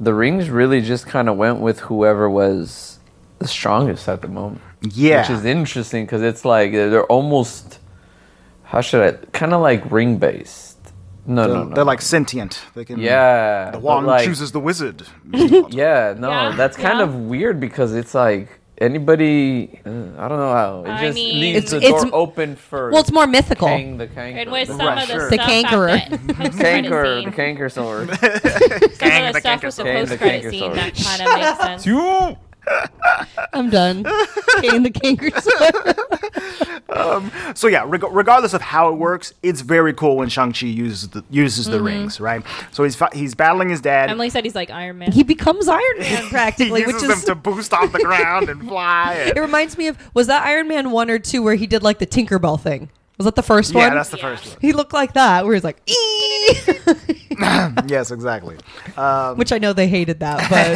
Speaker 1: the rings really just kind of went with whoever was the strongest at the moment.
Speaker 5: yeah.
Speaker 1: Which is interesting because it's like they're they're almost, how should I, kind of like ring based. No,
Speaker 5: They're,
Speaker 1: no, no.
Speaker 5: they're like sentient. They can.
Speaker 1: yeah.
Speaker 5: The
Speaker 1: but
Speaker 5: Wong
Speaker 1: like-
Speaker 5: chooses the wizard.
Speaker 1: Yeah, no,
Speaker 3: Yeah,
Speaker 1: that's kind
Speaker 3: yeah.
Speaker 1: of weird because it's like anybody, uh, I don't know how. It
Speaker 3: I
Speaker 1: just
Speaker 3: mean-
Speaker 1: leaves
Speaker 3: It's-
Speaker 1: the
Speaker 3: it's-
Speaker 1: door open for.
Speaker 4: well, it's more mythical.
Speaker 1: Kang the kanker.
Speaker 3: And with some of the
Speaker 4: The
Speaker 3: stuff
Speaker 4: cankerer.
Speaker 3: at the post-credit
Speaker 1: Kanker,
Speaker 3: scene,
Speaker 1: the kanker sword.
Speaker 3: some of the stuff with the
Speaker 1: Kang the
Speaker 3: post-credit
Speaker 1: kanker
Speaker 3: scene
Speaker 1: sword.
Speaker 3: that kind of makes sense.
Speaker 4: I'm done. Kane the canker sword.
Speaker 5: So yeah, reg- regardless of how it works, it's very cool when Shang Chi uses the, uses
Speaker 4: Mm-hmm.
Speaker 5: the rings, right? So he's fi- he's battling his dad.
Speaker 3: Emily said he's like Iron Man.
Speaker 4: He becomes Iron Man
Speaker 5: he
Speaker 4: practically,
Speaker 5: uses
Speaker 4: which
Speaker 5: them
Speaker 4: is
Speaker 5: to boost off the ground and fly. and-
Speaker 4: It reminds me of was that Iron Man one or two where he did like the Tinkerbell thing? Was that the first
Speaker 5: yeah,
Speaker 4: one?
Speaker 5: that's the first one.
Speaker 4: he looked like that, where he's like, "Ee!"
Speaker 5: Yes, exactly. Um,
Speaker 4: which I know they hated that, but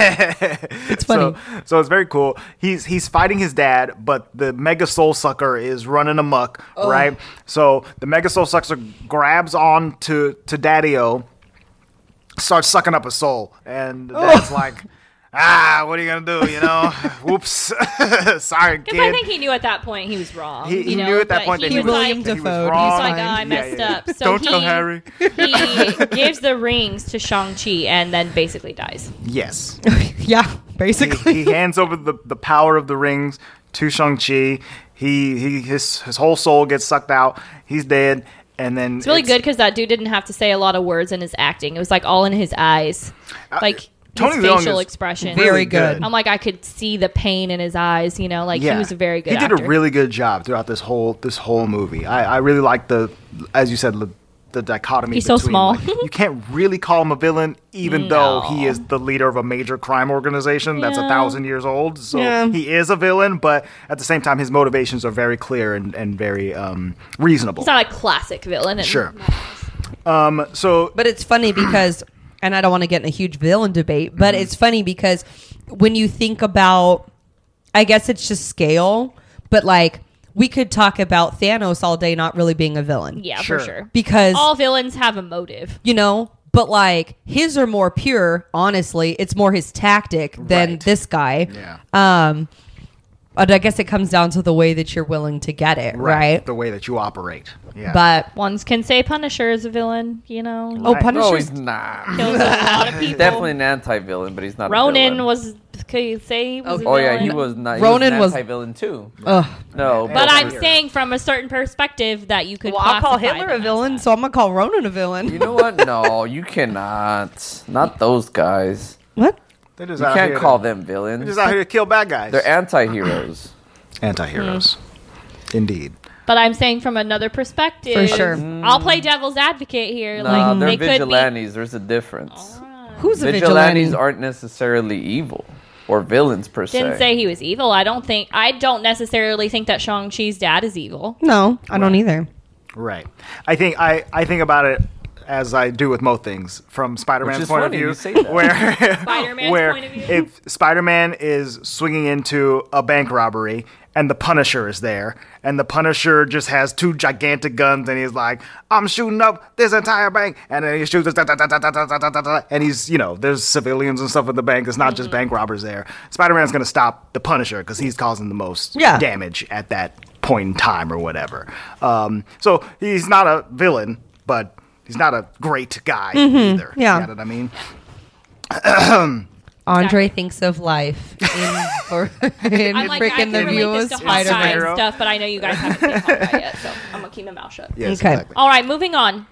Speaker 4: it's funny.
Speaker 5: So, so it's very cool. He's he's fighting his dad, but the Mega Soul Sucker is running amok,
Speaker 3: Oh.
Speaker 5: right? So the Mega Soul Sucker grabs on to to Daddy-O, starts sucking up his soul, and
Speaker 3: Oh.
Speaker 5: Dad's like, "Ah, what are you gonna do? You know, whoops, sorry, kid."
Speaker 3: Because I think he knew at that point he was wrong.
Speaker 5: he,
Speaker 3: you
Speaker 5: he
Speaker 3: know,
Speaker 5: knew at that
Speaker 3: but
Speaker 5: point that
Speaker 3: he
Speaker 5: he
Speaker 3: was
Speaker 5: was,
Speaker 3: like,
Speaker 4: William
Speaker 5: that he was
Speaker 4: Dafoe,
Speaker 5: wrong.
Speaker 3: He's like, "Ah, I
Speaker 5: Yeah,
Speaker 3: messed
Speaker 5: yeah, yeah.
Speaker 3: up. So
Speaker 5: Don't
Speaker 3: he,
Speaker 5: tell Harry.
Speaker 3: he gives the rings to Shang-Chi and then basically dies.
Speaker 5: Yes.
Speaker 4: yeah, basically.
Speaker 5: he, he hands over the, the power of the rings to Shang Chi. He he his his whole soul gets sucked out. He's dead, and then
Speaker 3: It's really good because that dude didn't have to say a lot of words in his acting. It was like all in his eyes. Like
Speaker 5: Uh, Tony
Speaker 3: his
Speaker 5: Leung
Speaker 3: facial
Speaker 5: is
Speaker 3: expression.
Speaker 4: Very good.
Speaker 3: I'm like, I could see the pain in his eyes, you know, like he was a very good
Speaker 5: He did
Speaker 3: actor.
Speaker 5: a really good job throughout this whole this whole movie. I, I really like the as you said the, the dichotomy.
Speaker 3: He's so
Speaker 5: between,
Speaker 3: small.
Speaker 5: like, you can't really call him a villain, even though he is the leader of a major crime organization that's a
Speaker 3: Yeah.
Speaker 5: thousand years old. So
Speaker 4: Yeah.
Speaker 5: he is a villain, but at the same time, his motivations are very clear and and very um, reasonable.
Speaker 3: It's not a classic villain. and-
Speaker 5: Sure. Um, so
Speaker 4: But it's funny because, and I don't want to get in a huge villain debate, but it's funny because when you think about, I guess it's just scale, but like we could talk about Thanos all day not really being a villain.
Speaker 3: Yeah,
Speaker 5: Sure.
Speaker 3: for sure.
Speaker 4: Because
Speaker 3: all villains have a motive.
Speaker 4: you know but like his are more pure honestly it's more his tactic than
Speaker 5: Right.
Speaker 4: this guy
Speaker 5: yeah,
Speaker 4: um but i guess it comes down to the way that you're willing to get it right,
Speaker 5: The way that you operate. Yeah.
Speaker 4: but
Speaker 3: Ones can say Punisher is a villain, you know.
Speaker 4: oh
Speaker 5: Right.
Speaker 1: No,
Speaker 4: punisher's
Speaker 1: he's not.
Speaker 3: Kills a lot of people.
Speaker 1: Definitely an anti-villain, but he's not. a
Speaker 3: Ronan
Speaker 1: villain.
Speaker 3: was could you say he was a
Speaker 1: Oh
Speaker 3: villain?
Speaker 1: yeah, he was not.
Speaker 4: Ronan
Speaker 1: Ronan
Speaker 4: was-
Speaker 1: was an anti-villain too.
Speaker 4: ugh.
Speaker 1: No,
Speaker 3: But I'm
Speaker 5: Sure.
Speaker 3: saying from a certain perspective that you could.
Speaker 4: well i'll call
Speaker 3: classify
Speaker 4: hitler
Speaker 3: them
Speaker 4: a
Speaker 3: as
Speaker 4: villain
Speaker 3: that.
Speaker 4: so i'm gonna call ronan a villain
Speaker 1: You know what? No, you cannot. Not those guys.
Speaker 4: what
Speaker 5: They're just
Speaker 1: You
Speaker 5: out
Speaker 1: can't
Speaker 5: here
Speaker 1: call
Speaker 5: to,
Speaker 1: them
Speaker 5: They're
Speaker 1: villains.
Speaker 5: just out here to kill bad guys.
Speaker 1: They're anti-heroes.
Speaker 5: anti-heroes.
Speaker 3: Hmm.
Speaker 5: Indeed.
Speaker 3: But I'm saying from another perspective.
Speaker 4: For sure.
Speaker 3: I'll play devil's advocate here.
Speaker 1: Nah,
Speaker 3: like
Speaker 1: they're
Speaker 3: they could be.
Speaker 1: vigilantes. There's a difference.
Speaker 4: who's a vigilante,
Speaker 1: Vigilantes aren't necessarily evil or villains per se.
Speaker 3: Didn't say he was evil. I don't think. I don't necessarily think that Shang Chi's dad is evil.
Speaker 4: no i don't either
Speaker 5: Right. I think I, I think about it as I do with most things from Spider-Man's
Speaker 1: is
Speaker 5: point
Speaker 1: funny,
Speaker 5: of view,
Speaker 1: you say that.
Speaker 5: where
Speaker 3: Spider-Man's
Speaker 5: where
Speaker 3: point of view.
Speaker 5: if Spider-Man is swinging into a bank robbery and the Punisher is there, and the Punisher just has two gigantic guns, and he's like, "I'm shooting up this entire bank," and then he shoots, da, da, da, da, da, da, da, da, da, and he's you know, there's civilians and stuff at the bank. It's not just
Speaker 4: Mm-hmm.
Speaker 5: bank robbers there. Spider-Man's gonna stop the Punisher because he's causing the most
Speaker 4: Yeah.
Speaker 5: damage damage at that point in time or whatever. Um, so he's not a villain, but he's not a great guy either.
Speaker 4: Mm-hmm. yeah.
Speaker 5: You know what I mean?
Speaker 4: andre thinks of life in, for, in
Speaker 3: I'm like, I
Speaker 4: freaking
Speaker 3: can
Speaker 4: the
Speaker 3: relate
Speaker 4: view of
Speaker 3: this to Hawkeye
Speaker 4: spider-man
Speaker 3: and stuff, but I know you guys haven't seen Hawkeye yet, so I'm gonna keep my mouth shut.
Speaker 5: Yes,
Speaker 4: Okay.
Speaker 5: exactly.
Speaker 3: All right, moving on.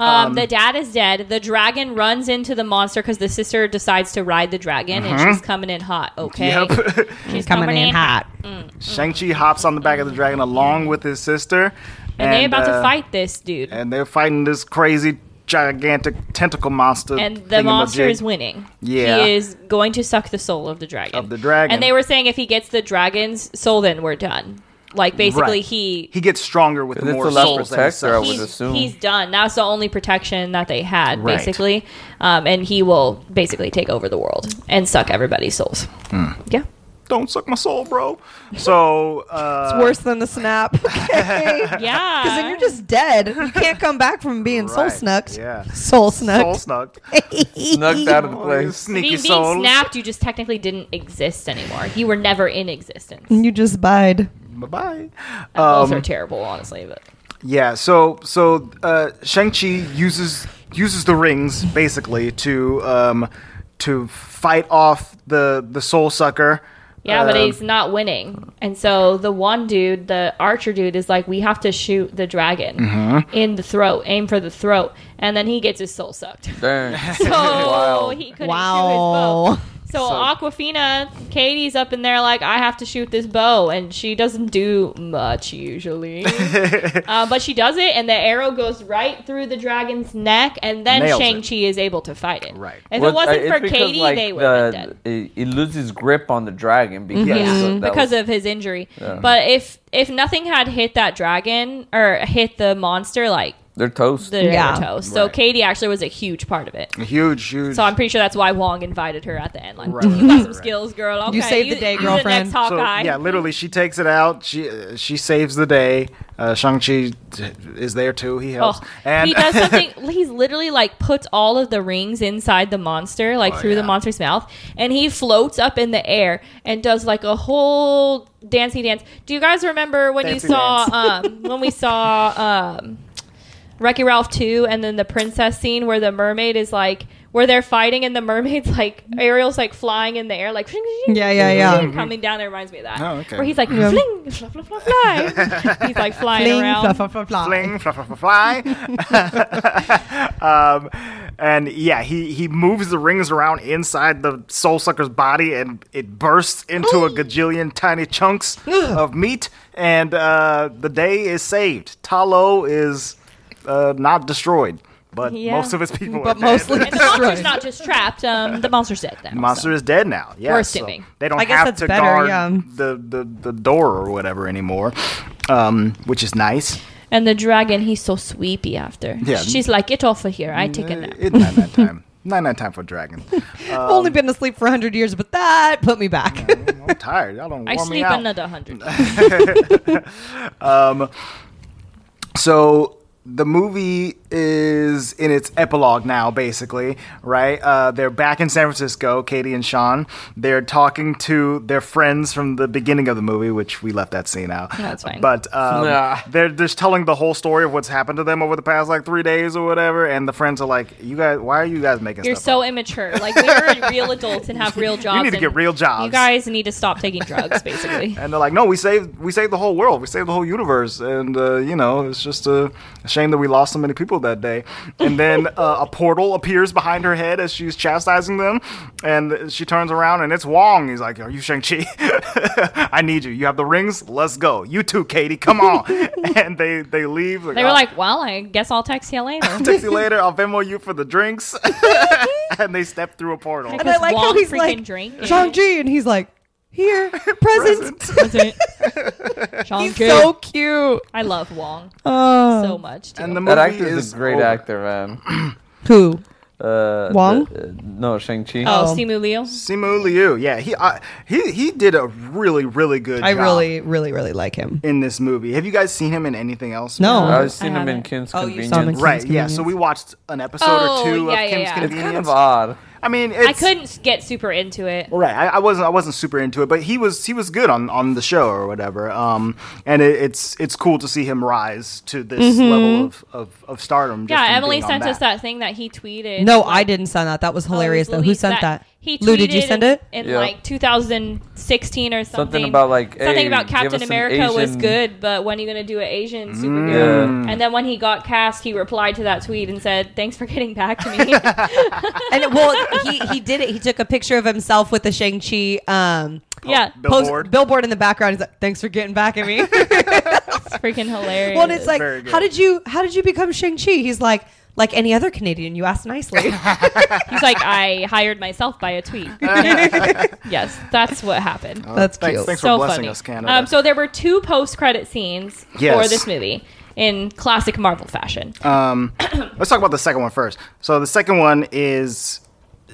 Speaker 3: Um, the dad is dead. The dragon runs into the monster because the sister decides to ride the dragon, and she's coming in hot. Okay,
Speaker 5: Yep.
Speaker 3: she's
Speaker 4: Uh-huh. coming in hot
Speaker 5: Shang-Chi hops on the back of the dragon along with his sister.
Speaker 3: and, they about to
Speaker 5: uh,
Speaker 3: fight this dude, and,
Speaker 5: And they're fighting this crazy, gigantic tentacle monster.
Speaker 3: the monster
Speaker 5: thingamajig.
Speaker 3: is winning.
Speaker 5: Yeah.
Speaker 3: he is going to suck the soul of the dragon.
Speaker 5: Of the dragon.
Speaker 3: And they were saying if he gets the dragon's soul, then we're done. Like basically,
Speaker 5: Right.
Speaker 3: he
Speaker 5: He gets stronger with
Speaker 1: If it's
Speaker 5: more
Speaker 1: a left
Speaker 5: souls that he
Speaker 1: protector, I would
Speaker 5: sucks.
Speaker 3: he's,
Speaker 1: assume.
Speaker 3: he's done. That's the only protection that they had,
Speaker 5: Right.
Speaker 3: basically. Um, and he will basically take over the world and suck everybody's souls.
Speaker 5: Hmm.
Speaker 3: Yeah.
Speaker 5: Don't suck my soul, bro. So uh,
Speaker 4: it's worse than the snap okay
Speaker 3: Yeah.
Speaker 4: Because then you're just dead. You can't come back from being soul
Speaker 5: Right,
Speaker 4: snucked.
Speaker 5: yeah.
Speaker 4: Soul
Speaker 5: soul
Speaker 4: snucked.
Speaker 5: snuck.
Speaker 1: Snugged out of the
Speaker 5: Oh, you
Speaker 1: place.
Speaker 5: sneaky
Speaker 3: being,
Speaker 5: soul.
Speaker 3: being snapped, you just technically didn't exist anymore. You were never in existence.
Speaker 5: Um,
Speaker 4: you just bide.
Speaker 5: Bye bye.
Speaker 3: Those are terrible, honestly. But
Speaker 5: Um, Yeah, so so uh, Shang Chi uses uses the rings basically to um, to fight off the the soul sucker,
Speaker 3: Yeah, but
Speaker 5: Um,
Speaker 3: he's not winning. And so the one dude, the archer dude, is like, we have to shoot the dragon
Speaker 5: Mhm.
Speaker 1: Mm-hmm.
Speaker 3: in the throat, aim for the throat. And then he gets his soul sucked.
Speaker 1: Dang.
Speaker 3: So
Speaker 1: Wild.
Speaker 3: he couldn't
Speaker 4: Wow.
Speaker 3: shoot his bow. So, Aquafina, Katie's up in there like, I have to shoot this bow. And she doesn't do much usually. uh, but she does it, and the arrow goes right through the dragon's neck. And then
Speaker 5: Nails it.
Speaker 3: Shang-Chi is able to fight it.
Speaker 5: Right.
Speaker 3: If
Speaker 1: Well, uh,
Speaker 3: it wasn't
Speaker 1: it's
Speaker 3: for
Speaker 1: because,
Speaker 3: Katie,
Speaker 1: like,
Speaker 3: they would
Speaker 1: the-
Speaker 3: have been dead.
Speaker 1: It, it loses grip on the dragon because
Speaker 3: Yeah,
Speaker 1: of, that
Speaker 3: because
Speaker 1: was-
Speaker 3: of his injury. But if if nothing had hit that dragon or hit the monster, like
Speaker 1: they're toast.
Speaker 3: the
Speaker 4: Yeah.
Speaker 3: toast. So
Speaker 5: Right.
Speaker 3: Katie actually was a huge part of it.
Speaker 5: Huge, huge.
Speaker 3: So I'm pretty sure that's why Wong invited her at the end. Like,
Speaker 5: Right,
Speaker 3: you got
Speaker 5: right,
Speaker 3: some
Speaker 5: right.
Speaker 3: skills, girl. Okay,
Speaker 4: You saved the day,
Speaker 3: you're next
Speaker 4: girlfriend."
Speaker 5: So,
Speaker 3: Hawkeye.
Speaker 5: yeah, literally, she takes it out. She uh, she saves the day. Uh, Shang Chi is there too. He helps.
Speaker 3: Oh,
Speaker 5: and
Speaker 3: he does something. He's literally like puts all of the rings inside the monster, like
Speaker 5: Oh,
Speaker 3: through the
Speaker 5: yeah.
Speaker 3: monster's mouth, and he floats up in the air and does like a whole dancey dance. Do you guys remember when
Speaker 5: Dancey
Speaker 3: you saw
Speaker 5: dance.
Speaker 3: um, when we saw um, Wreck It Ralph two, and then the princess scene where the mermaid is like where they're fighting and the mermaid's like Ariel's like flying in the air like
Speaker 4: Yeah, yeah, yeah.
Speaker 3: coming down. It reminds me of that.
Speaker 5: Oh, okay.
Speaker 3: Where he's like
Speaker 4: Yeah.
Speaker 3: fling, fly, fly, fly, fly. he's like flying
Speaker 4: Fling,
Speaker 3: around.
Speaker 4: fla, fla, fla, fla.
Speaker 5: fling, fly, fly, fly, fly. um, and yeah, he, he moves the rings around inside the soul sucker's body, and it bursts into a gajillion tiny chunks of meat. And uh, the day is saved. Talo is uh, not destroyed, but
Speaker 3: Yeah.
Speaker 5: most of his people.
Speaker 4: But
Speaker 5: are
Speaker 4: mostly-
Speaker 5: dead.
Speaker 3: And the monster's not just trapped. Um, the monster's dead now.
Speaker 5: The monster is dead now. Yeah,
Speaker 3: We're
Speaker 5: so
Speaker 3: assuming.
Speaker 5: they don't
Speaker 4: I guess
Speaker 5: have
Speaker 4: that's
Speaker 5: to
Speaker 4: better,
Speaker 5: guard
Speaker 4: yeah.
Speaker 5: the, the the door or whatever anymore, um, which is nice.
Speaker 3: And the dragon, he's so sleepy after.
Speaker 5: Yeah. Mm,
Speaker 3: She's like, get off of here. I take a nap.
Speaker 5: It's nine night time. Nine night time for dragon.
Speaker 4: I've only been asleep for 100 years, but that put me back.
Speaker 5: I'm tired. Y'all don't warm
Speaker 3: I
Speaker 5: me
Speaker 3: sleep
Speaker 5: out.
Speaker 3: another hundred.
Speaker 5: So the movie is in its epilogue now, basically, right? Uh, they're back in San Francisco, Katie and Sean. They're talking to their friends from the beginning of the movie, which we left that scene out.
Speaker 3: That's fine.
Speaker 5: But um,
Speaker 1: Nah.
Speaker 5: they're just telling the whole story of what's happened to them over the past like three days or whatever, and the friends are like, "You guys, why are you guys making
Speaker 3: You're
Speaker 5: stuff
Speaker 3: so
Speaker 5: up?
Speaker 3: immature. Like we are real adults and have real jobs.
Speaker 5: need to
Speaker 3: and
Speaker 5: get real jobs.
Speaker 3: You guys need to stop taking drugs, basically.
Speaker 5: And they're like, no, we saved, we saved the whole world, we saved the whole universe, and uh, you know, it's just a, a shame that we lost so many people that day. And then uh, a portal appears behind her head as she's chastising them, and she turns around and it's Wong. He's like, are you Shang Chi? I need you. You have the rings. Let's go. You too, Katie. Come on. and they they leave.
Speaker 3: They were like, well, I guess I'll text you later.
Speaker 5: I'll text you later. I'll Venmo you for the drinks. and they step through a portal.
Speaker 4: And I like how
Speaker 3: Wong
Speaker 4: he's
Speaker 3: freaking
Speaker 4: like,
Speaker 3: drink.
Speaker 4: Shang-Chi, and he's like, here, present.
Speaker 3: Sean
Speaker 4: He's so cute.
Speaker 3: I love Wong
Speaker 4: Oh.
Speaker 3: so much. Too.
Speaker 5: And the movie
Speaker 1: that actor
Speaker 5: is
Speaker 1: is a great
Speaker 5: over.
Speaker 1: actor, man.
Speaker 4: Who?
Speaker 1: Uh,
Speaker 4: Wong?
Speaker 1: the- uh, no, Shang Chi.
Speaker 3: oh,
Speaker 4: Oh.
Speaker 3: Simu Liu.
Speaker 5: Simu Liu, yeah, he uh, he he did a really really good.
Speaker 4: I
Speaker 5: job
Speaker 4: really, really, really like him.
Speaker 5: in this movie. Have you guys seen him in anything else?
Speaker 4: No.
Speaker 1: I've seen him
Speaker 3: I
Speaker 1: in
Speaker 3: haven't.
Speaker 1: Kim's
Speaker 4: Oh, you
Speaker 1: Convenience.
Speaker 4: saw him in Kim's
Speaker 5: Right, yeah. So we watched an episode
Speaker 3: Oh,
Speaker 5: or two
Speaker 3: yeah,
Speaker 5: of
Speaker 3: yeah,
Speaker 5: Kim's
Speaker 3: yeah.
Speaker 1: It's
Speaker 5: Convenience.
Speaker 1: kind of odd.
Speaker 5: I mean, it's,
Speaker 3: I couldn't get super into it.
Speaker 5: Right, I, I wasn't. I wasn't super into it, but he was. He was good on on the show or whatever. Um, and it, it's it's cool to see him rise to this level of of, of stardom. just from
Speaker 3: Mm-hmm. Yeah, Emily
Speaker 5: being on
Speaker 3: sent us that thing that he tweeted.
Speaker 4: No, I didn't send that. That was
Speaker 3: Oh, it was
Speaker 4: hilarious, though. Who
Speaker 3: Luis
Speaker 4: sent that?
Speaker 3: He tweeted
Speaker 4: Lou, did you send it?
Speaker 3: in,
Speaker 1: Yeah.
Speaker 3: like 2016 or something.
Speaker 1: Something about, like,
Speaker 3: something
Speaker 1: hey,
Speaker 3: about
Speaker 1: give us
Speaker 3: Captain
Speaker 1: an
Speaker 3: America was
Speaker 1: Asian- Mm.
Speaker 3: good, but when are you gonna do an Asian superhero?
Speaker 1: Yeah.
Speaker 3: And then when he got cast, he replied to that tweet and said, "Thanks for getting back to me."
Speaker 4: and it- well, he, he did it. He took a picture of himself with the Shang-Chi um,
Speaker 3: yeah,
Speaker 4: post-
Speaker 5: Billboard.
Speaker 4: billboard in the background. He's like, thanks for getting back at me.
Speaker 3: it's freaking hilarious.
Speaker 4: Well, and it's like,
Speaker 5: Very good.
Speaker 4: how did you how did you become Shang Chi? He's like, like any other Canadian, you ask nicely.
Speaker 3: he's like, "I hired myself by a tweet." yes, that's what happened.
Speaker 4: That's
Speaker 5: Oh, Thanks,
Speaker 4: cute.
Speaker 5: thanks for
Speaker 3: so
Speaker 5: blessing
Speaker 3: funny.
Speaker 5: us, Canada.
Speaker 3: Um, so there were two post-credit scenes
Speaker 5: Yes.
Speaker 3: for this movie in classic Marvel fashion.
Speaker 5: Um, let's talk about the second one first. So the second one is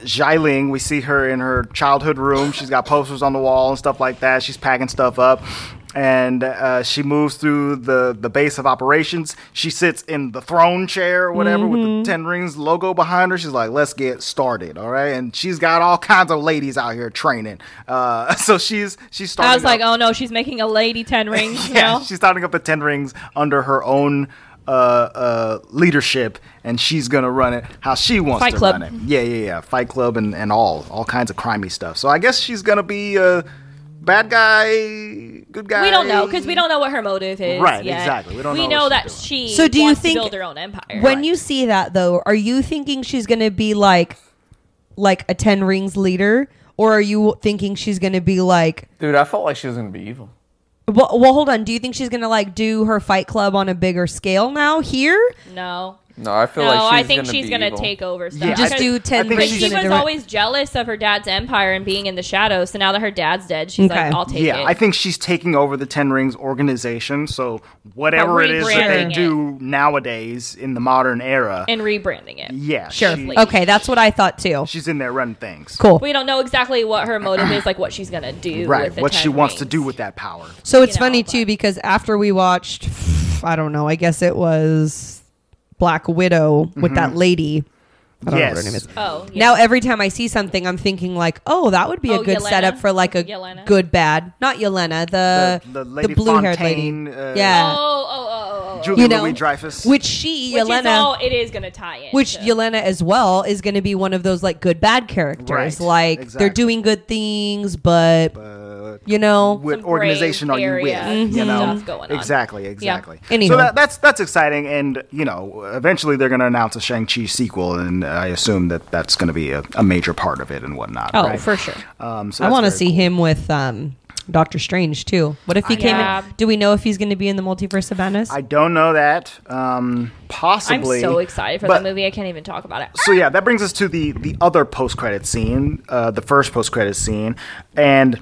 Speaker 5: Xiling. We see her in her childhood room. She's got posters on the wall and stuff like that. She's packing stuff up. And uh, she moves through the, the base of operations. She sits in the throne chair or whatever
Speaker 3: Mm-hmm.
Speaker 5: with the Ten Rings logo behind her. She's like, let's get started, all right? And she's got all kinds of ladies out here training. Uh, so she's she's starting.
Speaker 3: I was like,
Speaker 5: up-
Speaker 3: "Oh no, she's making a lady ten rings."
Speaker 5: yeah,
Speaker 3: now.
Speaker 5: she's starting up the Ten Rings under her own uh, uh, leadership, and she's gonna run it how she wants
Speaker 3: Fight
Speaker 5: to
Speaker 3: Club.
Speaker 5: run it. Yeah, yeah, yeah. Fight Club and, and all all kinds of crimey stuff. So I guess she's gonna be uh, bad guy, good guy.
Speaker 3: We don't know because we don't know what her motive is.
Speaker 5: Um, Right,
Speaker 3: yet.
Speaker 5: exactly. We don't know what she's
Speaker 3: know, that
Speaker 5: doing.
Speaker 3: she
Speaker 4: So do you
Speaker 3: wants to
Speaker 4: think
Speaker 3: build her own empire.
Speaker 4: When you see that though, are you thinking she's going to be like like a 10 rings leader or are you thinking she's going to be like
Speaker 1: Dude, I felt like she was gonna be evil.
Speaker 4: well, well hold on, do you think she's going to like do her fight club on a bigger scale now here?
Speaker 3: no,
Speaker 1: No, I feel
Speaker 3: no,
Speaker 1: like
Speaker 3: I
Speaker 1: she's
Speaker 3: think
Speaker 1: gonna
Speaker 3: she's
Speaker 1: be
Speaker 3: gonna
Speaker 1: evil.
Speaker 3: take over stuff.
Speaker 5: Yeah,
Speaker 4: Just
Speaker 3: Because-
Speaker 4: do 10
Speaker 5: think
Speaker 3: Because
Speaker 4: rings
Speaker 3: she
Speaker 4: in a
Speaker 3: was
Speaker 4: direct-
Speaker 3: always jealous of her dad's empire and being in the shadows. So now that her dad's dead, she's
Speaker 4: Okay.
Speaker 3: like, "I'll take
Speaker 5: yeah,
Speaker 3: it."
Speaker 5: I think she's taking over the Ten Rings organization. So whatever it is that they
Speaker 3: rebranding it.
Speaker 5: do nowadays in the modern era,
Speaker 3: and rebranding it.
Speaker 5: yeah,
Speaker 4: Sure.
Speaker 5: she-
Speaker 4: Okay, that's what I thought too.
Speaker 5: she's in there running things.
Speaker 4: Cool.
Speaker 3: We don't know exactly what her motive is, like what she's gonna do.
Speaker 5: Right,
Speaker 3: with the
Speaker 5: what she
Speaker 3: Ten
Speaker 5: wants to
Speaker 3: Rings.
Speaker 5: do with that power.
Speaker 4: So it's
Speaker 3: know,
Speaker 4: funny
Speaker 3: but-
Speaker 4: too because after we watched, I don't know, I guess it was Black Widow with that
Speaker 5: Mm-hmm.
Speaker 4: lady. I don't know what her
Speaker 5: Yes.
Speaker 4: name is.
Speaker 3: Oh, yeah.
Speaker 4: Now every time I see something, I'm thinking like, oh, that would be
Speaker 3: Oh,
Speaker 4: a good
Speaker 3: Yelena?
Speaker 4: setup for like a
Speaker 3: Yelena?
Speaker 4: good bad, not Yelena, the
Speaker 5: The- the
Speaker 4: the,
Speaker 5: Lady
Speaker 4: blue-haired lady,
Speaker 5: Fontaine, uh,
Speaker 3: Oh,
Speaker 4: yeah,
Speaker 3: oh, oh, oh, oh.
Speaker 5: Julie
Speaker 4: you know,
Speaker 5: Louis Dreyfus.
Speaker 4: which she
Speaker 3: Which
Speaker 4: Yelena,
Speaker 3: is all it is gonna tie in.
Speaker 4: which
Speaker 3: to-
Speaker 4: Yelena as well is going to be one of those like good bad characters,
Speaker 5: Right,
Speaker 4: like
Speaker 5: exactly.
Speaker 4: they're doing good things, but
Speaker 5: uh,
Speaker 4: you know,
Speaker 5: what
Speaker 3: Some gray
Speaker 5: organization are you with?
Speaker 3: area Mm-hmm.
Speaker 5: You know,
Speaker 3: stuff going on.
Speaker 5: exactly, exactly.
Speaker 4: Anywho.
Speaker 5: So that, that's that's exciting, and you know, eventually they're going to announce a Shang Chi sequel, and I assume that that's going to be a, a major part of it and whatnot.
Speaker 4: oh
Speaker 5: right?
Speaker 4: for sure.
Speaker 5: um, so
Speaker 4: I
Speaker 5: that's
Speaker 4: want to
Speaker 5: very
Speaker 4: see
Speaker 5: cool.
Speaker 4: him with um, Doctor Strange too. What if he came
Speaker 3: Uh, Yeah.
Speaker 4: in? Do we know if he's going to be in the multiverse of madness?
Speaker 5: I don't know that. Um,
Speaker 3: I'm
Speaker 5: possibly.
Speaker 3: so excited for
Speaker 5: but-
Speaker 3: that movie. I can't even talk about it.
Speaker 5: so yeah, that brings us to the the other post credit scene, uh, the first post credit scene, and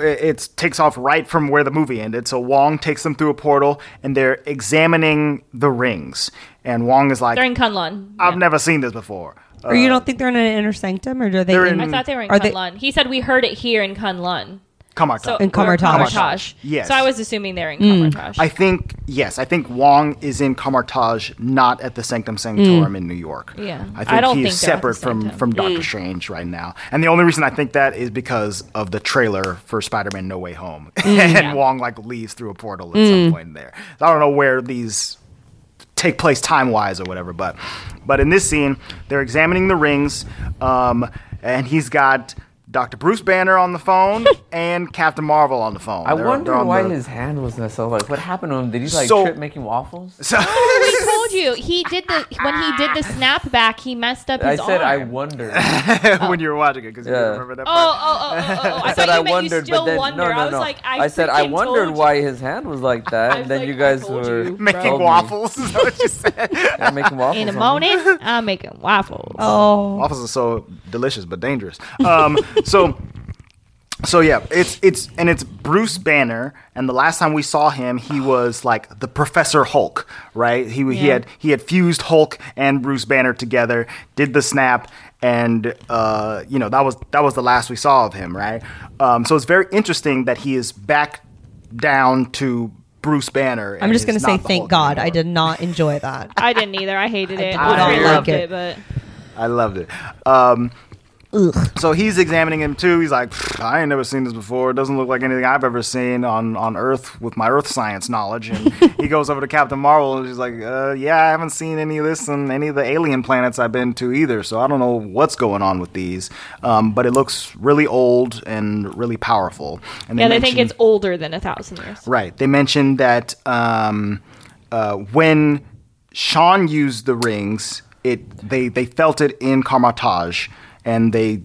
Speaker 5: i- it takes off right from where the movie ended. So Wong takes them through a portal, and they're examining the rings. And Wong is like,
Speaker 3: They're in Kunlun.
Speaker 5: "I've never seen this before." Uh,
Speaker 4: or you don't think they're in an inner sanctum, or are they?
Speaker 5: They're
Speaker 4: in,
Speaker 3: I thought they were in
Speaker 4: Hmm. Are they-
Speaker 3: Kunlun. He said we heard it here in Kunlun.
Speaker 5: come on,
Speaker 3: So
Speaker 5: Tom.
Speaker 4: In Hmm.
Speaker 3: or
Speaker 4: Kumartaj.
Speaker 3: Kumartaj.
Speaker 5: Yes.
Speaker 3: So I was assuming they're in Kumartaj.
Speaker 5: I think yes, I think Wong is in Kamartage, not at the Sanctum Sanctorum in New York.
Speaker 3: Mm. Yeah.
Speaker 5: I think
Speaker 3: I don't
Speaker 5: he is
Speaker 3: think they're at
Speaker 5: separate
Speaker 3: the
Speaker 5: from
Speaker 3: Sanctum.
Speaker 5: from
Speaker 1: Mm.
Speaker 5: Doctor Strange right now. And the only reason I think that is because of the trailer for Spider-Man No Way Home,
Speaker 3: Mm.
Speaker 5: and Wong like leaves through a portal at some point there. So I don't know where these take place time wise or whatever. But but in this scene, they're examining the rings, um, and he's got. Dr. Bruce Banner on the phone and Captain Marvel on the phone.
Speaker 1: I
Speaker 5: They're-
Speaker 1: wonder
Speaker 5: they're on
Speaker 1: why
Speaker 5: the-
Speaker 1: his hand was messed up. Like, what happened to him? Did he like
Speaker 5: So-
Speaker 1: trip making waffles?
Speaker 5: So-
Speaker 3: I told you he did the when he did the snapback. He messed up
Speaker 1: I
Speaker 3: his
Speaker 1: said I
Speaker 3: arm.
Speaker 1: wonder.
Speaker 5: when you were watching it because you
Speaker 1: Yeah.
Speaker 5: didn't remember that
Speaker 3: Oh,
Speaker 5: part.
Speaker 3: oh, oh, oh, oh, oh. I,
Speaker 1: I said
Speaker 3: thought
Speaker 1: I
Speaker 3: you meant
Speaker 1: wondered,
Speaker 3: you still
Speaker 1: but then
Speaker 3: wonder.
Speaker 1: no, no,
Speaker 3: I was
Speaker 1: no.
Speaker 3: like, I,
Speaker 1: said I
Speaker 3: freaking
Speaker 1: wondered
Speaker 3: told
Speaker 1: why
Speaker 3: you.
Speaker 1: his hand was like that,
Speaker 3: was
Speaker 1: and then
Speaker 3: like,
Speaker 1: you
Speaker 3: I
Speaker 1: guys
Speaker 3: told
Speaker 1: were
Speaker 3: you,
Speaker 5: Making
Speaker 1: told me.
Speaker 5: waffles is that what you said.
Speaker 1: Yeah, making waffles.
Speaker 3: In a
Speaker 1: on me.
Speaker 3: morning, I'm making waffles.
Speaker 4: Oh,
Speaker 5: waffles are so delicious but dangerous. Um, so, so yeah, it's it's and it's Bruce Banner. And the last time we saw him, he was like the Professor Hulk, right? He he had he had fused Hulk and Bruce Banner together, did the snap, and uh, you know that was that was the last we saw of him, right? Um, so it's very interesting that he is back down to. Bruce Banner.
Speaker 4: I'm
Speaker 5: and
Speaker 4: just
Speaker 5: is
Speaker 4: going to
Speaker 5: not
Speaker 4: say
Speaker 5: the
Speaker 4: thank
Speaker 5: Hulk
Speaker 4: God. I
Speaker 5: anymore.
Speaker 4: did not enjoy that.
Speaker 3: I didn't either. I hated it.
Speaker 4: I
Speaker 3: I
Speaker 4: don't
Speaker 3: loved
Speaker 4: like
Speaker 3: it,
Speaker 4: it.
Speaker 3: but
Speaker 5: I loved it. Um, So he's examining him too. He's like, "Pfft, I ain't never seen this before. It doesn't look like anything I've ever seen on, on Earth with my Earth science knowledge. And he goes over to Captain Marvel and she's like, uh, Yeah, I haven't seen any of this on any of the alien planets I've been to either. So I don't know what's going on with these. Um, but it looks really old and really powerful. And
Speaker 3: yeah, they think
Speaker 5: mention-
Speaker 3: it's older than a thousand years.
Speaker 5: Right. They mentioned that um, uh, when Sean used the rings, it they they felt it in Carmatage, and they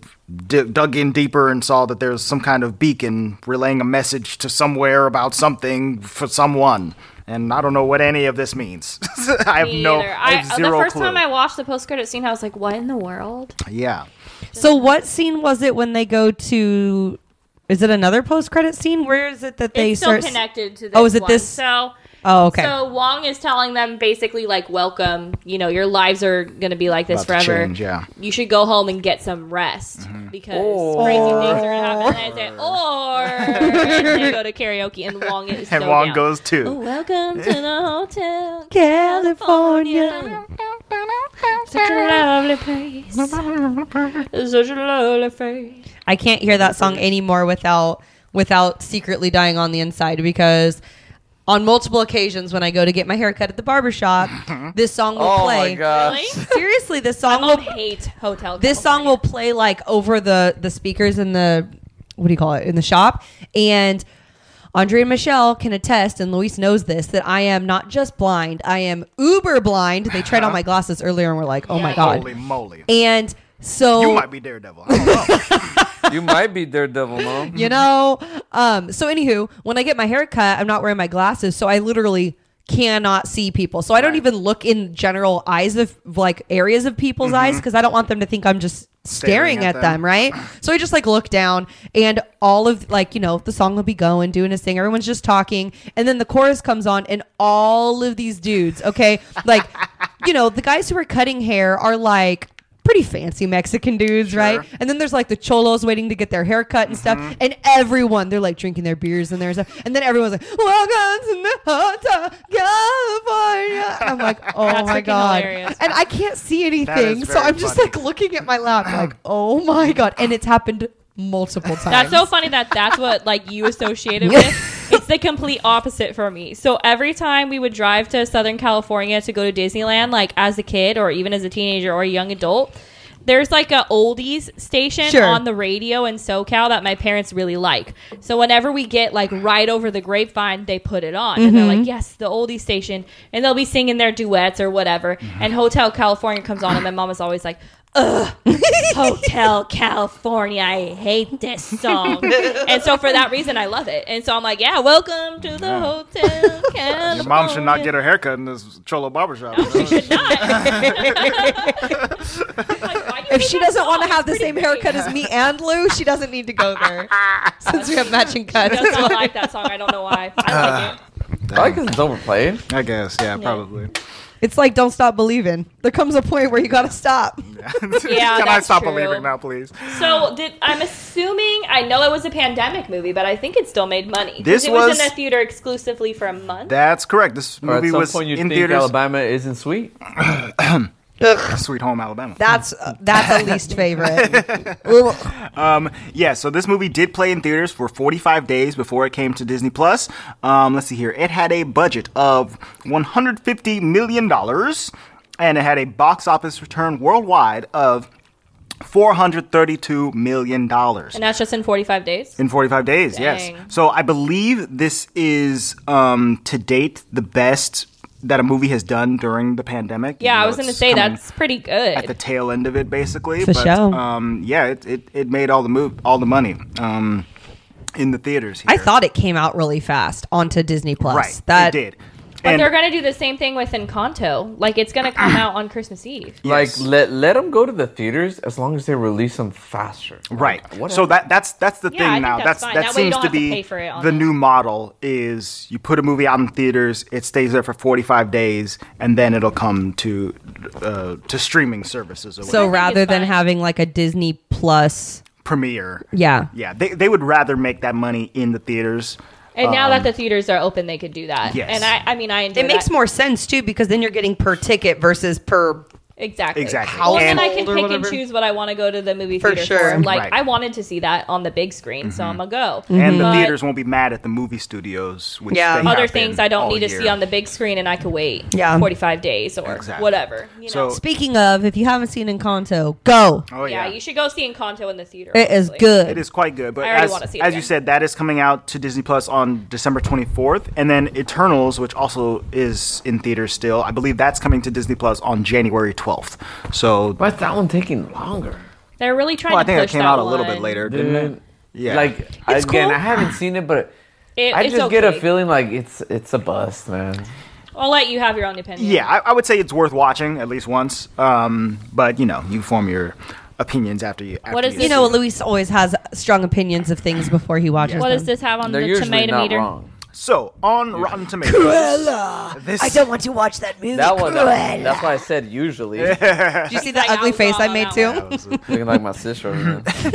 Speaker 5: d- dug in deeper and saw that there's some kind of beacon relaying a message to somewhere about something for someone. And I don't know what any of this means. I have
Speaker 3: Me
Speaker 5: no,
Speaker 3: either.
Speaker 5: I have
Speaker 3: I- uh,
Speaker 5: zero
Speaker 3: the first
Speaker 5: clue.
Speaker 3: time I watched the post credit scene, I was like, "What in the world?"
Speaker 5: yeah.
Speaker 4: So what scene was it when they go to? Is it another post credit scene? Where is it that they
Speaker 3: it's
Speaker 4: start?
Speaker 3: still connected to this.
Speaker 4: Oh, is it
Speaker 3: one.
Speaker 4: this-
Speaker 3: So,
Speaker 4: Oh, okay.
Speaker 3: So Wong is telling them basically like, "Welcome. You know, your lives are gonna be like this
Speaker 5: About to
Speaker 3: forever.
Speaker 5: change, yeah. Mm-hmm.
Speaker 3: You should go home and get some rest because crazy things are gonna happen." And they say, "Or," and they go to karaoke, and Wong is
Speaker 5: And
Speaker 3: so
Speaker 5: Wong
Speaker 3: down.
Speaker 5: goes too.
Speaker 3: Oh, welcome to the hotel.
Speaker 4: California.
Speaker 3: Such a lovely place. Such a lovely place.
Speaker 4: I can't hear that song anymore without without secretly dying on the inside because on multiple occasions when I go to get my hair cut at the barbershop,
Speaker 5: Mm-hmm.
Speaker 4: this song will
Speaker 1: Oh
Speaker 4: play.
Speaker 1: my gosh.
Speaker 3: Really?
Speaker 4: Seriously, this
Speaker 5: Uh,
Speaker 3: My
Speaker 4: song
Speaker 3: mom
Speaker 4: will
Speaker 3: hates hotel.
Speaker 4: this song will play like over the the speakers in the what do you call it in the shop and Andre and Michelle can attest, and Luis knows this, that I am not just blind, I am uber blind. They tried on my glasses earlier and we're like, oh my God.
Speaker 5: Uh-huh. Holy moly.
Speaker 4: And so
Speaker 5: You might be Daredevil. I don't know.
Speaker 1: you might be Daredevil, mom.
Speaker 4: you know um so anywho when i get my hair cut i'm not wearing my glasses so i literally cannot see people so i don't even look in general eyes of like areas of people's eyes because i don't want them to think i'm just Mm-hmm. staring, at, them. right so i just like look down and all of like you know the song will be going doing his thing everyone's just talking and then the chorus comes on and all of these dudes okay like you know the guys who are cutting hair are like pretty fancy Mexican dudes, right? And then there's like the cholos waiting to get their hair cut and
Speaker 5: Mm-hmm.
Speaker 4: stuff. And everyone, they're like drinking their beers and their stuff. And then everyone's like, Welcome to the hotel, California. I'm like, Oh
Speaker 3: That's
Speaker 4: my
Speaker 3: freaking
Speaker 4: God.
Speaker 3: hilarious.
Speaker 4: And I can't see anything. So
Speaker 5: very
Speaker 4: I'm just
Speaker 5: funny.
Speaker 4: like looking at my lap, like, Oh my God. And it's happened multiple times.
Speaker 3: That's so funny that that's what like you associated with. It's the complete opposite for me. So every time we would drive to Southern California to go to Disneyland, like as a kid or even as a teenager or a young adult, there's like a oldies station
Speaker 4: Sure.
Speaker 3: on the radio in SoCal that my parents really like. So whenever we get like right over the grapevine, they put it on and they're
Speaker 4: Mm-hmm.
Speaker 3: like, "Yes, the oldies station," and they'll be singing their duets or whatever.
Speaker 4: Mm-hmm.
Speaker 3: And Hotel California comes on, and my mom is always like, Hotel California. I hate this song. and so for that reason, I love it. And so I'm like, yeah, welcome to the Hotel California.
Speaker 5: Your mom should not get her haircut in this Cholo barbershop.
Speaker 3: She should not. Like, why do you hate
Speaker 4: if she
Speaker 3: that
Speaker 4: doesn't want
Speaker 3: song?
Speaker 4: to have the
Speaker 3: It's
Speaker 4: same
Speaker 3: pretty
Speaker 4: haircut
Speaker 3: great.
Speaker 4: as me and Lou, she doesn't need to go there since we have matching cuts.
Speaker 3: She does not like that song. I don't know why. I
Speaker 5: Uh.
Speaker 3: like it.
Speaker 1: I like 'cause it's overplayed.
Speaker 5: Um, I guess, yeah, probably.
Speaker 4: It's like don't stop believing. There comes a point where you gotta stop.
Speaker 3: Yeah,
Speaker 5: Can I
Speaker 3: that's
Speaker 5: stop
Speaker 3: true.
Speaker 5: believing now, please?
Speaker 3: So did, I'm assuming I know it was a pandemic movie, but I think it still made money. 'Cause
Speaker 5: This
Speaker 3: it was,
Speaker 5: was-
Speaker 3: in the theater exclusively for a month.
Speaker 5: That's correct. This
Speaker 1: Or at
Speaker 5: movie
Speaker 1: some
Speaker 5: was
Speaker 1: point you
Speaker 5: in
Speaker 1: think
Speaker 5: theaters.
Speaker 1: Alabama isn't sweet.
Speaker 5: Sweet Home Alabama.
Speaker 4: That's that's a least favorite.
Speaker 5: yeah, so this movie did play in theaters for 45 days before it came to Disney Plus. Um, let's see here. It had a budget of 150 million dollars, and it had a box office return worldwide of 432 million dollars.
Speaker 3: and that's just in 45 days.
Speaker 5: In 45 days,
Speaker 3: Dang.
Speaker 5: yes. So I believe this is, um, to date, the best that a movie has done during the pandemic.
Speaker 3: Yeah,
Speaker 5: even
Speaker 3: I
Speaker 5: though
Speaker 3: was going to
Speaker 5: it's
Speaker 3: say
Speaker 5: coming
Speaker 3: that's pretty good.
Speaker 5: At the tail end of it, basically.
Speaker 4: For
Speaker 5: but,
Speaker 4: sure.
Speaker 5: Um, yeah, it, it, it made all the move, all the money um, in the theaters. Here.
Speaker 4: I thought it came out really fast onto Disney Plus.
Speaker 5: right,
Speaker 4: That
Speaker 5: it did.
Speaker 3: But
Speaker 5: And-
Speaker 3: they're gonna do the same thing with Encanto. Like it's gonna come out on Christmas Eve.
Speaker 5: Yes.
Speaker 1: Like let let them go to the theaters as long as they release them faster.
Speaker 5: Right.
Speaker 1: Oh What
Speaker 5: so
Speaker 1: a-
Speaker 5: that that's that's the
Speaker 3: Yeah, I
Speaker 5: thing
Speaker 3: think
Speaker 5: now.
Speaker 3: that's
Speaker 5: That's,
Speaker 3: fine.
Speaker 5: that
Speaker 3: That way you
Speaker 5: seems
Speaker 3: don't
Speaker 5: to
Speaker 3: have to
Speaker 5: be
Speaker 3: pay for it on
Speaker 5: the
Speaker 3: the-
Speaker 5: new model is you put a movie out in theaters, it stays there for 45 days and then it'll come to uh, to streaming services or
Speaker 4: so
Speaker 5: so,
Speaker 3: think
Speaker 4: rather
Speaker 3: it's
Speaker 4: than
Speaker 3: fine.
Speaker 4: having like a Disney Plus
Speaker 5: premiere.
Speaker 4: Yeah.
Speaker 5: Yeah, they they would rather make that money in the theaters.
Speaker 3: And now that the theaters are open, they could do that.
Speaker 5: Um, Yes.
Speaker 3: And I, I mean, I enjoy
Speaker 4: It makes
Speaker 3: that.
Speaker 4: more sense too, because then you're getting per ticket versus per
Speaker 3: exactly
Speaker 5: Exactly.
Speaker 3: Well, then
Speaker 5: And-
Speaker 3: I can
Speaker 4: Household or
Speaker 3: pick and
Speaker 4: whatever.
Speaker 3: choose what I want to go to the movie
Speaker 4: For
Speaker 3: theater
Speaker 4: sure.
Speaker 3: for. Like
Speaker 5: Right. Mm-hmm.
Speaker 3: I wanted to see that on the big screen, so I'm gonna go.
Speaker 5: And the
Speaker 3: But
Speaker 5: theaters won't be mad at the movie studios which
Speaker 4: Mm-hmm. Yeah.
Speaker 5: they have
Speaker 3: Other
Speaker 5: been
Speaker 3: things I don't
Speaker 5: all
Speaker 3: need to
Speaker 5: year.
Speaker 3: see on the big screen, and I could wait.
Speaker 4: Yeah.
Speaker 3: 45 days or
Speaker 5: Exactly.
Speaker 3: whatever. You
Speaker 5: So-
Speaker 3: know.
Speaker 4: Speaking of, if you haven't seen Encanto, go.
Speaker 5: Oh
Speaker 3: yeah,
Speaker 5: yeah.
Speaker 3: you should go see Encanto in the theater.
Speaker 4: It is
Speaker 3: honestly.
Speaker 4: good.
Speaker 5: It is quite good, but
Speaker 3: I already
Speaker 5: as,
Speaker 3: wanna see it
Speaker 5: as
Speaker 3: again.
Speaker 5: you said, that is coming out to Disney Plus on December 24th, and then Eternals, which also is in theaters still. I believe that's coming to Disney Plus on January 12th. So
Speaker 1: Why is that one taking longer?
Speaker 3: They're really trying
Speaker 5: well, I
Speaker 3: to
Speaker 5: think that
Speaker 3: push
Speaker 5: came out a
Speaker 3: one.
Speaker 5: little bit later, didn't it?
Speaker 1: Dude,
Speaker 5: Yeah.
Speaker 1: Like
Speaker 4: It's
Speaker 1: again,
Speaker 4: cool.
Speaker 1: I haven't seen it, but
Speaker 3: It-
Speaker 1: I
Speaker 3: it's
Speaker 1: just get a
Speaker 3: okay.
Speaker 1: feeling like it's it's a bust, man.
Speaker 3: I'll let you have your own opinion.
Speaker 5: Yeah, I, I would say it's worth watching at least once. Um, but you know, you form your opinions after you. After
Speaker 3: What is
Speaker 5: you
Speaker 3: this-
Speaker 4: You
Speaker 5: see
Speaker 4: know,
Speaker 5: it.
Speaker 4: Luis always has strong opinions of things before he watches
Speaker 3: What
Speaker 4: them.
Speaker 3: does this have on
Speaker 1: They're
Speaker 3: the
Speaker 1: usually
Speaker 3: tomato
Speaker 1: not
Speaker 3: meter?
Speaker 1: wrong.
Speaker 5: So on Rotten Tomatoes, this
Speaker 4: I don't want to watch that movie.
Speaker 1: That one,
Speaker 4: Cruella.
Speaker 1: that's why I said usually.
Speaker 4: Did you see
Speaker 3: like,
Speaker 4: that
Speaker 3: I
Speaker 4: ugly
Speaker 3: was
Speaker 4: face
Speaker 3: wrong
Speaker 4: I
Speaker 3: on
Speaker 4: made
Speaker 3: that
Speaker 4: too?
Speaker 1: Looking like my sister. Over there.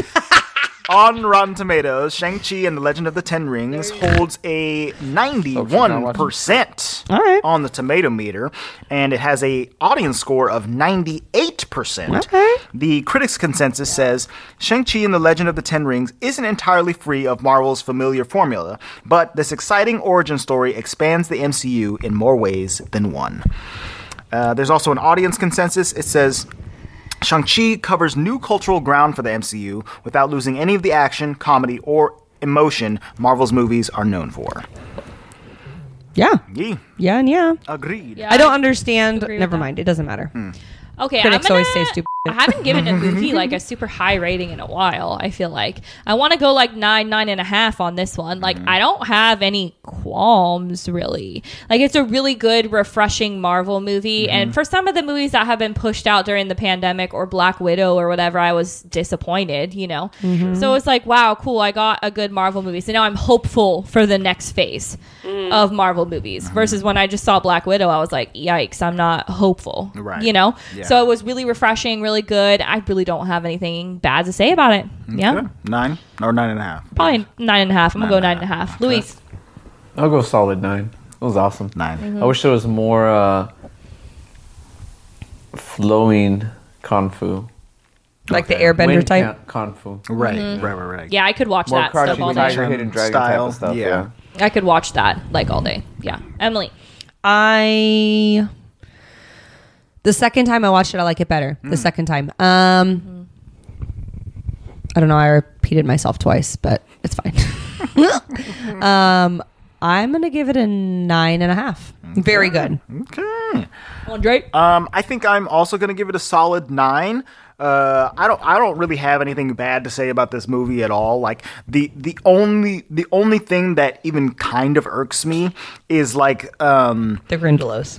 Speaker 5: on Rotten Tomatoes, Shang Chi and the Legend of the Ten Rings holds a ninety-one percent
Speaker 4: right.
Speaker 5: on the tomato meter, and it has a audience score of ninety-eight percent.
Speaker 4: Okay.
Speaker 5: The critics' consensus says Shang Chi and the Legend of the Ten Rings isn't entirely free of Marvel's familiar formula, but this exciting origin story expands the MCU in more ways than one. Uh, there's also an audience consensus. It says Shang-Chi covers new cultural ground for the MCU without losing any of the action, comedy, or emotion Marvel's movies are known for.
Speaker 4: Yeah.
Speaker 5: Yeah.
Speaker 4: Yeah, and yeah.
Speaker 5: Agreed.
Speaker 4: I don't understand.
Speaker 3: Agree with
Speaker 4: Never
Speaker 3: that.
Speaker 4: mind. It doesn't matter.
Speaker 3: Okay,
Speaker 4: Critics
Speaker 3: I'm gonna,
Speaker 4: always say stupid
Speaker 3: I haven't given a
Speaker 5: Mm-hmm.
Speaker 3: movie like a super high rating in a while. I feel like I want to go like nine, nine and a half on this one. Like
Speaker 5: Mm-hmm.
Speaker 3: I don't have any qualms really. Like it's a really good, refreshing Marvel movie.
Speaker 5: Mm-hmm.
Speaker 3: And for some of the movies that have been pushed out during the pandemic or Black Widow or whatever, I was disappointed. You know,
Speaker 5: Mm-hmm.
Speaker 3: so it's like wow, cool. I got a good Marvel movie. So now I'm hopeful for the next phase of Marvel
Speaker 5: Mm-hmm.
Speaker 3: movies. Versus when I just saw Black Widow, I was like, yikes, I'm not hopeful.
Speaker 5: Right.
Speaker 3: You know.
Speaker 5: Yeah.
Speaker 3: So it was really refreshing, really good. I really don't have anything bad to say about it. Yeah.
Speaker 5: Nine or nine and a half.
Speaker 3: Probably nine and a half. I'm gonna go nine and a half. Luis.
Speaker 1: I'll go solid nine. It was awesome.
Speaker 5: 9
Speaker 4: Mm-hmm.
Speaker 1: I wish there was more uh, flowing kung fu.
Speaker 4: Like the
Speaker 5: Okay.
Speaker 4: airbender
Speaker 1: Wind
Speaker 4: type.
Speaker 1: ca- kung fu.
Speaker 5: Right,
Speaker 4: Mm-hmm.
Speaker 5: right, right, right. Um,
Speaker 3: Yeah, I could watch
Speaker 1: More
Speaker 3: that stuff all
Speaker 1: crouching
Speaker 3: day.
Speaker 1: tiger, hidden dragon type
Speaker 5: Style,
Speaker 1: of stuff.
Speaker 5: yeah.
Speaker 1: Yeah.
Speaker 3: I could watch that like all day. Yeah. Emily.
Speaker 4: I the second time I watched it, I like it better.
Speaker 5: Mm.
Speaker 4: The second time, um, I don't know. I repeated myself twice, but it's fine. um, I'm gonna give it a nine and a half.
Speaker 5: Mm.
Speaker 4: Very good.
Speaker 5: Okay.
Speaker 3: Andre.
Speaker 4: Uh,
Speaker 5: Um, I think I'm also going to give it a solid nine. Uh, I don't. I don't really have anything bad to say about this movie at all. Like the the only the only thing that even kind of irks me is like um,
Speaker 4: The Grindelos.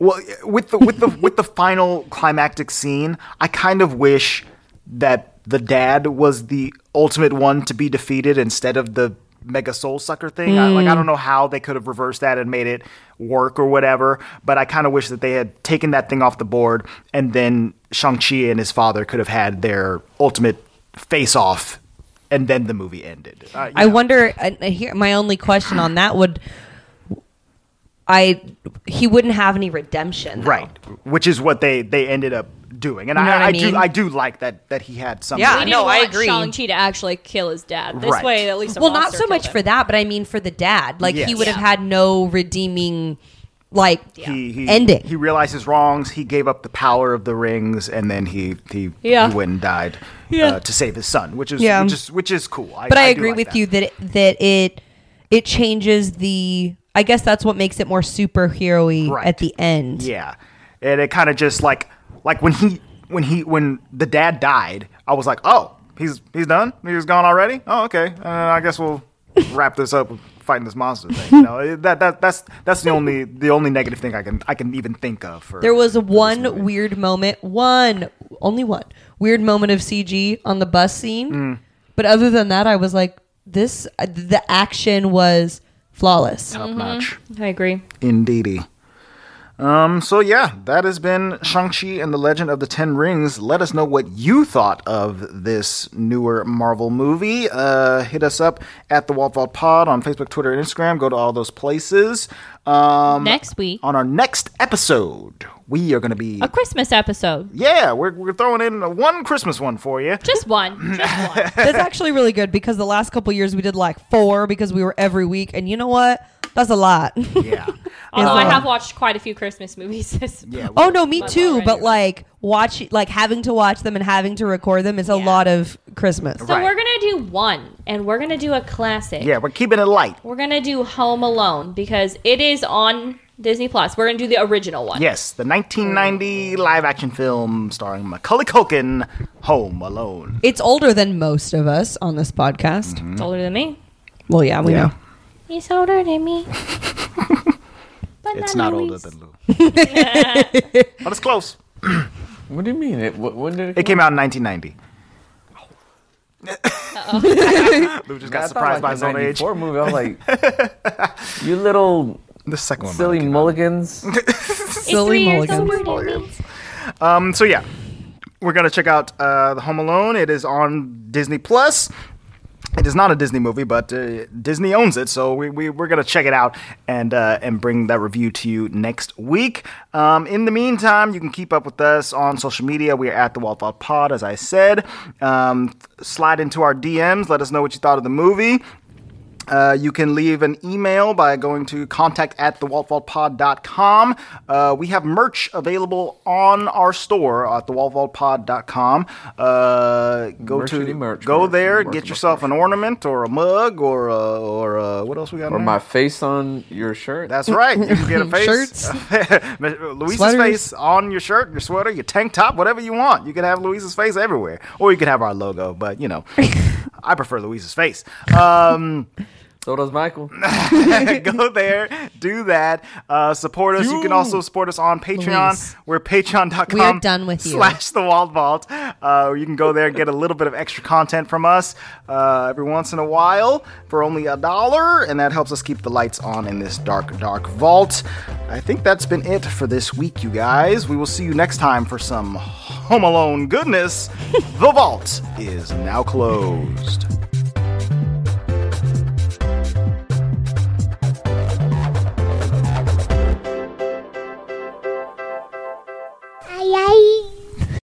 Speaker 5: Well, with the with the with the final climactic scene, I kind of wish that the dad was the ultimate one to be defeated instead of the mega soul sucker thing. I, like I
Speaker 4: Hmm.
Speaker 5: don't know how they could have reversed that and made it work or whatever, but I kind of wish that they had taken that thing off the board and then Shang-Chi and his father could have had their ultimate face off and then the movie ended. Uh,
Speaker 4: I wonder. And and here, my only question on that would, I he wouldn't have any redemption, though.
Speaker 5: right, which is what they they ended up doing. And
Speaker 4: You know what
Speaker 5: I,
Speaker 4: I
Speaker 5: I,
Speaker 4: mean?
Speaker 5: do I do like that that he had some
Speaker 4: Yeah,
Speaker 3: We didn't
Speaker 4: no, I
Speaker 3: want
Speaker 4: agree.
Speaker 3: Shang-Chi to actually kill his dad. This
Speaker 5: Right.
Speaker 3: way, at least. A
Speaker 4: well not
Speaker 3: monster
Speaker 4: so much
Speaker 3: killed
Speaker 4: for
Speaker 3: him.
Speaker 4: that but i mean for the dad like he
Speaker 5: Yes.
Speaker 4: would have
Speaker 3: Yeah.
Speaker 4: had no redeeming like
Speaker 5: he, he
Speaker 4: ending
Speaker 5: He realized his wrongs. He gave up the power of the rings, and then he he,
Speaker 3: Yeah.
Speaker 5: he went and died
Speaker 3: Yeah.
Speaker 5: uh, to save his son, which is
Speaker 4: Yeah.
Speaker 5: which is which is cool.
Speaker 4: but i,
Speaker 5: do
Speaker 4: agree
Speaker 5: like
Speaker 4: with
Speaker 5: that.
Speaker 4: you that it, that it it changes the i guess that's what makes it more superhero-y
Speaker 5: Right.
Speaker 4: at the end
Speaker 5: Yeah, and it kind of just like like when he when he when the dad died, I was like, oh, he's he's done. He's gone already. Oh, okay. Uh, I guess we'll wrap this up with fighting this monster thing. You know, that that that's that's the only the only negative thing I can I can even think of. For
Speaker 4: there was
Speaker 5: for this movie.
Speaker 4: one weird moment one only one weird moment of cg on the bus scene
Speaker 5: Mm.
Speaker 4: but other than that i was like this uh, the action was flawless
Speaker 5: top
Speaker 3: Mm-hmm.
Speaker 5: notch.
Speaker 3: I agree.
Speaker 5: Indeedy. Um, so yeah, that has been Shang-Chi and the Legend of the Ten Rings. Let us know what you thought of this newer Marvel movie. Uh, hit us up at the Walt Vault Pod on Facebook, Twitter, and Instagram. Go to all those places. Um,
Speaker 3: Next week,
Speaker 5: on our next episode, we are going to be.
Speaker 3: a Christmas episode.
Speaker 5: Yeah, we're, we're throwing in one Christmas one for you.
Speaker 3: Just one. Just one.
Speaker 4: That's actually really good because the last couple years we did like four because we were every week, and you know what? That's a lot.
Speaker 5: Yeah.
Speaker 3: Although I have watched quite a few Christmas movies. This
Speaker 5: yeah
Speaker 4: oh no, me too.
Speaker 3: already.
Speaker 4: But like watch, like having to watch them and having to record them is a
Speaker 3: Yeah.
Speaker 4: lot of Christmas.
Speaker 3: So
Speaker 5: Right.
Speaker 3: we're gonna do one, and we're gonna do a classic.
Speaker 5: Yeah, we're keeping it light.
Speaker 3: We're gonna do Home Alone because it is on Disney Plus. We're gonna do the original one.
Speaker 5: Yes, the 1990 live action film starring Macaulay Culkin, Home Alone.
Speaker 4: It's older than most of us on this podcast.
Speaker 3: It's older than me.
Speaker 4: Well, yeah, we know.
Speaker 3: He's older than me. but
Speaker 5: It's not older
Speaker 3: Luis.
Speaker 5: than Lou. but it's close.
Speaker 1: What do you mean? It, wh- when did it?
Speaker 5: It came out in 1990. Lou just
Speaker 1: I
Speaker 5: got
Speaker 1: thought, like,
Speaker 5: surprised by his
Speaker 1: the
Speaker 5: own age.
Speaker 1: 94 movie. I was like, you little
Speaker 5: The second one.
Speaker 1: silly
Speaker 5: might
Speaker 1: mulligans.
Speaker 3: It's three
Speaker 4: Silly
Speaker 3: years
Speaker 4: mulligan.
Speaker 3: older than me.
Speaker 5: have been. Um, so yeah, we're gonna check out uh, the Home Alone. It is on Disney Plus. It is not a Disney movie, but uh, Disney owns it, so we, we, we're going to check it out and uh, and bring that review to you next week. Um, in the meantime, you can keep up with us on social media. We are at the Walt Thought Pod, as I said. Um, slide into our DMs. Let us know what you thought of the movie. Uh, you can leave an email by going to contact at thewaltvaultpod.com. Uh, we have merch available on our store at thewaltvaultpod.com. Uh, go
Speaker 1: Merchity
Speaker 5: to
Speaker 1: merch,
Speaker 5: go
Speaker 1: merch,
Speaker 5: there,
Speaker 1: merch,
Speaker 5: get
Speaker 1: merch,
Speaker 5: yourself an ornament or a mug or a, or a, what else we got?
Speaker 1: Or
Speaker 5: in
Speaker 1: my
Speaker 5: there?
Speaker 1: face on your shirt.
Speaker 5: That's right. You can get a face.
Speaker 4: Shirts.
Speaker 5: Luisa's
Speaker 4: Sweaters.
Speaker 5: face on your shirt, your sweater, your tank top, whatever you want. You can have Luisa's face everywhere, or you can have our logo. But you know, I prefer Luisa's face. Um,
Speaker 1: So does Michael.
Speaker 5: go there, do that, uh, support us. You can also support us on Patreon.
Speaker 4: Luis.
Speaker 5: We're patreon.com
Speaker 4: We are done with you.
Speaker 5: slash the Wald Vault. Uh, you can go there and get a little bit of extra content from us uh, every once in a while for only a dollar, and that helps us keep the lights on in this dark, dark vault. I think that's been it for this week, you guys. We will see you next time for some Home Alone goodness. the vault is now closed.